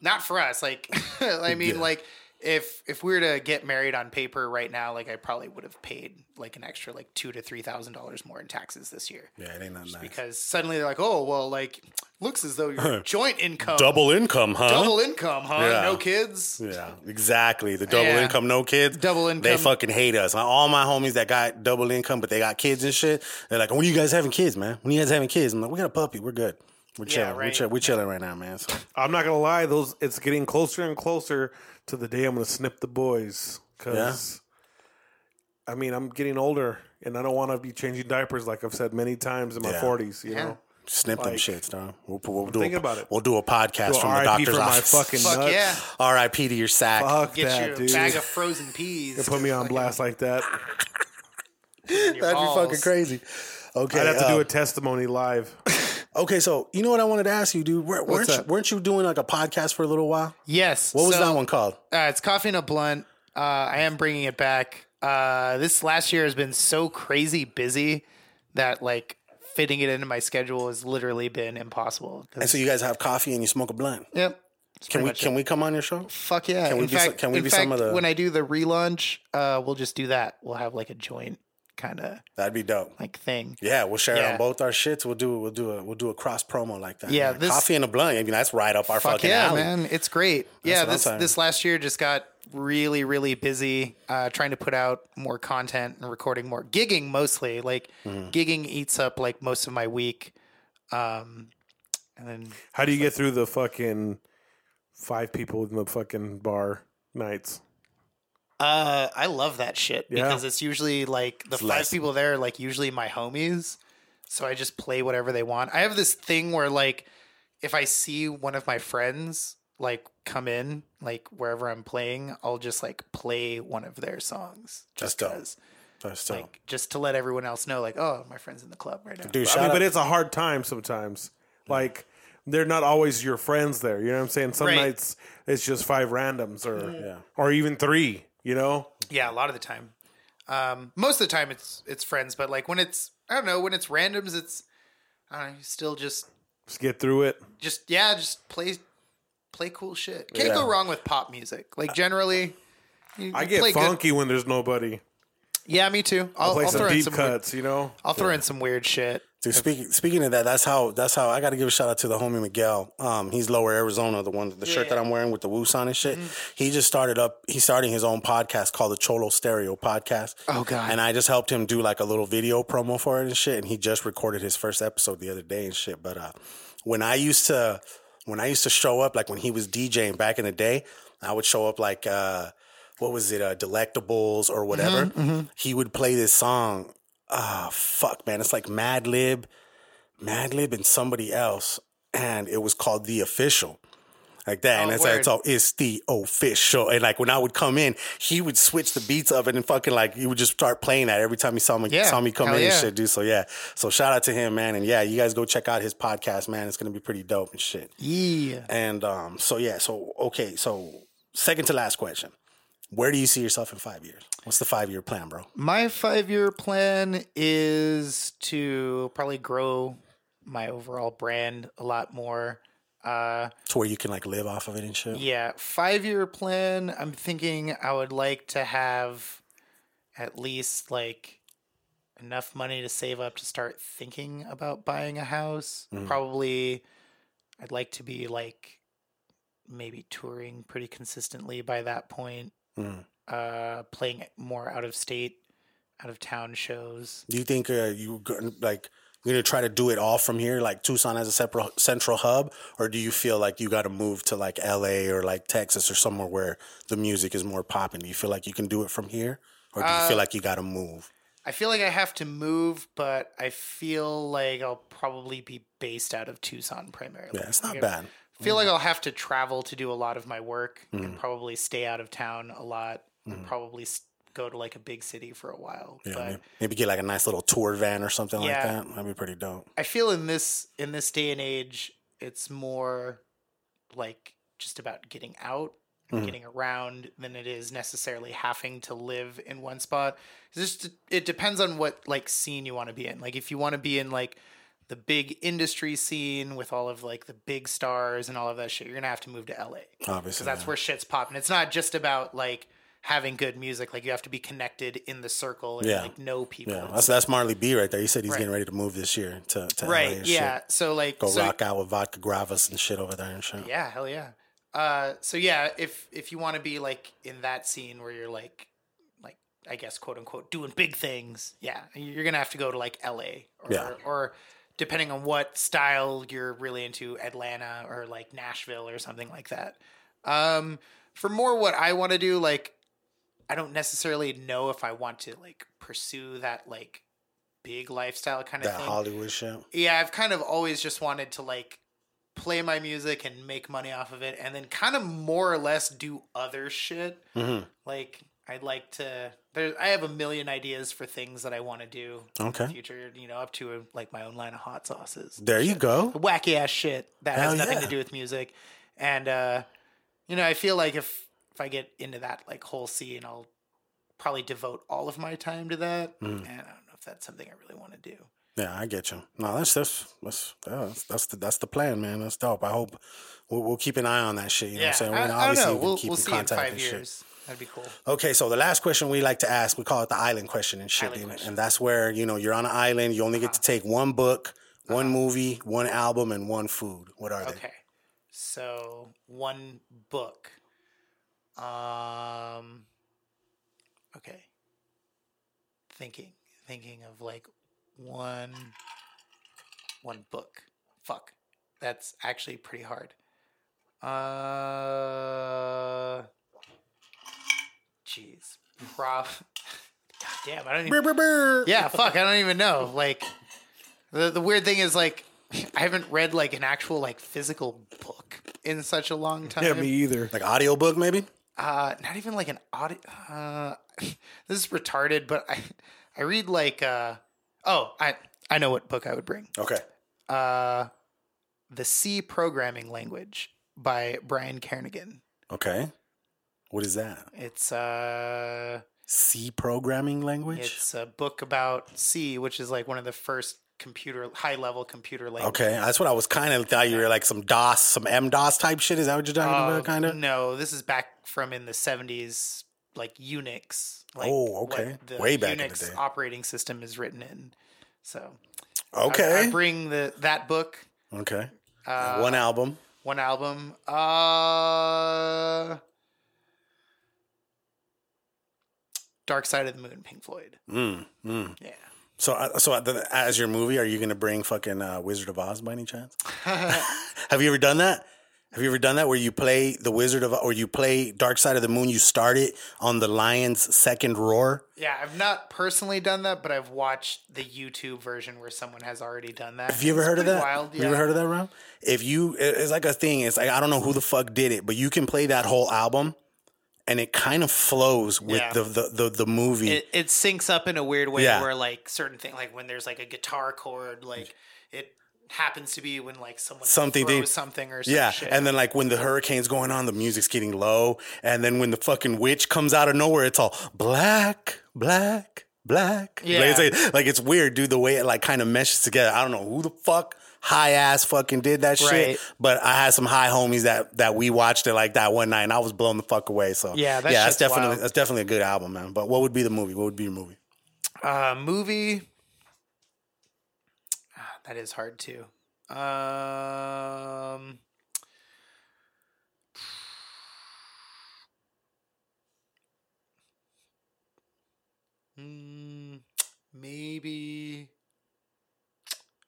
not for us. Like, I mean,
Yeah.
like if if we were to get married on paper right now, like I probably would have paid like an extra like two to three thousand dollars more in taxes this year
yeah, it ain't that nice.
because suddenly they're like, oh well, like looks as though your joint income
Double income, huh?
Double income, huh?
Yeah.
No kids.
Yeah, exactly. The double
Yeah.
income, no kids. Double
income.
They fucking hate us. All my homies that got double income, but they got kids and shit. They're like, "When you guys having kids, man? When you guys having kids?" I'm like, "We got a puppy. We're good. We're
Yeah,
chilling. We're,
right.
chill- we're chilling right now, man." So
I'm not gonna lie, those it's getting closer and closer to the day I'm gonna snip the boys. Cause I mean, I'm getting older, and I don't want to be changing diapers like I've said many times in my
Yeah.
40s. You
Yeah.
know,
snip them
Like,
shits, dog. We'll, we'll do
thinking
a,
about it.
We'll do a podcast
Do a
from the
RIP
doctor's
for my
office.
fucking Fuck nuts. yeah.
R.I.P. to your sack.
Fuck
Get
that,
you a
dude.
bag of frozen peas.
You put me on blast like that.
That'd
crazy. Okay,
I'd have to
um,
do a testimony live.
Okay, so you know what I wanted to ask you, dude? Were, weren't,
What's
you,
up?
weren't you doing like a podcast for a little while?
Yes.
What was
so-
that one called?
Uh, it's coffee and a blunt. Uh, I am bringing it back. Uh, this last year has been so crazy busy that like fitting it into my schedule has literally been impossible. 'Cause-
And so you guys have coffee and you smoke a blunt.
yep. That's pretty
Can we
much
can
it.
we come on your show?
Fuck yeah!
Can we
in
be so-
fact,
can we
in
be some of
fact,
the-
when I do the relaunch, uh, we'll just do that. We'll have like a joint kind of
That'd be dope.
like thing.
Yeah, we'll share it
Yeah.
on both our shits. We'll do we'll do a we'll do a cross promo like that.
Yeah,
man.
this-
coffee and a blunt. I mean, that's right up our
Fuck
fucking
yeah,
alley.
man! It's great. yeah,
what I'm
this
saying.
this last year just got really really busy uh, trying to put out more content and recording more gigging mostly. Like
Mm-hmm.
Mhm.
gigging eats up like most of my week. Um, and then
How do you get through the fucking five people in the fucking bar nights?
uh, I love that shit
Yeah.
because it's usually like the
It's
five
less-
people there are like usually my homies. So I just play whatever they want. I have this thing where like if I see one of my friends like come in like wherever I'm playing, I'll just like play one of their songs.
That's
Just
dope.
'cause.
That's dope.
like just to let everyone else know, like, oh, my friend's in the club right now.
Dude, I mean, but it's a hard time sometimes. Like they're not always your friends there. You know what I'm saying? Some
Right. Mm.
nights it's just five randoms or
Yeah.
or even three. You know?
Yeah, a lot of the time. Um, most of the time it's it's friends, but like when it's I don't know when it's randoms, it's I don't know. You still just
Just get through it.
just yeah, just play play cool shit. Can't
Yeah.
go wrong with pop music. Like generally, you
I
you
get
play good-
funky when there's nobody.
Yeah, me too.
I'll,
I'll,
play
I'll
some
throw in
deep
some weird-
cuts. You know?
I'll throw in some weird shit.
Dude, speaking speaking of that, that's how that's how I got to give a shout out to the homie Miguel. Um, he's Lower Arizona, the one the shirt that I'm wearing with the Wusan and shit.
Mm-hmm.
He just started up. He's starting his own podcast called the Cholo Stereo Podcast.
Oh, God.
And I just helped him do like a little video promo for it and shit. And he just recorded his first episode the other day and shit. But uh, when I used to when I used to show up, like when he was DJing back in the day, I would show up like uh, what was it, uh, Delectables or whatever.
Mm-hmm,
He would play this song. Ah, fuck, man, it's like Mad Lib. Madlib and somebody else, and it was called The Official. Like that, and that's how it's
Oh, word.
all. It's the official, and like when I would come in, he would switch the beats up, and then fucking like he would just start playing that every time he saw me
Yeah,
saw me come
hell
in and
yeah.
shit, dude. So yeah, so shout out to him, man, and yeah, you guys go check out his podcast, man. It's gonna be pretty dope and shit.
Yeah.
And um, so yeah, so okay, so second to last question, where do you see yourself in five years? What's the five year plan, bro?
My five year plan is to probably grow my overall brand a lot more. Uh,
To where you can like live off of it and shit.
Yeah, five year plan. I'm thinking I would like to have at least like enough money to save up to start thinking about buying a house.
Mhm.
Probably, I'd like to be like maybe touring pretty consistently by that point.
Mm.
Uh, playing more out of state, out of town shows.
Do you think uh, you g- like You're gonna try to do it all from here, like Tucson as a separate central hub, or do you feel like you got to move to like L.A. or like Texas or somewhere where the music is more popping? Do you feel like you can do it from here, or do you
Uh,
feel like you got to move?
I feel like I have to move, but I feel like I'll probably be based out of Tucson primarily.
Yeah, it's not
Like, I
bad.
feel
Mm.
like I'll have to travel to do a lot of my work and
Mhm.
probably stay out of town a lot and
Mhm.
probably s- go to like a big city for a while.
Yeah,
but
maybe, maybe get like a nice little tour van or something like
Yeah.
that. That'd be pretty dope.
I feel in this in this day and age, it's more like just about getting out and
Mhm.
getting around than it is necessarily having to live in one spot. It's just it depends on what like scene you want to be in. Like if you want to be in like the big industry scene with all of like the big stars and all of that shit, you're gonna have to move to LA because
Obviously,
that's
yeah.
where shit's popping. It's not just about like having good music. Like you have to be connected in the circle and
Yeah.
like know people.
Yeah,
and
that's
stuff.
that's Marley B right there. He said he's
Right.
getting ready to move this year to, to LA
right.
and
Yeah.
shit.
So like
Go
so-
rock out with vodka gravas and shit over there and shit.
Yeah, hell yeah. Uh, so yeah, if if you want to be like in that scene where you're like, like I guess quote unquote doing big things, yeah, you're gonna have to go to like L.A. or
Yeah.
or depending on what style you're really into, Atlanta or like Nashville or something like that. Um, for more what I want to do, like I don't necessarily know if I want to like pursue that like big lifestyle kind of
that
thing
Hollywood shit.
yeah, I've kind of always just wanted to like play my music and make money off of it and then kind of more or less do other shit.
hmm
Like I'd like to there I have a million ideas for things that I want to do in
Okay.
the future, you know, up to like my own line of hot sauces.
There you go.
Wacky ass shit that
Hell
has nothing to
yeah.
do with music. And uh you know, I feel like if if I get into that like whole scene, I'll probably devote all of my time to that.
Mm.
And I don't know if that's something I really want to do.
Yeah, I get you. No, that's that's that's that's that's the, that's the plan, man. That's dope. I hope we'll, we'll keep an eye on that shit. You know what I'm saying? We're
I-
gonna
I don't
obviously
know.
even
We'll,
keep
we'll
in
see in
contact
five
and shit.
years. That'd be cool.
Okay, so the last question we like to ask, we call it the island question and shit, and, and that's where you know you're on an island. You
Uh-huh.
only get to take one book, one movie, one album, and one food. What are they?
Okay. So one book. Um. Okay. Thinking, thinking of like one, one book. Fuck, that's actually pretty hard. Uh. Jeez, prob. God damn, I don't even. Yeah, fuck, I don't even know. Like, the the weird thing is like, I haven't read like an actual like physical book in such a long time.
Yeah, me either.
Like audiobook maybe?
Uh, not even like an audio. Uh, this is retarded, but I I read like uh oh I I know what book I would bring.
Okay.
Uh, the C programming language by Brian Kernigan.
Okay. What is that?
It's uh
C programming language?
it's a book about C, which is like one of the first computer high level computer languages.
Okay, that's what I was kind of thought you were like some DOS, some MDOS type shit. Is that what you're talking
Uh,
about? Kind of.
No, this is back from in the seventies, like Unix. Like
Oh, okay.
what the
Way back in the
Unix
day.
operating system is written in. So I- I,
Okay.
bring the that book.
Okay.
Uh,
One album.
One album. Uh, Dark Side of the Moon, Pink Floyd.
Mm, mm.
Yeah.
So, uh, so the- as your movie, are you going to bring fucking uh, Wizard of Oz by any chance? Have you ever done that? Have you ever done that where you play the Wizard of, or you play Dark Side of the Moon? You start it on the lion's second roar.
Yeah, I've not personally done that, but I've watched the YouTube version where someone has already done that.
Have you ever
It's
heard of
pretty
that?
Wild,
You ever
yeah.
heard of that, Ron? If you, it- it's like a thing. It's like I don't know who the fuck did it, but you can play that whole album, and it kind of flows with
Yeah.
the, the the the movie.
it, it syncs up in a weird way
Yeah.
where like certain thing like when there's like a guitar chord like it happens to be when like someone
something
throws
dude.
something or some
yeah
shit.
and then like when the hurricane's going on the music's getting low and then when the fucking witch comes out of nowhere it's all black black black
Yeah.
like it's, like, like, it's weird dude the way it like kind of meshes together i don't know who the fuck high ass fucking did
Right.
that shit but i had some high homies that that we watched it like that one night and i was blown the fuck away so
Yeah, that
yeah that's
shit's
definitely
wild.
that's definitely a good album man but what would be the movie what would be your movie
uh movie Ah, that is hard too um Mm, maybe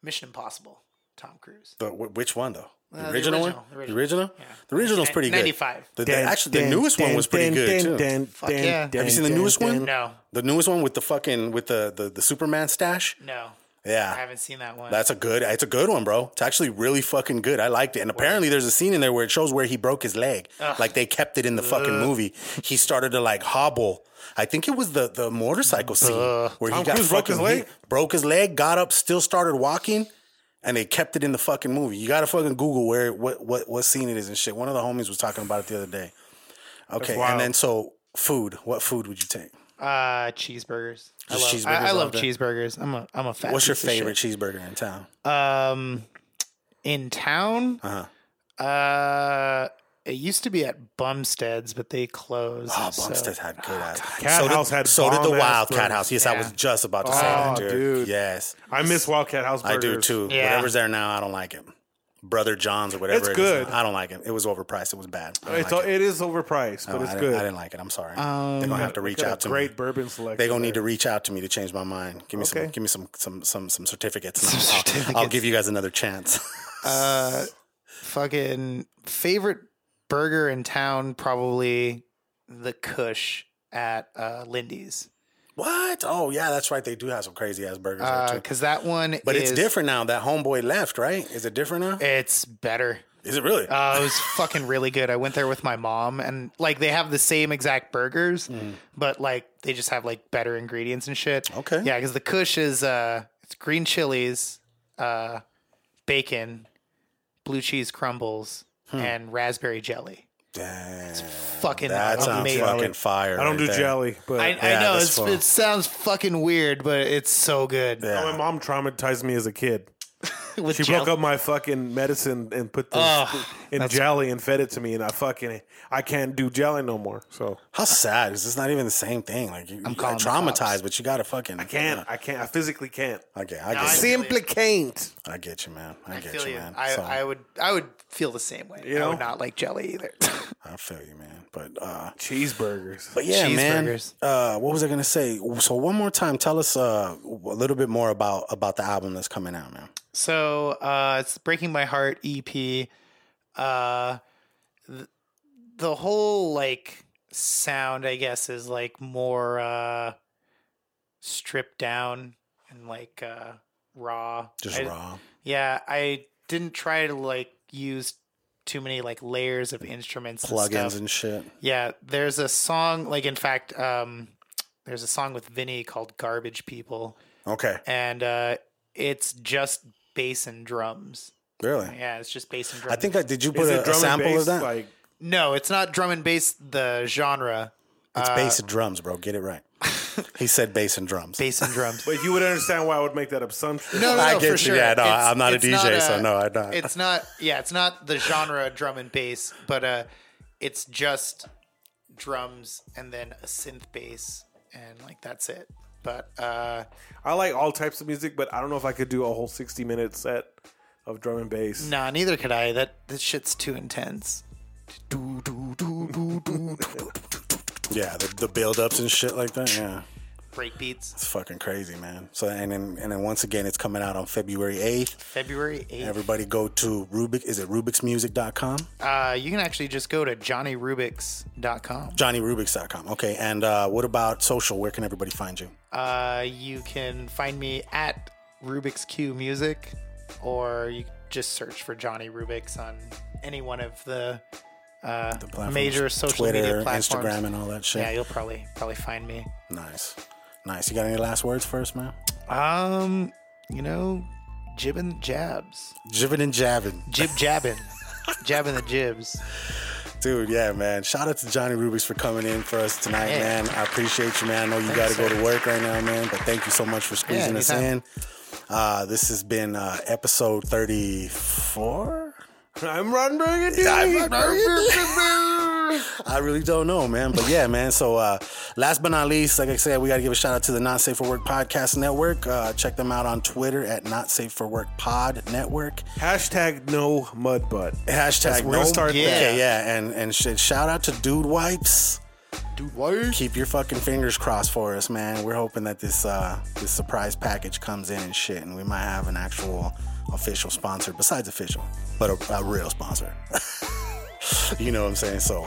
Mission Impossible, Tom Cruise.
The, wh- which one though? The,
Uh, the
original,
original,
one.
the
The
original.
original. The original's pretty good.
95.
The, the- actually, the newest one was pretty good too.
Fuck yeah.
Have you seen the newest one?
No,
The newest one with the fucking with the the, the Superman stash.
no.
Yeah.
I haven't seen that one.
Ah, That's a good. It's a good one, bro. It's actually really fucking good. I liked it. And apparently, there's a scene in there where it shows where he broke his leg.
Ugh.
Like they kept it in the fucking
Ugh.
movie. He started to like hobble. I think it was the the motorcycle scene
Ugh.
where he
Tom
got
Cruise broke his
fucking-
leg?
he broke his leg, got up, still started walking, and they kept it in the fucking movie. You gotta fucking Google where what what what scene it is and shit. One of the homies was talking about it the other day. Okay, and
wild.
then so food. What food would you take?
uh, cheeseburgers. I love,
Just
I, I
cheeseburgers all
love
day.
cheeseburgers. I'm a I'm a fat.
What's your
piece of shit.
favorite cheeseburger in town?
Um, in town,
Uh huh.
uh, it used to be at Bumstead's, but they closed.
Oh,
so-
Bumstead's had good ass.
Cat House had
so did the
bomb-ass
Wild Cat
burgers.
House. Yes, I was
Yeah.
just about to say
Oh,
that, dude.
dude.
Yes,
I miss Wildcat House
I
burgers.
do too.
Yeah.
Whatever's there now, I don't like it. Brother John's or whatever.
It's
it is
good.
now, I don't like it. It was overpriced. It was bad. I don't
It's
like it.
it is overpriced,
No,
but it's
I didn't-
good.
I didn't like it. I'm sorry.
Um,
They're gonna have to reach out to
great
me.
bourbon selection.
They're gonna need to reach out to me to change my mind. Give me some.
Okay.
Give me some. Some. Some. Some certificates. and
Some
I'll- I'll- I'll
certificates.
give you guys another chance.
Uh, fucking favorite burger in town probably the Kush at uh, Lindy's
what? Oh yeah, that's right. They do have some crazy ass burgers there too.
because Uh, that one.
But it's
is-
different now. That homeboy left, right? Is it different now?
It's better.
Is it really?
Uh, it was fucking really good. I went there with my mom, and like they have the same exact burgers,
Mm.
but like they just have like better ingredients and shit.
Okay.
Yeah, because the Kush is uh, it's green chilies, uh, bacon, blue cheese crumbles,
Hmm.
and raspberry jelly.
Damn.
Fucking
That sounds
amazing.
fucking fire.
I don't
right
do
there.
jelly, but
I,
Yeah,
I know
that's
it's,
fun.
it sounds fucking weird, but it's so good.
Yeah.
my mom traumatized me as a kid.
With
She
jelly.
broke up my fucking medicine and put this
Ugh,
in jelly and fed it to me, and I fucking I can't do jelly no more. So
How sad is this? Not even the same thing. Like you,
I'm
I'm
calling the cops.
traumatized, but you gotta fucking. I
can't I can't I physically can't.
Okay, I
No,
get you.
Simply can't.
I get you, man. I,
I
get
feel
you,
you.
man.
I,
so,
I
I,
would I would feel the same way.
You
I
know?
would not like jelly either.
feel you, man. But uh,
Cheeseburgers.
but yeah, man.
Cheeseburgers.
Uh, what was I gonna say? So one more time, tell us uh, a little bit more about about the album that's coming out, man.
So uh, it's Breaking My Heart EP. Uh, th- the whole like sound, I guess, is like more uh, stripped down and like uh, raw.
Just
I-
raw.
Yeah, I didn't try to like use too many like layers of instruments, and
Plugins
stuff.
and shit.
Yeah, there's a song like in fact, um, there's a song with Vinny called "Garbage People,"
Okay,
and uh, it's just bass and drums.
really.
Yeah, it's just bass and drums.
I think I did. You put
Is it
a, a
drum and
sample
bass,
of that?
Like
no, it's not drum and bass. The genre
it's
uh,
bass and drums, bro. Get it right. he said bass and drums.
bass and drums.
but you would understand why I would make that assumption.
No, no,
I
no,
get
for
you.
sure.
Yeah, no,
It's-
I'm not a
it's
DJ, so no, I'm not.
It's not. Yeah, it's not the genre drum and bass, but uh, it's just drums and then a synth bass, and like that's it. But uh,
I like all types of music, but I don't know if I could do a whole sixty minute set of drum and bass.
nah, neither could I. That that shit's too intense.
Yeah, the, the build ups and shit like that. Yeah.
Break beats.
It's fucking crazy, man. So and then and then once again it's coming out on February eighth.
February eighth.
Everybody go to Rubik is it rubiksmusic.com?
Uh, you can actually just go to johnnyrubix.com.
JohnnyRubix.com. Okay. And uh, what about social? Where can everybody find you?
Uh, you can find me at Rubik's Q Music, or you just search for Johnny Rubik's on any one of the, uh,
Platforms,
major social
Twitter,
media platforms.
Instagram and all that shit.
Yeah, you'll probably probably find me.
Nice. Nice. You got any last words first, man?
Um, you know, jibbing jabs,
Jibbing and jabbing.
jib jabbing, jabbing the jibs.
Dude, yeah, man. Shout out to Johnny Rubix for coming in for us tonight,
Yeah.
man. I appreciate you, man. I know you got
Thanks,
to go
sir.
to work right now, man, but thank you so much for squeezing
Yeah,
us
anytime.
in. Uh, this has been uh, episode 34.
I'm Ron Burgundy.
I really don't know, man. But yeah, man. So uh, last but not least, like I said, we got to give a shout out to the Not Safe for Work Podcast Network. Uh, check them out on Twitter at Not Safe for Work Pod Network.
Hashtag no mud butt.
Hashtag
We're
no-
gonna start
yeah.
there.
Okay, yeah, and and shit. Shout out to Dude Wipes. Keep your fucking fingers crossed for us, man. We're hoping that this uh, this surprise package comes in and shit, and we might have an actual official sponsor besides official, but a, a real sponsor. you know what I'm saying? So,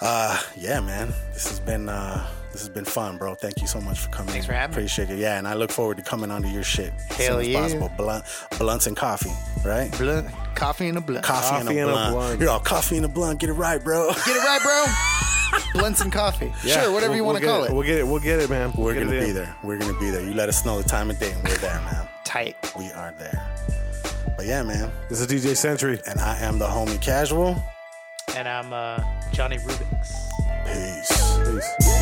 uh, yeah, man, this has been uh, this has been fun, bro. Thank you so much for coming. Thanks for having Appreciate it. Yeah, and I look forward to coming onto your shit as
Hell
soon as
yeah.
possible. Blunt, blunts and coffee, right?
Blunt, coffee and a blunt.
Coffee, and, a blunt. You're all coffee and a blunt. Get it right, bro.
Get it right, bro. Blunts and coffee. sure, whatever you want to call it.
We'll get it. We'll get it, man. We're
get
gonna
it
be
in.
there. We're gonna be there. You let us know the time of day, and we're there, man.
Tight.
We are there. But yeah, man.
This is DJ Century,
and I am the homie Casual.
And I'm uh, Johnny Rubix.
Peace.
Peace.